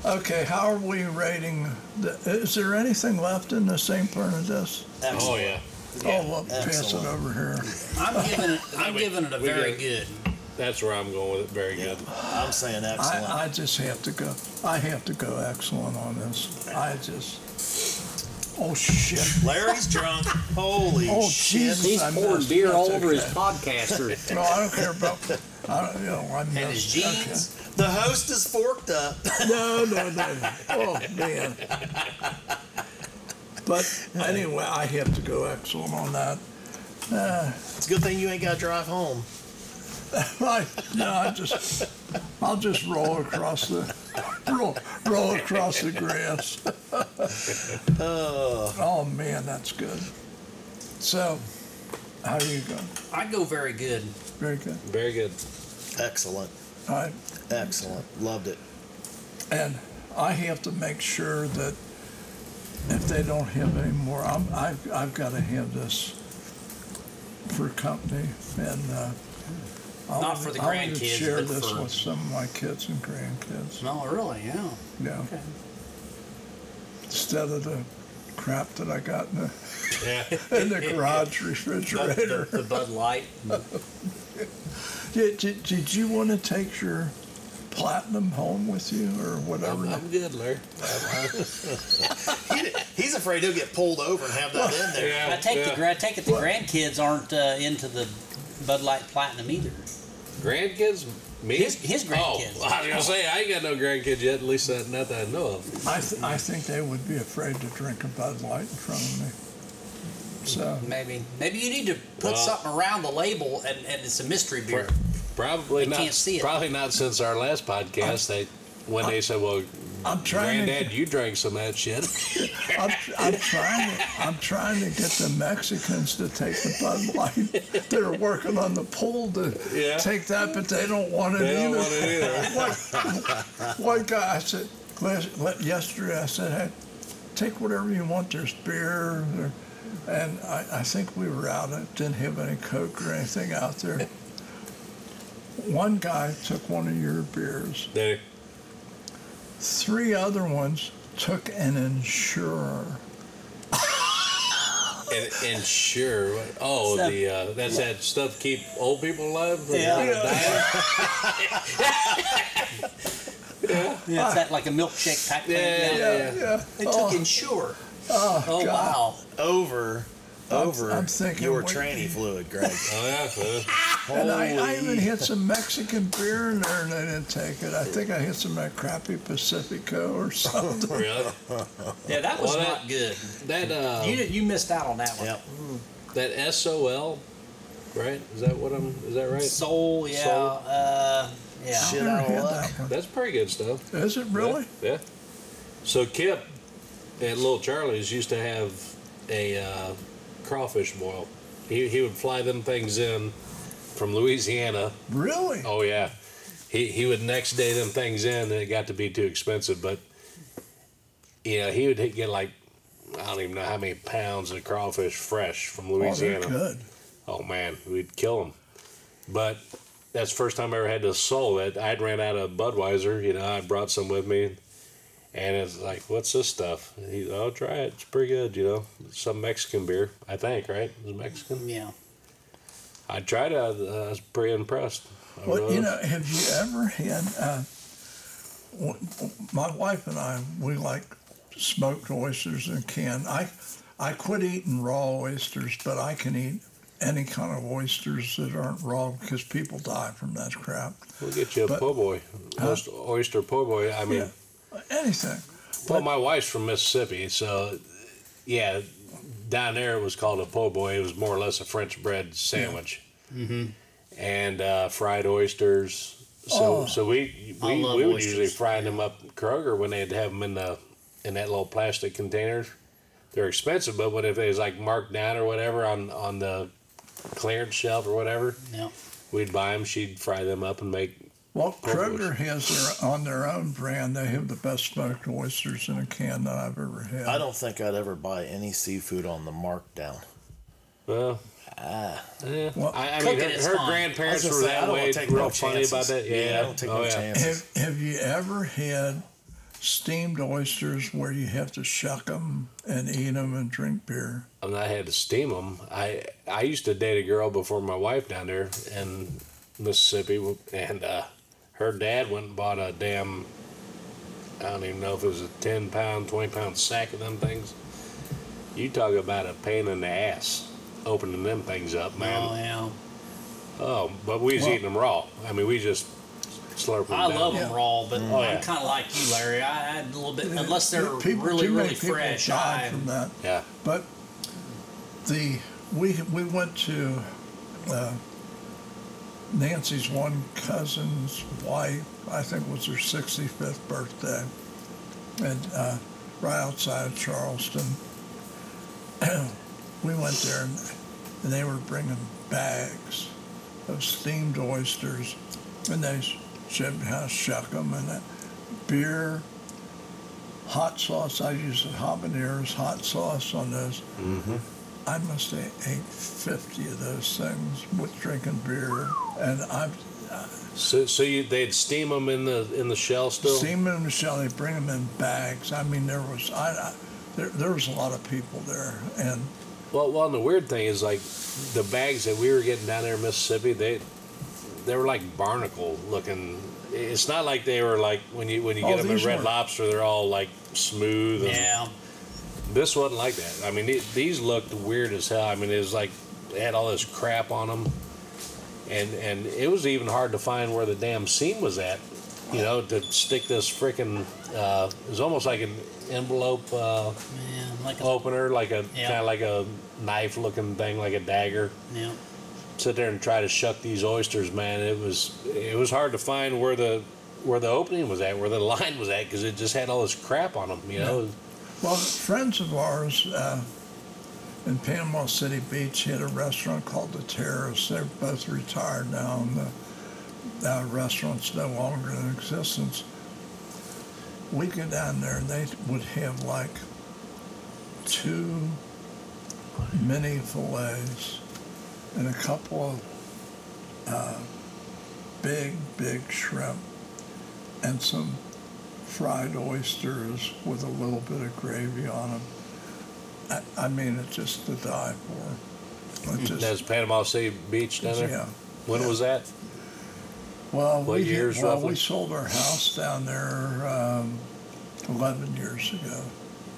[SPEAKER 1] okay, how are we rating? The, is there anything left in the St. Bernardus?
[SPEAKER 5] Oh
[SPEAKER 2] Excellent.
[SPEAKER 5] yeah,
[SPEAKER 2] Yeah,
[SPEAKER 1] oh, well, pass it
[SPEAKER 2] excellent.
[SPEAKER 1] over here.
[SPEAKER 4] I'm giving it. I'm
[SPEAKER 5] We-
[SPEAKER 4] giving it a
[SPEAKER 5] we
[SPEAKER 4] very
[SPEAKER 5] did.
[SPEAKER 4] good.
[SPEAKER 5] that's where I'm going with it. Very
[SPEAKER 2] Yeah.
[SPEAKER 5] good.
[SPEAKER 2] I'm saying excellent.
[SPEAKER 1] I, I just have to go. I have to go excellent on this. I just. Oh shit!
[SPEAKER 2] Larry's drunk. Holy
[SPEAKER 1] Oh
[SPEAKER 2] shit.
[SPEAKER 1] Jesus! I missed. That's okay.
[SPEAKER 4] podcaster
[SPEAKER 1] No, I don't care about. I don't. You know, I missed.
[SPEAKER 4] and his jeans.
[SPEAKER 2] The host is forked up.
[SPEAKER 1] Okay. No, no, no. Oh man. But anyway, I have to go excellent on that.
[SPEAKER 2] It's a good thing you ain't got to drive home.
[SPEAKER 1] I, no, I just. I'll just roll across the. Roll, roll across the grass. oh man, that's good. So, how are you going?
[SPEAKER 4] I go very good.
[SPEAKER 1] Very good.
[SPEAKER 5] Very good.
[SPEAKER 2] Excellent.
[SPEAKER 1] All right.
[SPEAKER 2] Excellent. Loved it.
[SPEAKER 1] And I have to make sure that if they don't have any more, I'm, I've, I've got to have this for company. And uh, I'll,
[SPEAKER 4] Not for the
[SPEAKER 1] I'll even
[SPEAKER 4] grandkids,
[SPEAKER 1] share
[SPEAKER 4] but
[SPEAKER 1] this
[SPEAKER 4] for-
[SPEAKER 1] with some of my kids and grandkids.
[SPEAKER 4] No, really, yeah.
[SPEAKER 1] Yeah.
[SPEAKER 4] Okay.
[SPEAKER 1] Instead of the crap that I got in the,
[SPEAKER 5] Yeah.
[SPEAKER 1] in the garage
[SPEAKER 4] The,
[SPEAKER 1] refrigerator.
[SPEAKER 4] the Bud Light.
[SPEAKER 1] Did, did, did you want to take your platinum home with you or whatever?
[SPEAKER 5] I'm, I'm good, Larry.
[SPEAKER 2] He- he's afraid he'll get pulled over and have that in there.
[SPEAKER 4] I take the
[SPEAKER 5] yeah.
[SPEAKER 4] gra- I take it the grandkids aren't uh, into the Bud Light Platinum either.
[SPEAKER 5] grandkids. Me?
[SPEAKER 4] His- his grandkids.
[SPEAKER 5] Oh, I was gonna say I ain't got no grandkids yet. At least that, not that I know of.
[SPEAKER 1] I, th- I think they would be afraid to drink a Bud Light in front of me. So,
[SPEAKER 4] Maybe maybe you need to put
[SPEAKER 5] Well-
[SPEAKER 4] something around the label and, and it's a mystery beer.
[SPEAKER 5] Probably
[SPEAKER 4] They
[SPEAKER 5] not.
[SPEAKER 4] can't see it.
[SPEAKER 5] Probably not since our last podcast. they when they said, "Well,
[SPEAKER 1] I'm trying
[SPEAKER 5] granddad, you drank some of that shit."
[SPEAKER 1] to, I'm, I'm trying to, I'm trying to get the Mexicans to take the Bud Light. They're working on the pool to
[SPEAKER 5] Yeah.
[SPEAKER 1] take that, but they don't want it
[SPEAKER 5] They
[SPEAKER 1] either.
[SPEAKER 5] don't want it either.
[SPEAKER 1] One- One guy, I said, last, le- yesterday, I said, hey, take whatever you want. There's beer. There, and I, I think we were out. I didn't have any Coke or anything out there. One guy took one of your beers.
[SPEAKER 5] They-
[SPEAKER 1] Three other ones took an insurer.
[SPEAKER 5] and, and sure, what- oh,
[SPEAKER 4] Stuff.
[SPEAKER 5] the uh, that's that stuff to keep old people alive.
[SPEAKER 4] Yeah.
[SPEAKER 5] yeah.
[SPEAKER 4] Yeah. It's that like a milkshake type
[SPEAKER 5] Yeah,
[SPEAKER 4] thing.
[SPEAKER 5] yeah.
[SPEAKER 4] They
[SPEAKER 1] Oh.
[SPEAKER 4] took insure.
[SPEAKER 1] Oh,
[SPEAKER 4] Oh
[SPEAKER 1] God.
[SPEAKER 4] wow.
[SPEAKER 2] Over, over
[SPEAKER 1] I'm thinking
[SPEAKER 2] your
[SPEAKER 1] what-
[SPEAKER 2] tranny fluid, Greg.
[SPEAKER 5] Oh yeah, well,
[SPEAKER 1] And I, I
[SPEAKER 2] Holy-
[SPEAKER 1] even had some Mexican beer in there and I didn't take it. I think I had some of that crappy Pacifico or something.
[SPEAKER 5] really.
[SPEAKER 4] Yeah, that was
[SPEAKER 5] Well, that-
[SPEAKER 4] not good.
[SPEAKER 5] That uh,
[SPEAKER 4] You you missed out on that one.
[SPEAKER 2] Yep.
[SPEAKER 5] that SOL, right? Is that what I'm? Is that right?
[SPEAKER 4] Soul, yeah,
[SPEAKER 5] Soul.
[SPEAKER 4] uh, yeah.
[SPEAKER 2] Shit
[SPEAKER 1] Never
[SPEAKER 2] out of
[SPEAKER 1] had
[SPEAKER 2] luck.
[SPEAKER 1] that one.
[SPEAKER 5] That's pretty good stuff.
[SPEAKER 1] Is it really?
[SPEAKER 5] Yeah. yeah. So Kip at Little Charlie's used to have a uh, crawfish boil. He, he would fly them things in from Louisiana.
[SPEAKER 1] Really?
[SPEAKER 5] Oh yeah. He he would next day them things in, and it got to be too expensive. But you know he would hit- get like I don't even know how many pounds of crawfish fresh from
[SPEAKER 1] Oh, they're
[SPEAKER 5] Louisiana.
[SPEAKER 1] good.
[SPEAKER 5] Oh man, we'd kill them. But that's the first time I ever had to sole that I'd ran out of Budweiser. You know, I brought some with me, and it's like, what's this stuff? And he, oh, try it. It's pretty good. You know, some Mexican beer, I think. Right? It was Mexican.
[SPEAKER 4] Yeah.
[SPEAKER 5] I tried it. I was, I was pretty impressed. I "Oh,
[SPEAKER 1] Well,
[SPEAKER 5] really-
[SPEAKER 1] you know, have you ever had? Uh, w- w- my wife and I, we like smoked oysters and canned. I, I quit eating raw oysters, but I can eat any kind of oysters that aren't raw because people die from that crap.
[SPEAKER 5] we'll get you a
[SPEAKER 1] but-
[SPEAKER 5] po' boy,
[SPEAKER 1] Huh?
[SPEAKER 5] Oyster- oyster po' boy. I mean,
[SPEAKER 1] Yeah. Anything.
[SPEAKER 5] well, my wife's from Mississippi, so yeah, down there it was called a po' boy. It was more or less a French bread sandwich.
[SPEAKER 4] Mm-hmm.
[SPEAKER 5] and uh, fried oysters. So
[SPEAKER 1] Oh.
[SPEAKER 5] so we
[SPEAKER 4] I
[SPEAKER 5] we,
[SPEAKER 4] love
[SPEAKER 5] we would
[SPEAKER 4] oysters.
[SPEAKER 5] usually fry them up Kroger when they'd have them in the in that little plastic container. They're expensive, but what if they was like marked down or whatever on on the clearance shelf or whatever?
[SPEAKER 4] Yeah.
[SPEAKER 5] We'd buy them. She'd fry them up and make
[SPEAKER 1] Well,
[SPEAKER 5] Gold
[SPEAKER 1] Kroger has their on their own brand. They have the best smoked oysters in a can that I've ever had.
[SPEAKER 2] I don't think I'd ever buy any seafood on the markdown.
[SPEAKER 5] Well,
[SPEAKER 2] Ah,
[SPEAKER 5] eh,
[SPEAKER 1] Well,
[SPEAKER 5] I, I mean,
[SPEAKER 4] cooking
[SPEAKER 5] her,
[SPEAKER 4] is
[SPEAKER 5] her
[SPEAKER 4] fine.
[SPEAKER 5] grandparents
[SPEAKER 2] I was
[SPEAKER 5] were
[SPEAKER 2] gonna say, I
[SPEAKER 5] that
[SPEAKER 2] don't wanna
[SPEAKER 5] way,
[SPEAKER 2] take
[SPEAKER 5] real
[SPEAKER 2] no
[SPEAKER 5] funny about
[SPEAKER 2] chances.
[SPEAKER 5] that. Yeah,
[SPEAKER 2] Yeah, I don't take
[SPEAKER 5] oh,
[SPEAKER 2] no
[SPEAKER 5] yeah.
[SPEAKER 2] chances.
[SPEAKER 1] Have, have you ever had steamed oysters where you have to shuck them and eat them and drink beer?
[SPEAKER 5] I, mean, I had to steam them. I I used to date a girl before my wife down there in Mississippi, and uh, her dad went and bought a damn. I don't even know if it was a ten pound, twenty pound sack of them things. You talk about a pain in the ass opening them things up,
[SPEAKER 4] Oh,
[SPEAKER 5] man.
[SPEAKER 4] yeah.
[SPEAKER 5] Oh, but we was
[SPEAKER 1] Well-
[SPEAKER 5] eating them raw. I mean, we just slurped them
[SPEAKER 4] I
[SPEAKER 5] down.
[SPEAKER 4] love them
[SPEAKER 1] Yeah.
[SPEAKER 4] raw, but
[SPEAKER 5] Oh, yeah.
[SPEAKER 4] I'm kind of like you, Larry. I had a little bit, unless they're
[SPEAKER 1] People-
[SPEAKER 4] really,
[SPEAKER 1] too many
[SPEAKER 4] really
[SPEAKER 1] people
[SPEAKER 4] fresh.
[SPEAKER 1] died
[SPEAKER 4] I,
[SPEAKER 1] from that.
[SPEAKER 5] Yeah.
[SPEAKER 1] But the we we went to uh, Nancy's one cousin's wife. I think was her 65th birthday, and uh, right outside of Charleston, we went there, and, and they were bringing bags of steamed oysters, and they showed me how to shuck them, and that beer hot sauce. I used habaneros hot sauce on those. I must have ate 50 of those things with drinking beer. And I've
[SPEAKER 5] So, so you, they'd steam them in the in the shell still.
[SPEAKER 1] seen them in Michelle, they bring them in bags. I mean, there was, I, I, there, there was a lot of people there. And
[SPEAKER 5] Well, well, and the weird thing is like the bags that we were getting down there in Mississippi, they they were like barnacle looking. It's not like they were like when you when you
[SPEAKER 1] Oh,
[SPEAKER 5] get them at
[SPEAKER 1] these
[SPEAKER 5] Red
[SPEAKER 1] weren't.
[SPEAKER 5] Lobster, they're all like smooth. And
[SPEAKER 4] yeah.
[SPEAKER 5] This wasn't like that. I mean, the- these looked weird as hell. I mean, it was like they had all this crap on them, and and it was even hard to find where the damn seam was at. You know, to stick this freaking uh, it was almost like an envelope. Uh,
[SPEAKER 4] Yeah. Like a,
[SPEAKER 5] opener, like a
[SPEAKER 4] Yeah.
[SPEAKER 5] kind of like a knife looking thing, like a dagger.
[SPEAKER 4] yeah.
[SPEAKER 5] Sit there and try to shuck these oysters, man. It was it was hard to find where the where the opening was at, where the line was at, because it just had all this crap on them, you know.
[SPEAKER 1] Well, friends of ours uh, in Panama City Beach had a restaurant called The Terrace. They're both retired now, and the uh, restaurant's no longer in existence. We go down there, and they would have like two mini fillets and a couple of uh, big, big shrimp and some fried oysters with a little bit of gravy on them. I, I mean, it's just to die for. It just-
[SPEAKER 5] That's Panama City Beach down there.
[SPEAKER 1] yeah.
[SPEAKER 5] When
[SPEAKER 1] yeah.
[SPEAKER 5] was that?
[SPEAKER 1] Well,
[SPEAKER 5] What
[SPEAKER 1] we, did-
[SPEAKER 5] years
[SPEAKER 1] well
[SPEAKER 5] roughly?
[SPEAKER 1] we sold our house down there um, 11 years ago.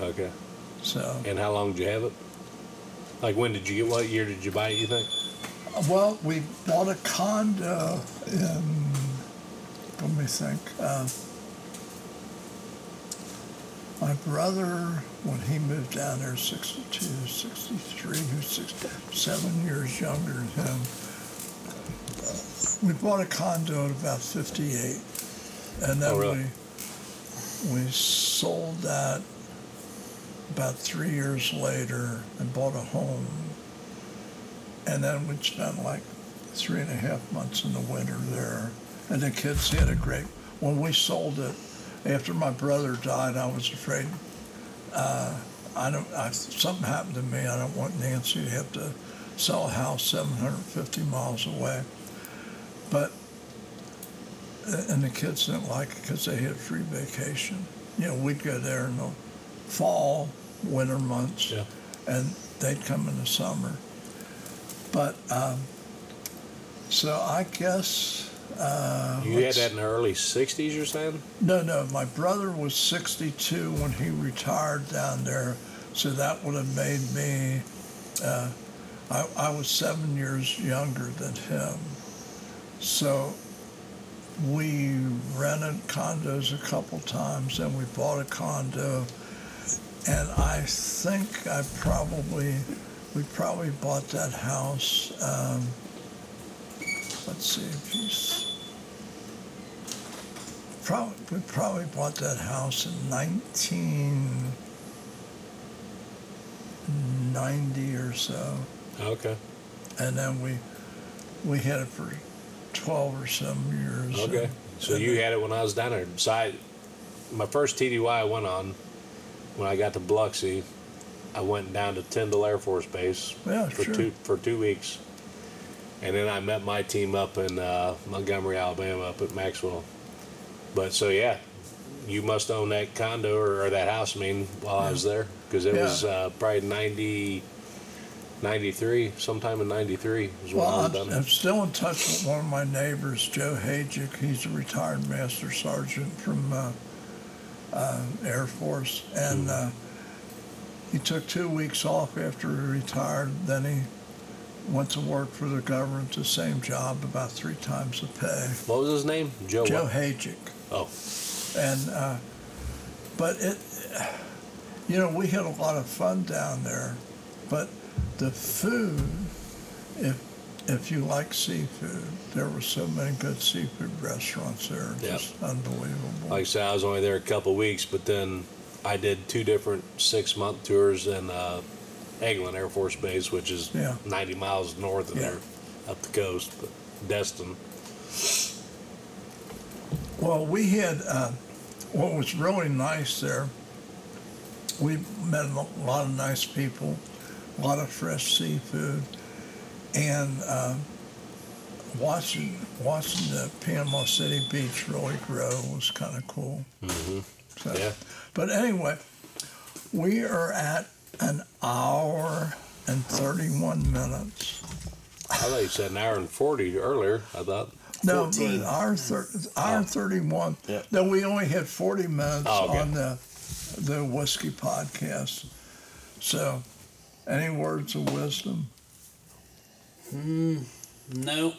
[SPEAKER 5] Okay.
[SPEAKER 1] So,
[SPEAKER 5] And how long did you have it? Like when did you get? What year did you buy it? You think?
[SPEAKER 1] well, we bought a condo in, let me think. Uh, my brother, when he moved down there, 62, 63, he was six, seven years younger than him. We bought a condo at about 58, and then
[SPEAKER 5] Oh, really?
[SPEAKER 1] we we sold that about three years later and bought a home, and then we spent like three and a half months in the winter there, and the kids had a great. When we sold it, after my brother died, I was afraid. Uh, I don't. I, something happened to me. I don't want Nancy to have to sell a house 750 miles away. But and the kids didn't like it because they had free vacation. You know, we'd go there in the fall, winter months,
[SPEAKER 5] Yeah.
[SPEAKER 1] and they'd come in the summer. But um, so I guess uh,
[SPEAKER 5] You had
[SPEAKER 1] let's-
[SPEAKER 5] that in the early '60s, you're saying?
[SPEAKER 1] no, no. My brother was 62 when he retired down there, so that would have made me. Uh, I, I was seven years younger than him, so we rented condos a couple times, and we bought a condo, and I think I probably we probably bought that house. Um, let's see if he's probably we probably bought that house in 1990 or so,
[SPEAKER 5] Okay.
[SPEAKER 1] and then we we had it for twelve or seven years.
[SPEAKER 5] Okay. So you had it when I was down there. So I, my first TDY I went on, when I got to Biloxi, I went down to Tyndall Air Force Base
[SPEAKER 1] Yeah,
[SPEAKER 5] for
[SPEAKER 1] sure.
[SPEAKER 5] two for two weeks, and then I met my team up in uh, Montgomery, Alabama, up at Maxwell. But so yeah, you must own that condo or, or that house. I mean, while I was there, because it
[SPEAKER 1] Yeah.
[SPEAKER 5] was uh, probably 90, 93, sometime in '93 was when I
[SPEAKER 1] Well,
[SPEAKER 5] was down
[SPEAKER 1] I'm,
[SPEAKER 5] there.
[SPEAKER 1] I'm still in touch with one of my neighbors, Joe Hajic. He's a retired master sergeant from uh, uh, Air Force, and uh, he took two weeks off after he retired. Then he went to work for the government, the same job, about three times the pay.
[SPEAKER 5] What was his name? Joe.
[SPEAKER 1] Joe
[SPEAKER 5] what?
[SPEAKER 1] Hajic.
[SPEAKER 5] Oh,
[SPEAKER 1] And, uh, but it, you know, we had a lot of fun down there, but the food, if, if you like seafood, there were so many good seafood restaurants there,
[SPEAKER 5] Yeah.
[SPEAKER 1] just unbelievable.
[SPEAKER 5] like I said, I was only there a couple weeks, but then I did two different six month tours in uh, Eglin Air Force Base, which is
[SPEAKER 1] Yeah.
[SPEAKER 5] 90 miles north of
[SPEAKER 1] Yeah.
[SPEAKER 5] there, up the coast, but Destin.
[SPEAKER 1] Well, we had uh, what was really nice there. We met a lot of nice people, a lot of fresh seafood, and uh, watching watching the Panama City beach really grow was kind of cool. So,
[SPEAKER 5] Yeah.
[SPEAKER 1] But anyway, we are at an hour and thirty-one minutes.
[SPEAKER 5] I thought you said an hour and 40 earlier. I thought,
[SPEAKER 1] No,
[SPEAKER 2] 14.
[SPEAKER 1] but our thir- our thirty-one.
[SPEAKER 2] Yeah.
[SPEAKER 1] No, we only had forty minutes
[SPEAKER 5] Oh, okay.
[SPEAKER 1] on the the whiskey podcast. So, any words of wisdom?
[SPEAKER 4] No,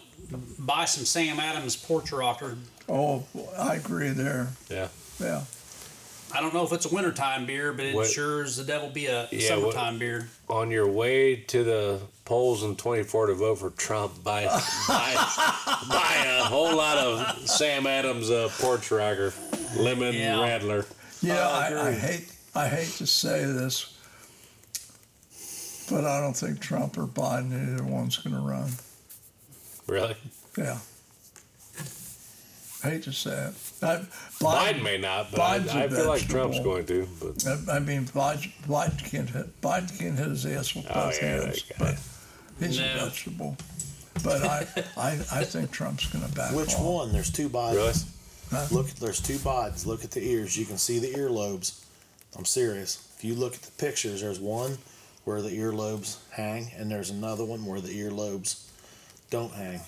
[SPEAKER 4] buy some Sam Adams porch rocker.
[SPEAKER 1] Oh, I agree there.
[SPEAKER 5] yeah.
[SPEAKER 1] Yeah,
[SPEAKER 4] I don't know if it's a wintertime beer, but it
[SPEAKER 5] What-
[SPEAKER 4] sure is the devil be a
[SPEAKER 5] Yeah, what-
[SPEAKER 4] summertime beer.
[SPEAKER 5] On your way to the polls in 24 to vote for Trump, buy, buy, buy a whole lot of Sam Adams uh, porch rocker, lemon
[SPEAKER 4] Yeah.
[SPEAKER 5] rattler.
[SPEAKER 1] yeah.
[SPEAKER 2] I
[SPEAKER 1] I, I
[SPEAKER 2] agree.
[SPEAKER 1] hate I hate to say this, but I don't think Trump or Biden either one's going to run.
[SPEAKER 5] Really?
[SPEAKER 1] Yeah, hate to say it. I,
[SPEAKER 5] Biden may not, but
[SPEAKER 1] Biden's a
[SPEAKER 5] I, I feel like
[SPEAKER 1] vegetable.
[SPEAKER 5] Trump's going to. But
[SPEAKER 1] I, I mean, Biden, Biden can't hit Biden can't hit his ass with
[SPEAKER 5] Oh,
[SPEAKER 1] both
[SPEAKER 5] yeah, that
[SPEAKER 1] hands,
[SPEAKER 5] guy.
[SPEAKER 1] but he's a
[SPEAKER 4] No.
[SPEAKER 1] vegetable. But I, I, I think Trump's going to back
[SPEAKER 2] Which
[SPEAKER 1] off.
[SPEAKER 2] one? There's two Bidens.
[SPEAKER 5] Really?
[SPEAKER 1] Huh?
[SPEAKER 2] Look, there's two Bidens. Look at the ears. You can see the earlobes. I'm serious. If you look at the pictures, there's one where the earlobes hang, and there's another one where the earlobes don't hang.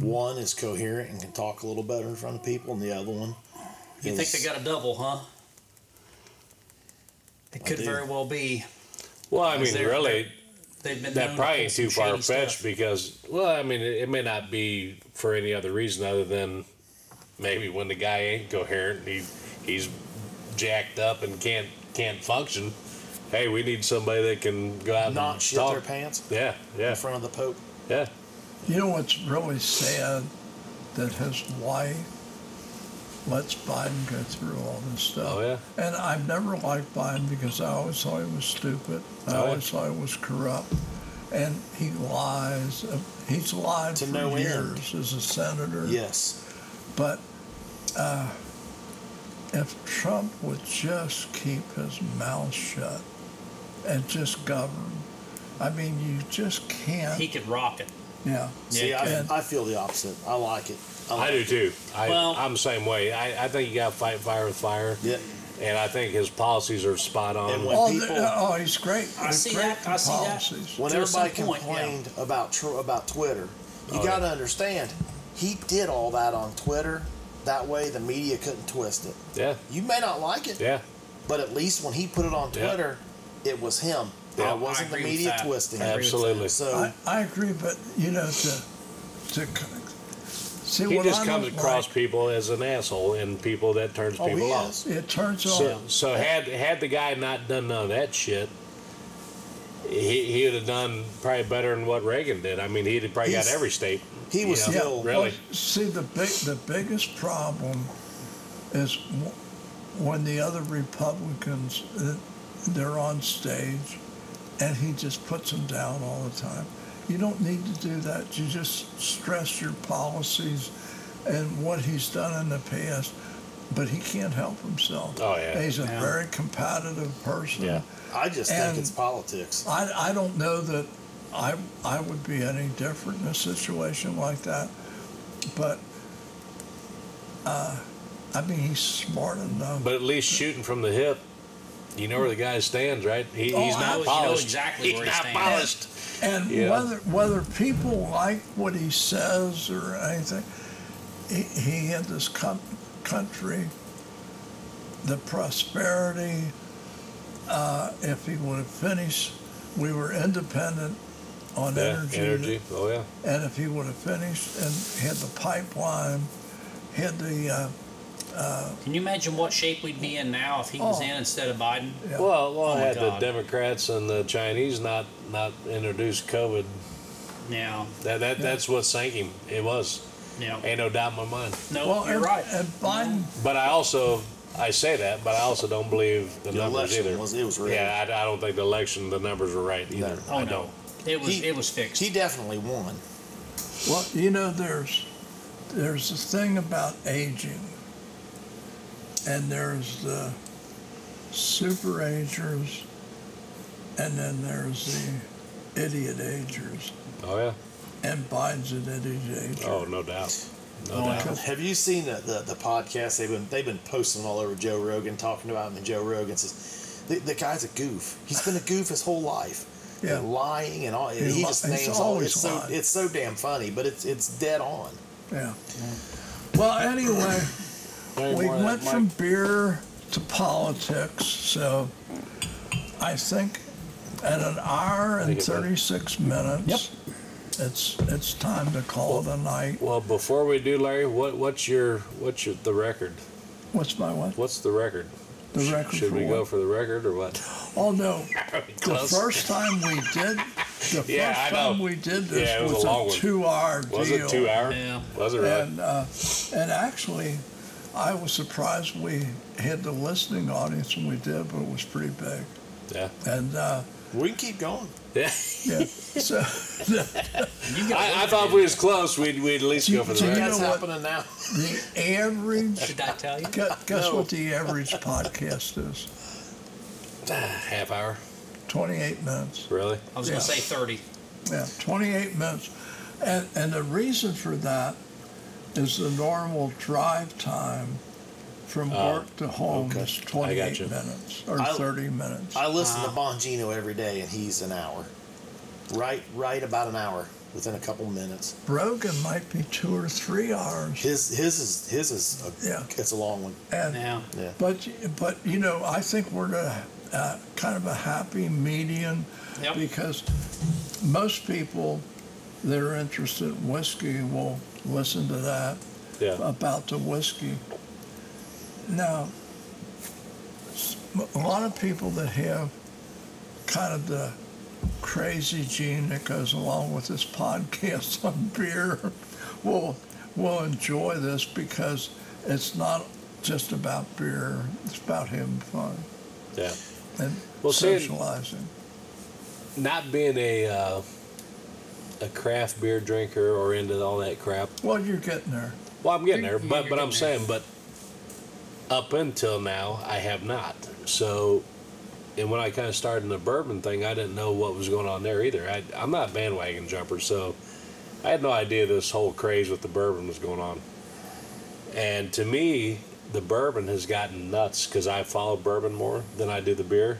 [SPEAKER 2] One is coherent and can talk a little better in front of people, and the other one.
[SPEAKER 4] You think
[SPEAKER 2] is-
[SPEAKER 4] they got a double, huh? It could
[SPEAKER 2] do.
[SPEAKER 4] very well be.
[SPEAKER 5] Well, I mean,
[SPEAKER 4] Is there-
[SPEAKER 5] really,
[SPEAKER 4] They've been known
[SPEAKER 5] that
[SPEAKER 4] to
[SPEAKER 5] probably
[SPEAKER 4] pull
[SPEAKER 5] ain't
[SPEAKER 4] some
[SPEAKER 5] too
[SPEAKER 4] shady
[SPEAKER 5] far fetched
[SPEAKER 4] stuff.
[SPEAKER 5] because, well, I mean, it, it may not be for any other reason other than maybe when the guy ain't coherent, he he's jacked up and can't can't function. Hey, we need somebody that can go out
[SPEAKER 2] not
[SPEAKER 5] and
[SPEAKER 2] shit
[SPEAKER 5] talk.
[SPEAKER 2] their pants
[SPEAKER 5] Yeah, yeah,
[SPEAKER 2] in front of the Pope?
[SPEAKER 5] yeah.
[SPEAKER 1] You know what's really sad that his wife lets Biden go through all this stuff.
[SPEAKER 5] Oh, yeah.
[SPEAKER 1] And I've never liked Biden because I always thought he was stupid. I
[SPEAKER 5] Oh, yeah.
[SPEAKER 1] always thought he was corrupt. And he lies. Uh, He's lied
[SPEAKER 2] To
[SPEAKER 1] for
[SPEAKER 2] no end.
[SPEAKER 1] years as a senator.
[SPEAKER 2] Yes.
[SPEAKER 1] But uh, if Trump would just keep his mouth shut and just govern, I mean, you just can't.
[SPEAKER 4] He could rock it.
[SPEAKER 1] yeah.
[SPEAKER 2] See,
[SPEAKER 4] Yeah,
[SPEAKER 1] and-
[SPEAKER 2] I, I feel the opposite. I like it. I, like
[SPEAKER 5] I do too. I,
[SPEAKER 4] Well-
[SPEAKER 5] I'm the same way. I, I think you got to fight fire with fire,
[SPEAKER 2] It. Yeah.
[SPEAKER 5] and I think his policies are spot on.
[SPEAKER 2] And
[SPEAKER 1] Oh,
[SPEAKER 2] People-
[SPEAKER 1] the- oh, he's great.
[SPEAKER 4] I
[SPEAKER 1] He's
[SPEAKER 4] see
[SPEAKER 1] great
[SPEAKER 4] that,
[SPEAKER 1] for
[SPEAKER 4] I see that.
[SPEAKER 1] policies.
[SPEAKER 2] when
[SPEAKER 4] To a
[SPEAKER 2] everybody
[SPEAKER 4] certain point, yeah.
[SPEAKER 2] complained about tr- about Twitter, you
[SPEAKER 5] Oh,
[SPEAKER 2] got to understand, he did all that on Twitter. That way, the media couldn't twist it.
[SPEAKER 5] yeah,
[SPEAKER 2] You may not like it,
[SPEAKER 5] yeah.
[SPEAKER 2] but at least when he put it on
[SPEAKER 5] Yeah.
[SPEAKER 2] Twitter, it was him.
[SPEAKER 5] Yeah.
[SPEAKER 2] it wasn't
[SPEAKER 4] I
[SPEAKER 2] the
[SPEAKER 4] agree with
[SPEAKER 2] media
[SPEAKER 4] that.
[SPEAKER 2] twisting.
[SPEAKER 4] I agree
[SPEAKER 2] it.
[SPEAKER 4] with
[SPEAKER 5] Absolutely.
[SPEAKER 2] So
[SPEAKER 1] I, I agree, but you know, to to c- see
[SPEAKER 5] He
[SPEAKER 1] what
[SPEAKER 5] just
[SPEAKER 1] I
[SPEAKER 5] comes
[SPEAKER 1] don't
[SPEAKER 5] across
[SPEAKER 1] like,
[SPEAKER 5] people as an asshole and people that turns
[SPEAKER 2] Oh,
[SPEAKER 5] people
[SPEAKER 2] he
[SPEAKER 5] off.
[SPEAKER 2] is.
[SPEAKER 1] It turns out
[SPEAKER 5] So, so had had the guy not done none of that shit, he he would have done probably better than what Reagan did. I mean, he'd have probably
[SPEAKER 2] He's-
[SPEAKER 5] got every state.
[SPEAKER 2] he was
[SPEAKER 5] Yeah.
[SPEAKER 2] still.
[SPEAKER 5] Really?
[SPEAKER 1] Well, see, the big, the biggest problem is w- when the other Republicans uh, they're on stage, and he just puts them down all the time. You don't need to do that. You just stress your policies and what he's done in the past. But he can't help himself.
[SPEAKER 5] Oh, yeah.
[SPEAKER 1] He's a
[SPEAKER 4] Yeah.
[SPEAKER 1] very competitive person.
[SPEAKER 5] Yeah.
[SPEAKER 2] I just
[SPEAKER 1] And-
[SPEAKER 2] think it's politics.
[SPEAKER 1] I, I don't know that I, I would be any different in a situation like that, but uh, I mean, he's smart enough.
[SPEAKER 5] But at least shooting from the hip, you know where the guy stands, right? He,
[SPEAKER 1] Oh,
[SPEAKER 5] he's
[SPEAKER 1] I
[SPEAKER 5] not
[SPEAKER 1] always
[SPEAKER 5] polished.
[SPEAKER 4] know exactly
[SPEAKER 5] he's
[SPEAKER 4] where he
[SPEAKER 5] not
[SPEAKER 4] stands.
[SPEAKER 5] polished.
[SPEAKER 1] And
[SPEAKER 5] Yeah.
[SPEAKER 1] whether whether people like what he says or anything, he, he had this com- country, the prosperity. Uh, if he would have finished, we were independent on
[SPEAKER 5] Yeah,
[SPEAKER 1] energy.
[SPEAKER 5] energy. Oh yeah.
[SPEAKER 1] And if he would have finished and had the pipeline, had the uh,
[SPEAKER 4] Can you imagine what shape we'd be in now if he was
[SPEAKER 1] Oh.
[SPEAKER 4] in instead of Biden?
[SPEAKER 1] Yeah.
[SPEAKER 5] Well, well,
[SPEAKER 4] Oh, my
[SPEAKER 5] had
[SPEAKER 4] God.
[SPEAKER 5] the Democrats and the Chinese not not introduced COVID,
[SPEAKER 4] Yeah,
[SPEAKER 5] that that that's what sank him. It was.
[SPEAKER 4] yeah.
[SPEAKER 5] Ain't no doubt in my mind.
[SPEAKER 4] No,
[SPEAKER 1] well,
[SPEAKER 4] you're
[SPEAKER 1] and,
[SPEAKER 4] right.
[SPEAKER 1] And Biden,
[SPEAKER 5] But I also I say that, but I also don't believe the,
[SPEAKER 2] The
[SPEAKER 5] numbers
[SPEAKER 2] election
[SPEAKER 5] either.
[SPEAKER 2] was it was rigged.
[SPEAKER 5] yeah, I, I don't think the election the numbers were right either.
[SPEAKER 2] No.
[SPEAKER 4] oh
[SPEAKER 5] I
[SPEAKER 4] no,
[SPEAKER 5] don't.
[SPEAKER 4] it was
[SPEAKER 2] He-
[SPEAKER 4] it was fixed.
[SPEAKER 2] He definitely won.
[SPEAKER 1] well, you know, there's there's a thing about aging, and there's the super agers, and then there's the idiot agers,
[SPEAKER 5] Oh yeah.
[SPEAKER 1] and Biden's an idiot ager.
[SPEAKER 5] Oh no doubt. No
[SPEAKER 4] Oh,
[SPEAKER 5] doubt.
[SPEAKER 4] yeah.
[SPEAKER 2] Have you seen the, the, the podcast? They've been they've been posting all over Joe Rogan, talking about him, and Joe Rogan says the, the guy's a goof. He's been a goof his whole life.
[SPEAKER 1] Yeah.
[SPEAKER 2] And lying and all.
[SPEAKER 1] He's
[SPEAKER 2] he
[SPEAKER 1] li-
[SPEAKER 2] just
[SPEAKER 1] he's
[SPEAKER 2] names all.
[SPEAKER 1] always
[SPEAKER 2] It's so
[SPEAKER 1] lying.
[SPEAKER 2] it's so damn funny, but it's it's dead on.
[SPEAKER 1] Yeah. Well, anyway.
[SPEAKER 5] Any
[SPEAKER 1] We
[SPEAKER 5] more of that,
[SPEAKER 1] went
[SPEAKER 5] Mike?
[SPEAKER 1] from beer to politics, so I think at an hour and
[SPEAKER 5] think it went-
[SPEAKER 1] thirty-six minutes, it's, it's time to call it a night.
[SPEAKER 5] Well, before we do, Larry, what what's your what's your the record?
[SPEAKER 1] What's my what?
[SPEAKER 5] What's the record?
[SPEAKER 1] The
[SPEAKER 5] Sh-
[SPEAKER 1] record
[SPEAKER 5] Should
[SPEAKER 1] for
[SPEAKER 5] we
[SPEAKER 1] what?
[SPEAKER 5] go for the record or what?
[SPEAKER 1] Oh, no, the
[SPEAKER 5] Close.
[SPEAKER 1] first time we did, the
[SPEAKER 5] Yeah,
[SPEAKER 1] first
[SPEAKER 5] I know.
[SPEAKER 1] time we did
[SPEAKER 5] Yeah, it
[SPEAKER 1] this
[SPEAKER 5] was a long
[SPEAKER 1] was
[SPEAKER 5] one.
[SPEAKER 1] a two-hour
[SPEAKER 5] Was it
[SPEAKER 1] deal.
[SPEAKER 5] two hour?
[SPEAKER 4] Yeah.
[SPEAKER 5] Was it really?
[SPEAKER 1] And, uh, and actually, I was surprised we had the listening audience when we did, but it was pretty big.
[SPEAKER 5] Yeah.
[SPEAKER 1] And, uh,
[SPEAKER 2] We can keep going.
[SPEAKER 5] Yeah.
[SPEAKER 1] yeah, so.
[SPEAKER 4] You got
[SPEAKER 5] I, I thought if we was close. We'd we'd at least go for
[SPEAKER 1] Do
[SPEAKER 5] the
[SPEAKER 1] you
[SPEAKER 5] record.
[SPEAKER 1] know
[SPEAKER 2] That's
[SPEAKER 1] what?
[SPEAKER 2] happening now.
[SPEAKER 1] The average.
[SPEAKER 4] Did I tell you?
[SPEAKER 1] gu- Guess
[SPEAKER 2] No.
[SPEAKER 1] what the average podcast is?
[SPEAKER 5] Ah, Half hour,
[SPEAKER 1] 28 minutes.
[SPEAKER 5] really?
[SPEAKER 4] I was
[SPEAKER 1] Yeah.
[SPEAKER 4] gonna say thirty.
[SPEAKER 1] Yeah, 28 minutes. And, and the reason for that is the normal drive time from
[SPEAKER 5] Oh,
[SPEAKER 1] work to home
[SPEAKER 5] okay.
[SPEAKER 1] is
[SPEAKER 5] I got
[SPEAKER 1] 28
[SPEAKER 5] you.
[SPEAKER 1] minutes or
[SPEAKER 2] I-
[SPEAKER 1] 30 minutes.
[SPEAKER 2] I listen to
[SPEAKER 4] Wow.
[SPEAKER 2] Bongino every day, and he's an hour. Right, right about an hour, within a couple minutes.
[SPEAKER 1] Rogan might be two or three hours.
[SPEAKER 2] His his is his is a,
[SPEAKER 1] Yeah.
[SPEAKER 2] it's a long one.
[SPEAKER 1] And
[SPEAKER 4] Yeah.
[SPEAKER 2] Yeah.
[SPEAKER 1] But, but you know, I think we're at a, uh, kind of a happy median
[SPEAKER 4] Yep.
[SPEAKER 1] because most people that are interested in whiskey will listen to that
[SPEAKER 5] Yeah.
[SPEAKER 1] about the whiskey. Now, s- a lot of people that have kind of the crazy gene that goes along with this podcast on beer will will enjoy this because it's not just about beer; it's about having fun
[SPEAKER 5] Yeah.
[SPEAKER 1] and
[SPEAKER 5] Well, see-
[SPEAKER 1] socializing.
[SPEAKER 5] Not being a uh, a craft beer drinker or into all that crap.
[SPEAKER 1] Well, you're getting there.
[SPEAKER 5] Well, I'm getting there,
[SPEAKER 4] Yeah,
[SPEAKER 5] but
[SPEAKER 4] you're
[SPEAKER 5] but I'm saying,
[SPEAKER 4] getting
[SPEAKER 5] but up until now, I have not. So, and when I kind of started in the bourbon thing, I didn't know what was going on there either. I, I'm not a bandwagon jumper, so I had no idea this whole craze with the bourbon was going on. And to me, the bourbon has gotten nuts because I follow bourbon more than I do the beer.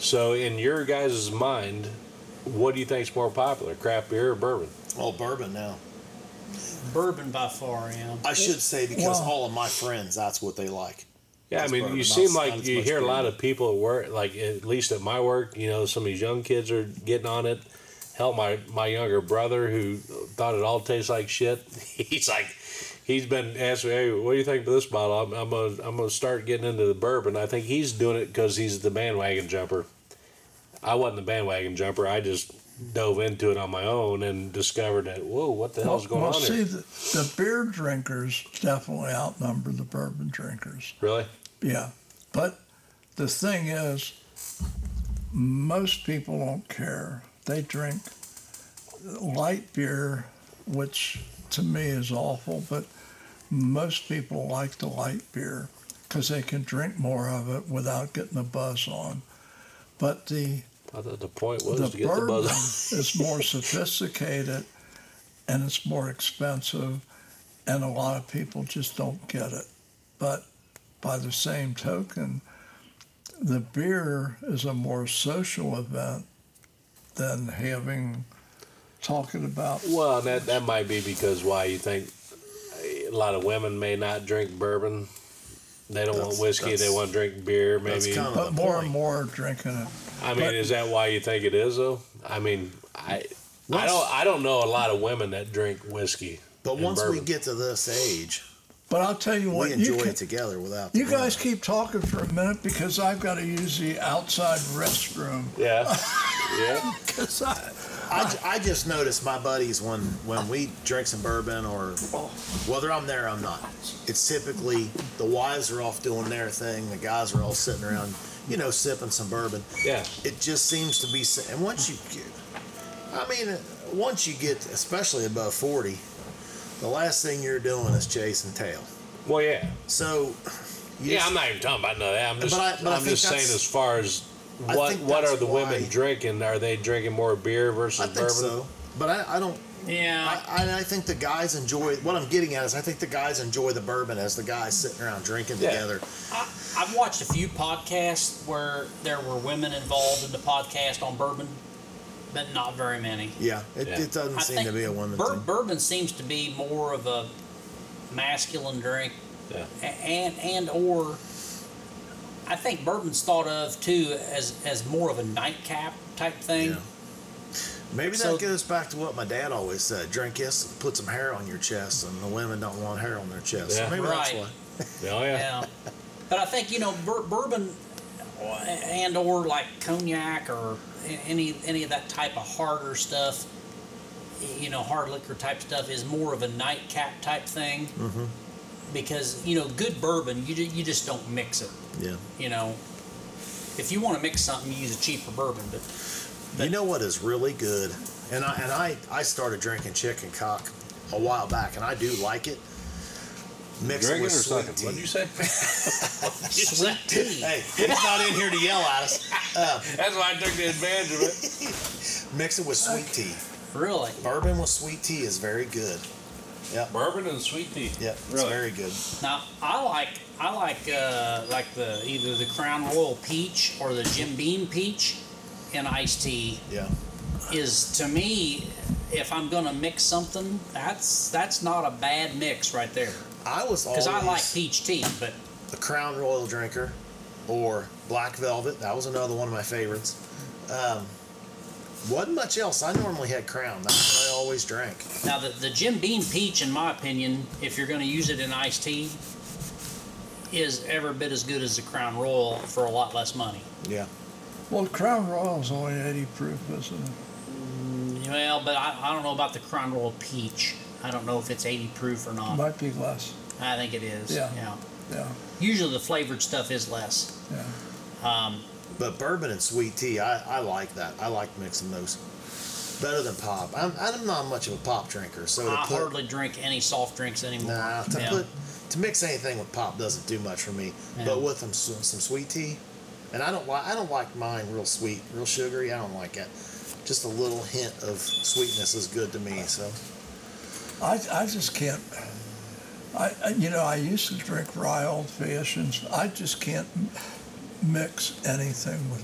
[SPEAKER 5] So, in your guys' mind, what do you think's more popular, craft beer or bourbon?
[SPEAKER 2] Well, bourbon now.
[SPEAKER 4] Bourbon by far, yeah.
[SPEAKER 2] I should say because
[SPEAKER 1] Well-
[SPEAKER 2] all of my friends, that's what they like.
[SPEAKER 5] Yeah, I
[SPEAKER 2] That's
[SPEAKER 5] mean,
[SPEAKER 2] bourbon,
[SPEAKER 5] you
[SPEAKER 2] not
[SPEAKER 5] seem
[SPEAKER 2] as- not
[SPEAKER 5] like
[SPEAKER 2] as
[SPEAKER 5] you
[SPEAKER 2] much
[SPEAKER 5] hear a lot
[SPEAKER 2] bourbon.
[SPEAKER 5] of people at work, like at least at my work, you know, some of these young kids are getting on it. Hell, my, my younger brother who thought it all tastes like shit, he's like, he's been asking, hey, what do you think of this bottle? I'm, I'm going to I'm gonna start getting into the bourbon. I think he's doing it because he's the bandwagon jumper. I wasn't the bandwagon jumper. I just dove into it on my own and discovered that, whoa, what the hell's going
[SPEAKER 1] well,
[SPEAKER 5] on
[SPEAKER 1] see,
[SPEAKER 5] here?
[SPEAKER 1] The, the beer drinkers definitely outnumber the bourbon drinkers.
[SPEAKER 5] Really?
[SPEAKER 1] Yeah, but the thing is, most people don't care. They drink light beer, which to me is awful, but most people like the light beer because they can drink more of it without getting a buzz on. But the
[SPEAKER 5] I thought the point was to
[SPEAKER 1] the
[SPEAKER 5] get the
[SPEAKER 1] bourbon
[SPEAKER 5] buzz.
[SPEAKER 1] is more sophisticated and it's more expensive, and a lot of people just don't get it. But by the same token, the beer is a more social event than having talking about
[SPEAKER 5] Well, that that might be because why you think a lot of women may not drink bourbon. They don't want
[SPEAKER 2] That's-
[SPEAKER 5] whiskey. They
[SPEAKER 2] that's-
[SPEAKER 5] want to drink beer.
[SPEAKER 2] that's
[SPEAKER 5] Maybe.
[SPEAKER 2] kinda-
[SPEAKER 1] but
[SPEAKER 2] the
[SPEAKER 1] more
[SPEAKER 2] point.
[SPEAKER 1] and more drinking it.
[SPEAKER 5] I mean,
[SPEAKER 1] but-
[SPEAKER 5] is that why you think it is though? I mean, I. I
[SPEAKER 2] Once-
[SPEAKER 5] don't. I don't know a lot of women that drink whiskey.
[SPEAKER 2] But
[SPEAKER 5] and
[SPEAKER 2] once we
[SPEAKER 5] bourbon.
[SPEAKER 2] get to this age,
[SPEAKER 1] But I'll tell you what,
[SPEAKER 2] we
[SPEAKER 1] you,
[SPEAKER 2] enjoy
[SPEAKER 1] can-
[SPEAKER 2] it together without. the
[SPEAKER 1] you guys
[SPEAKER 2] women.
[SPEAKER 1] keep talking for a minute because I've got to use the outside restroom
[SPEAKER 5] yeah, yeah.
[SPEAKER 1] because I,
[SPEAKER 2] I, ju- I just noticed my buddies when when we drink some bourbon or whether I'm there I'm not. It's typically the wives are off doing their thing, the guys are all sitting around, you know, sipping some bourbon.
[SPEAKER 5] Yeah.
[SPEAKER 2] It just seems to be. s- And once you, get, I mean, uh, once you get especially above forty, the last thing you're doing is chasing tail.
[SPEAKER 5] Well, yeah.
[SPEAKER 2] So, you
[SPEAKER 5] Yeah,
[SPEAKER 2] just-
[SPEAKER 5] I'm not even talking about none of that. I'm just,
[SPEAKER 2] But I- but I
[SPEAKER 5] am
[SPEAKER 2] think
[SPEAKER 5] just saying
[SPEAKER 2] that's-
[SPEAKER 5] as far as
[SPEAKER 2] I
[SPEAKER 5] what
[SPEAKER 2] think
[SPEAKER 5] what
[SPEAKER 2] that's
[SPEAKER 5] are the women
[SPEAKER 2] why-
[SPEAKER 5] drinking? Are they drinking more beer versus
[SPEAKER 2] I think
[SPEAKER 5] bourbon?
[SPEAKER 2] so. But I, I don't.
[SPEAKER 4] Yeah.
[SPEAKER 2] I, I- I think the guys enjoy what I'm getting at is I think the guys enjoy the bourbon as the guys sitting around drinking
[SPEAKER 5] Yeah.
[SPEAKER 2] together.
[SPEAKER 4] I, I've watched a few podcasts where there were women involved in the podcast on bourbon, but not very many.
[SPEAKER 2] Yeah, it,
[SPEAKER 5] Yeah.
[SPEAKER 2] it doesn't
[SPEAKER 4] I
[SPEAKER 2] seem
[SPEAKER 4] think
[SPEAKER 2] to be a woman
[SPEAKER 4] bur-
[SPEAKER 2] thing.
[SPEAKER 4] bourbon seems to be more of a masculine drink,
[SPEAKER 5] Yeah.
[SPEAKER 4] a- and and or I think bourbon's thought of too as as more of a nightcap type thing.
[SPEAKER 2] Yeah. Maybe
[SPEAKER 4] so-
[SPEAKER 2] that goes back to what my dad always said: drink this, put some hair on your chest, and the women don't want hair on their chest.
[SPEAKER 5] Yeah.
[SPEAKER 2] Maybe that's
[SPEAKER 4] Right.
[SPEAKER 2] why.
[SPEAKER 5] Oh yeah.
[SPEAKER 4] Yeah, but I think you know bur- bourbon and or like cognac or a- any any of that type of harder stuff, you know, hard liquor type stuff is more of a nightcap type thing. Because you know, good bourbon, you ju- you just don't mix it.
[SPEAKER 2] Yeah.
[SPEAKER 4] You know, if you want to mix something, you use a cheaper bourbon. But
[SPEAKER 2] You know what is really good, and I and I I started drinking chicken cock a while back, and I do like it. Mixed
[SPEAKER 5] Drinking or
[SPEAKER 2] with sweet
[SPEAKER 5] sucking?
[SPEAKER 2] tea.
[SPEAKER 5] What'd you say?
[SPEAKER 4] sweet tea,
[SPEAKER 2] Hey, he's not in here to yell at us.
[SPEAKER 5] That's why I took the advantage of it.
[SPEAKER 2] Mix it with sweet tea.
[SPEAKER 4] really?
[SPEAKER 2] Bourbon with sweet tea is very good.
[SPEAKER 5] Bourbon and sweet tea.
[SPEAKER 2] Yeah,
[SPEAKER 5] Really?
[SPEAKER 2] it's very good.
[SPEAKER 4] Now I like I like uh, like the either the Crown Royal Peach or the Jim Beam Peach in iced tea
[SPEAKER 2] Yeah.
[SPEAKER 4] is to me if I'm gonna mix something that's that's not a bad mix right there
[SPEAKER 2] I was always
[SPEAKER 4] because I like peach tea but
[SPEAKER 2] a Crown Royal drinker or Black Velvet. That was another one of my favorites. Um, wasn't much else. I normally had Crown. That's what I always drank.
[SPEAKER 4] now the the Jim Beam Peach in my opinion if you're gonna use it in iced tea is every bit as good as the Crown Royal for a lot less money.
[SPEAKER 2] Yeah.
[SPEAKER 1] well, Crown Royal's only 80 proof, isn't it?
[SPEAKER 4] Well, but I, I don't know about the Crown Royal Peach. I don't know if it's 80 proof or not.
[SPEAKER 1] Might be less.
[SPEAKER 4] I think it is.
[SPEAKER 1] Yeah.
[SPEAKER 4] yeah.
[SPEAKER 1] Yeah,
[SPEAKER 4] Usually the flavored stuff is less.
[SPEAKER 1] yeah.
[SPEAKER 2] But bourbon and sweet tea, I, I like that. I like mixing those. Better than pop. I'm, I'm not much of a pop drinker, so to
[SPEAKER 4] I
[SPEAKER 2] put,
[SPEAKER 4] hardly drink any soft drinks anymore.
[SPEAKER 2] nah, to
[SPEAKER 4] Yeah.
[SPEAKER 2] put to mix anything with pop doesn't do much for me.
[SPEAKER 4] Yeah.
[SPEAKER 2] But with them, some, some sweet tea, and I don't like I don't like mine real sweet, real sugary. I don't like it. Just a little hint of sweetness is good to me. So
[SPEAKER 1] I, I just can't. I, I- you know, I used to drink rye old fashions. I just can't m- mix anything with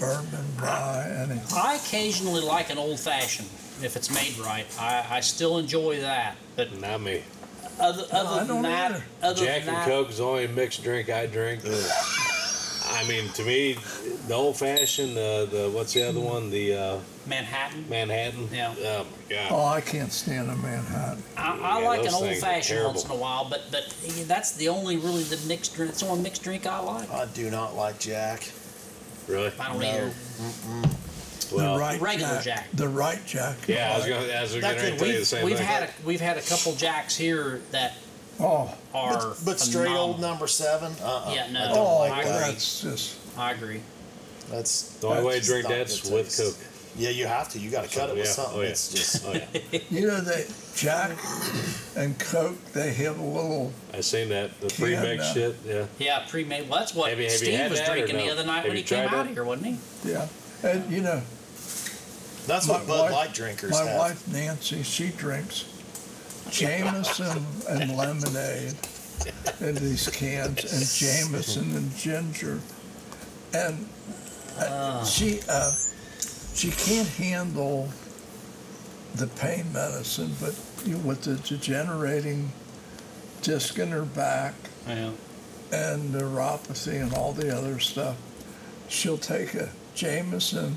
[SPEAKER 1] bourbon, rye, anything.
[SPEAKER 4] I occasionally like an old fashioned if it's made right. I, I still enjoy that. But
[SPEAKER 5] Not me.
[SPEAKER 4] other,
[SPEAKER 1] I
[SPEAKER 4] other
[SPEAKER 1] don't
[SPEAKER 4] than that,
[SPEAKER 1] either.
[SPEAKER 4] other
[SPEAKER 5] Jack
[SPEAKER 4] than
[SPEAKER 5] and
[SPEAKER 4] that,
[SPEAKER 5] Coke is the only mixed drink I drink. I mean, to me, the old fashioned, uh, the what's the other one? The uh,
[SPEAKER 4] Manhattan.
[SPEAKER 5] Manhattan.
[SPEAKER 4] Yeah.
[SPEAKER 5] Oh my god.
[SPEAKER 1] Oh, I can't stand a Manhattan.
[SPEAKER 4] I, I
[SPEAKER 5] Yeah,
[SPEAKER 4] like
[SPEAKER 5] those
[SPEAKER 4] an old
[SPEAKER 5] things are
[SPEAKER 4] fashioned once in a
[SPEAKER 5] terrible.
[SPEAKER 4] while, but but that's the only really the mixed drink. It's the only mixed drink I like.
[SPEAKER 2] I do not like Jack.
[SPEAKER 5] Really?
[SPEAKER 4] I don't
[SPEAKER 2] No.
[SPEAKER 4] either.
[SPEAKER 5] Well,
[SPEAKER 1] the right
[SPEAKER 4] regular
[SPEAKER 1] jack,
[SPEAKER 4] Jack.
[SPEAKER 1] The right jack.
[SPEAKER 5] Yeah, I was gonna. I was gonna
[SPEAKER 2] That's
[SPEAKER 5] tell
[SPEAKER 2] what
[SPEAKER 5] you the
[SPEAKER 2] we've-
[SPEAKER 5] same
[SPEAKER 4] We've
[SPEAKER 5] thing.
[SPEAKER 4] had a, we've had a couple jacks here that
[SPEAKER 1] Oh,
[SPEAKER 4] are
[SPEAKER 2] But, but straight old
[SPEAKER 4] phenomenal.
[SPEAKER 2] number seven. Uh. uh
[SPEAKER 4] Yeah, no.
[SPEAKER 2] I don't
[SPEAKER 1] oh,
[SPEAKER 2] like that.
[SPEAKER 1] that's just.
[SPEAKER 4] I agree.
[SPEAKER 2] That's
[SPEAKER 5] the only way to
[SPEAKER 2] that's
[SPEAKER 5] drink
[SPEAKER 2] not
[SPEAKER 5] that's
[SPEAKER 2] good
[SPEAKER 5] with
[SPEAKER 2] taste.
[SPEAKER 5] Coke.
[SPEAKER 2] Yeah, you have to. You got to cut it with
[SPEAKER 5] yeah.
[SPEAKER 2] something.
[SPEAKER 5] Oh, yeah.
[SPEAKER 2] It's just
[SPEAKER 5] Oh, yeah.
[SPEAKER 1] You know, they, Jack and Coke, they have a little,
[SPEAKER 5] I seen that the pre-mix
[SPEAKER 1] Yeah.
[SPEAKER 5] shit. Yeah.
[SPEAKER 4] Yeah, pre-made. Well, that's what
[SPEAKER 5] Have you- have you
[SPEAKER 4] Steve
[SPEAKER 5] had
[SPEAKER 4] was
[SPEAKER 5] that or
[SPEAKER 4] drinking
[SPEAKER 5] no?
[SPEAKER 4] the other night
[SPEAKER 5] Have
[SPEAKER 4] when
[SPEAKER 5] you
[SPEAKER 4] he came
[SPEAKER 5] tried
[SPEAKER 4] out
[SPEAKER 5] that?
[SPEAKER 4] here, wasn't he?
[SPEAKER 1] yeah. And, you know,
[SPEAKER 2] that's
[SPEAKER 1] My
[SPEAKER 2] what Bud
[SPEAKER 1] wife-
[SPEAKER 2] Light drinkers
[SPEAKER 1] my
[SPEAKER 2] have.
[SPEAKER 1] wife Nancy, she drinks Jameson and lemonade in these cans, and Jameson and ginger, and uh, she uh, she can't handle the pain medicine, but you know, with the degenerating disc in her back
[SPEAKER 4] Yeah.
[SPEAKER 1] and neuropathy and all the other stuff, she'll take a Jameson,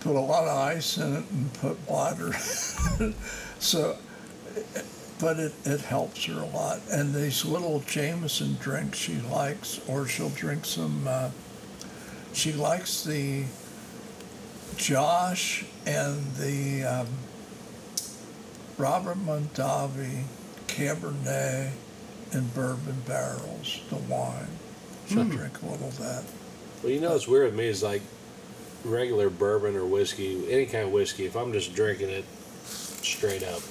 [SPEAKER 1] put a lot of ice in it, and put water. so, but it, it helps her a lot. And these little Jameson drinks she likes, or she'll drink some, uh, she likes the Josh and the um, Robert Mondavi Cabernet in bourbon barrels, the wine. She'll
[SPEAKER 5] Hmm.
[SPEAKER 1] drink a little of that.
[SPEAKER 5] Well, you know what's weird with me is like regular bourbon or whiskey, any kind of whiskey. If I'm just drinking it straight up,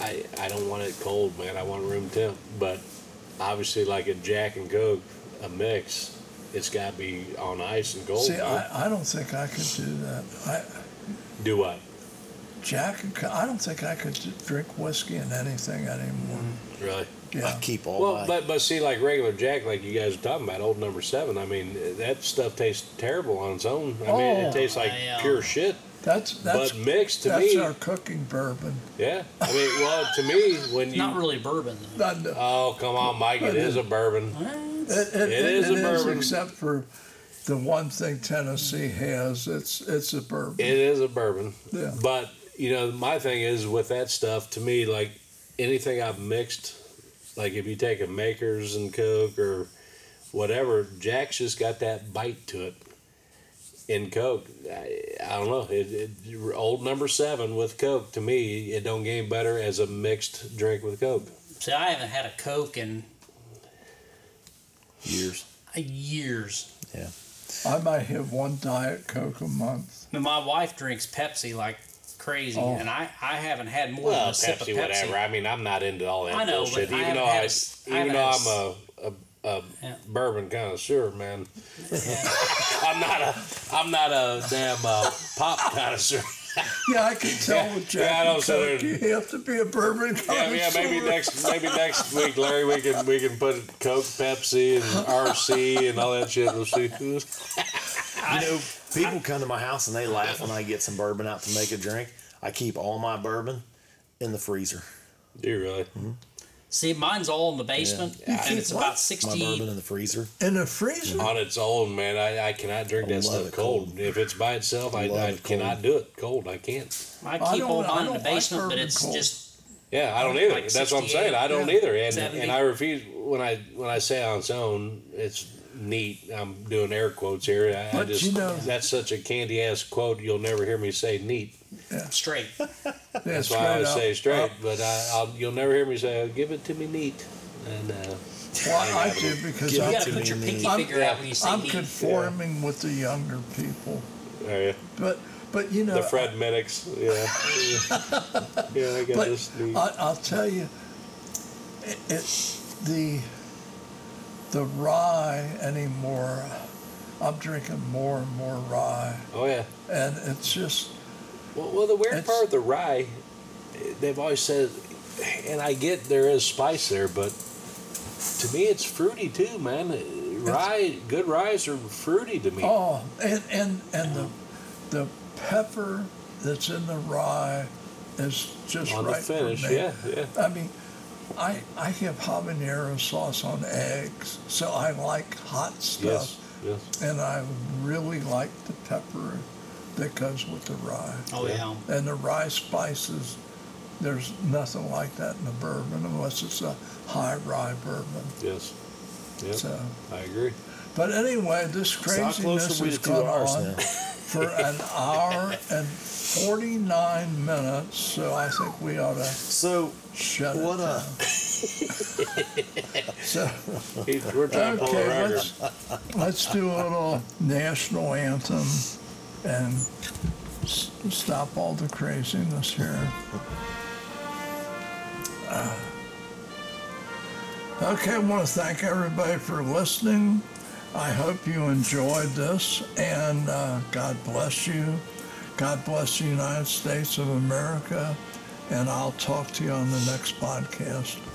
[SPEAKER 5] I I don't want it cold, man. I want room temp. But obviously, like a Jack and Coke, a mix, it's got to be on ice and cold.
[SPEAKER 1] See,
[SPEAKER 5] man.
[SPEAKER 1] I, I don't think I could do that. I,
[SPEAKER 5] Do what?
[SPEAKER 1] Jack, and Co- I don't think I could d- drink whiskey and anything anymore.
[SPEAKER 5] Hmm. Really?
[SPEAKER 1] Yeah.
[SPEAKER 2] I keep all
[SPEAKER 5] well,
[SPEAKER 2] my.
[SPEAKER 5] but but see, like regular Jack, like you guys are talking about, old number seven. I mean, that stuff tastes terrible on its own. I mean,
[SPEAKER 1] Oh.
[SPEAKER 5] it tastes like
[SPEAKER 4] Yeah.
[SPEAKER 5] pure shit.
[SPEAKER 1] That's that's
[SPEAKER 5] but mixed to
[SPEAKER 1] that's
[SPEAKER 5] me,
[SPEAKER 1] our cooking bourbon.
[SPEAKER 5] yeah. I mean, well, to me, when you
[SPEAKER 4] Not really bourbon though.
[SPEAKER 1] Not the-
[SPEAKER 5] Oh, come on, Mike. It is a bourbon.
[SPEAKER 1] It,
[SPEAKER 5] It is a bourbon.
[SPEAKER 1] except for the one thing Tennessee has. It's it's a bourbon.
[SPEAKER 5] It is a bourbon.
[SPEAKER 1] Yeah.
[SPEAKER 5] But, you know, my thing is with that stuff, to me, like anything I've mixed, like if you take a Maker's and Coke or whatever, Jack's just got that bite to it. In Coke, I, I don't know. It, it, old number seven with Coke, to me, it don't get any better as a mixed drink with Coke.
[SPEAKER 4] See, I haven't had a Coke in
[SPEAKER 2] years.
[SPEAKER 4] years.
[SPEAKER 1] I might have one diet coke a month.
[SPEAKER 4] I mean, my wife drinks Pepsi like crazy,
[SPEAKER 1] Oh.
[SPEAKER 4] and I, I haven't had more than
[SPEAKER 5] Well,
[SPEAKER 4] a sip of
[SPEAKER 5] Pepsi,
[SPEAKER 4] Pepsi.
[SPEAKER 5] whatever. I mean, I'm not into all that
[SPEAKER 4] I know,
[SPEAKER 5] bullshit.
[SPEAKER 4] but I
[SPEAKER 5] even
[SPEAKER 4] haven't
[SPEAKER 5] though
[SPEAKER 4] had
[SPEAKER 5] I,
[SPEAKER 4] a s- I haven't
[SPEAKER 5] even though
[SPEAKER 4] had a
[SPEAKER 5] I'm a, a, a
[SPEAKER 4] Yeah.
[SPEAKER 5] bourbon connoisseur, man. I'm not a I'm not a damn uh, pop connoisseur.
[SPEAKER 1] Yeah, I can tell with
[SPEAKER 5] Yeah, I
[SPEAKER 1] Jack
[SPEAKER 5] know,
[SPEAKER 1] and
[SPEAKER 5] so
[SPEAKER 1] Coke,
[SPEAKER 5] there's-
[SPEAKER 1] you have to be a bourbon
[SPEAKER 5] yeah, yeah. Maybe
[SPEAKER 1] connoisseur.
[SPEAKER 5] next maybe next week, Larry, we can we can put Coke, Pepsi, and RC and all that shit. We'll see who's.
[SPEAKER 2] You know, people come to my house and they laugh when I get some bourbon out to make a drink. I keep all my bourbon in the freezer.
[SPEAKER 5] Do you really?
[SPEAKER 4] Mm-hmm. See, mine's all in the basement, and it's
[SPEAKER 1] What?
[SPEAKER 4] about
[SPEAKER 2] My bourbon
[SPEAKER 4] sixty.
[SPEAKER 2] in the freezer.
[SPEAKER 1] in a freezer.
[SPEAKER 5] On its own, man. I, I cannot drink
[SPEAKER 2] I
[SPEAKER 5] that
[SPEAKER 2] love
[SPEAKER 5] stuff
[SPEAKER 2] it
[SPEAKER 5] cold.
[SPEAKER 2] cold.
[SPEAKER 5] If it's by itself, I,
[SPEAKER 2] Love
[SPEAKER 5] I
[SPEAKER 2] it cold.
[SPEAKER 5] cannot do it cold. I can't.
[SPEAKER 4] I
[SPEAKER 1] I
[SPEAKER 4] keep
[SPEAKER 1] don't-
[SPEAKER 4] all
[SPEAKER 1] I
[SPEAKER 4] mine in the
[SPEAKER 1] don't like
[SPEAKER 4] basement, but
[SPEAKER 1] bourbon
[SPEAKER 4] it's
[SPEAKER 1] cold.
[SPEAKER 4] just
[SPEAKER 5] Yeah, I don't either.
[SPEAKER 4] Like
[SPEAKER 5] That's what I'm
[SPEAKER 4] 68,
[SPEAKER 5] saying. I don't either, and
[SPEAKER 4] 70.
[SPEAKER 5] and I refuse when I when I say on its own, it's neat. I'm doing air quotes here. I, I
[SPEAKER 1] But
[SPEAKER 5] just
[SPEAKER 1] you know-
[SPEAKER 5] that's such a candy ass quote. You'll never hear me say neat.
[SPEAKER 4] straight.
[SPEAKER 5] That's why I always say straight. But I, I'll, you'll never hear me say oh, give it to me neat. And uh,
[SPEAKER 1] Well, I do because
[SPEAKER 2] Give
[SPEAKER 4] You
[SPEAKER 2] it
[SPEAKER 1] I'm,
[SPEAKER 4] got to
[SPEAKER 2] to
[SPEAKER 4] put
[SPEAKER 2] me,
[SPEAKER 4] your
[SPEAKER 2] me.
[SPEAKER 4] pinky
[SPEAKER 1] I'm-
[SPEAKER 4] figure out when you say
[SPEAKER 1] I'm
[SPEAKER 4] me.
[SPEAKER 1] conforming with the younger people.
[SPEAKER 5] oh, yeah.
[SPEAKER 1] But but you know,
[SPEAKER 5] the Fred Minix. Yeah, yeah. I got
[SPEAKER 1] but
[SPEAKER 5] this neat.
[SPEAKER 1] I, I'll tell you, it, it the the rye anymore. I'm drinking more and more rye,
[SPEAKER 5] oh yeah.
[SPEAKER 1] and it's just
[SPEAKER 5] Well, well the weird
[SPEAKER 1] It's-
[SPEAKER 5] part of the rye, they've always said, and I get there is spice there, but to me it's fruity too, man. Rye, good ryes are fruity to me.
[SPEAKER 1] oh, and and and the the pepper that's in the rye is just
[SPEAKER 5] on
[SPEAKER 1] right
[SPEAKER 5] the finish,
[SPEAKER 1] for me.
[SPEAKER 5] yeah, yeah.
[SPEAKER 1] I mean, I I have habanero sauce on eggs, so I like hot
[SPEAKER 5] Yes,
[SPEAKER 1] stuff,
[SPEAKER 5] yes.
[SPEAKER 1] and I really like the pepper that goes with the rye
[SPEAKER 4] Oh yeah.
[SPEAKER 1] and the rye spices. There's nothing like that in a bourbon unless it's a high rye bourbon.
[SPEAKER 5] Yes. Yep.
[SPEAKER 1] So,
[SPEAKER 5] I agree.
[SPEAKER 1] but anyway, this
[SPEAKER 2] So how close
[SPEAKER 1] craziness
[SPEAKER 2] are we
[SPEAKER 1] has
[SPEAKER 2] to two
[SPEAKER 1] gone
[SPEAKER 2] hours
[SPEAKER 1] on
[SPEAKER 2] now?
[SPEAKER 1] for an hour and 49 minutes, so I think we ought to
[SPEAKER 2] So
[SPEAKER 1] shut
[SPEAKER 2] what
[SPEAKER 1] it
[SPEAKER 2] uh
[SPEAKER 1] down. So,
[SPEAKER 5] He- We're trying to pull a
[SPEAKER 1] Okay,
[SPEAKER 5] record.
[SPEAKER 1] let's, let's do a little national anthem. and s- stop all the craziness here. Uh, okay, I want to thank everybody for listening. I hope you enjoyed this, and uh, God bless you. God bless the United States of America, and I'll talk to you on the next podcast.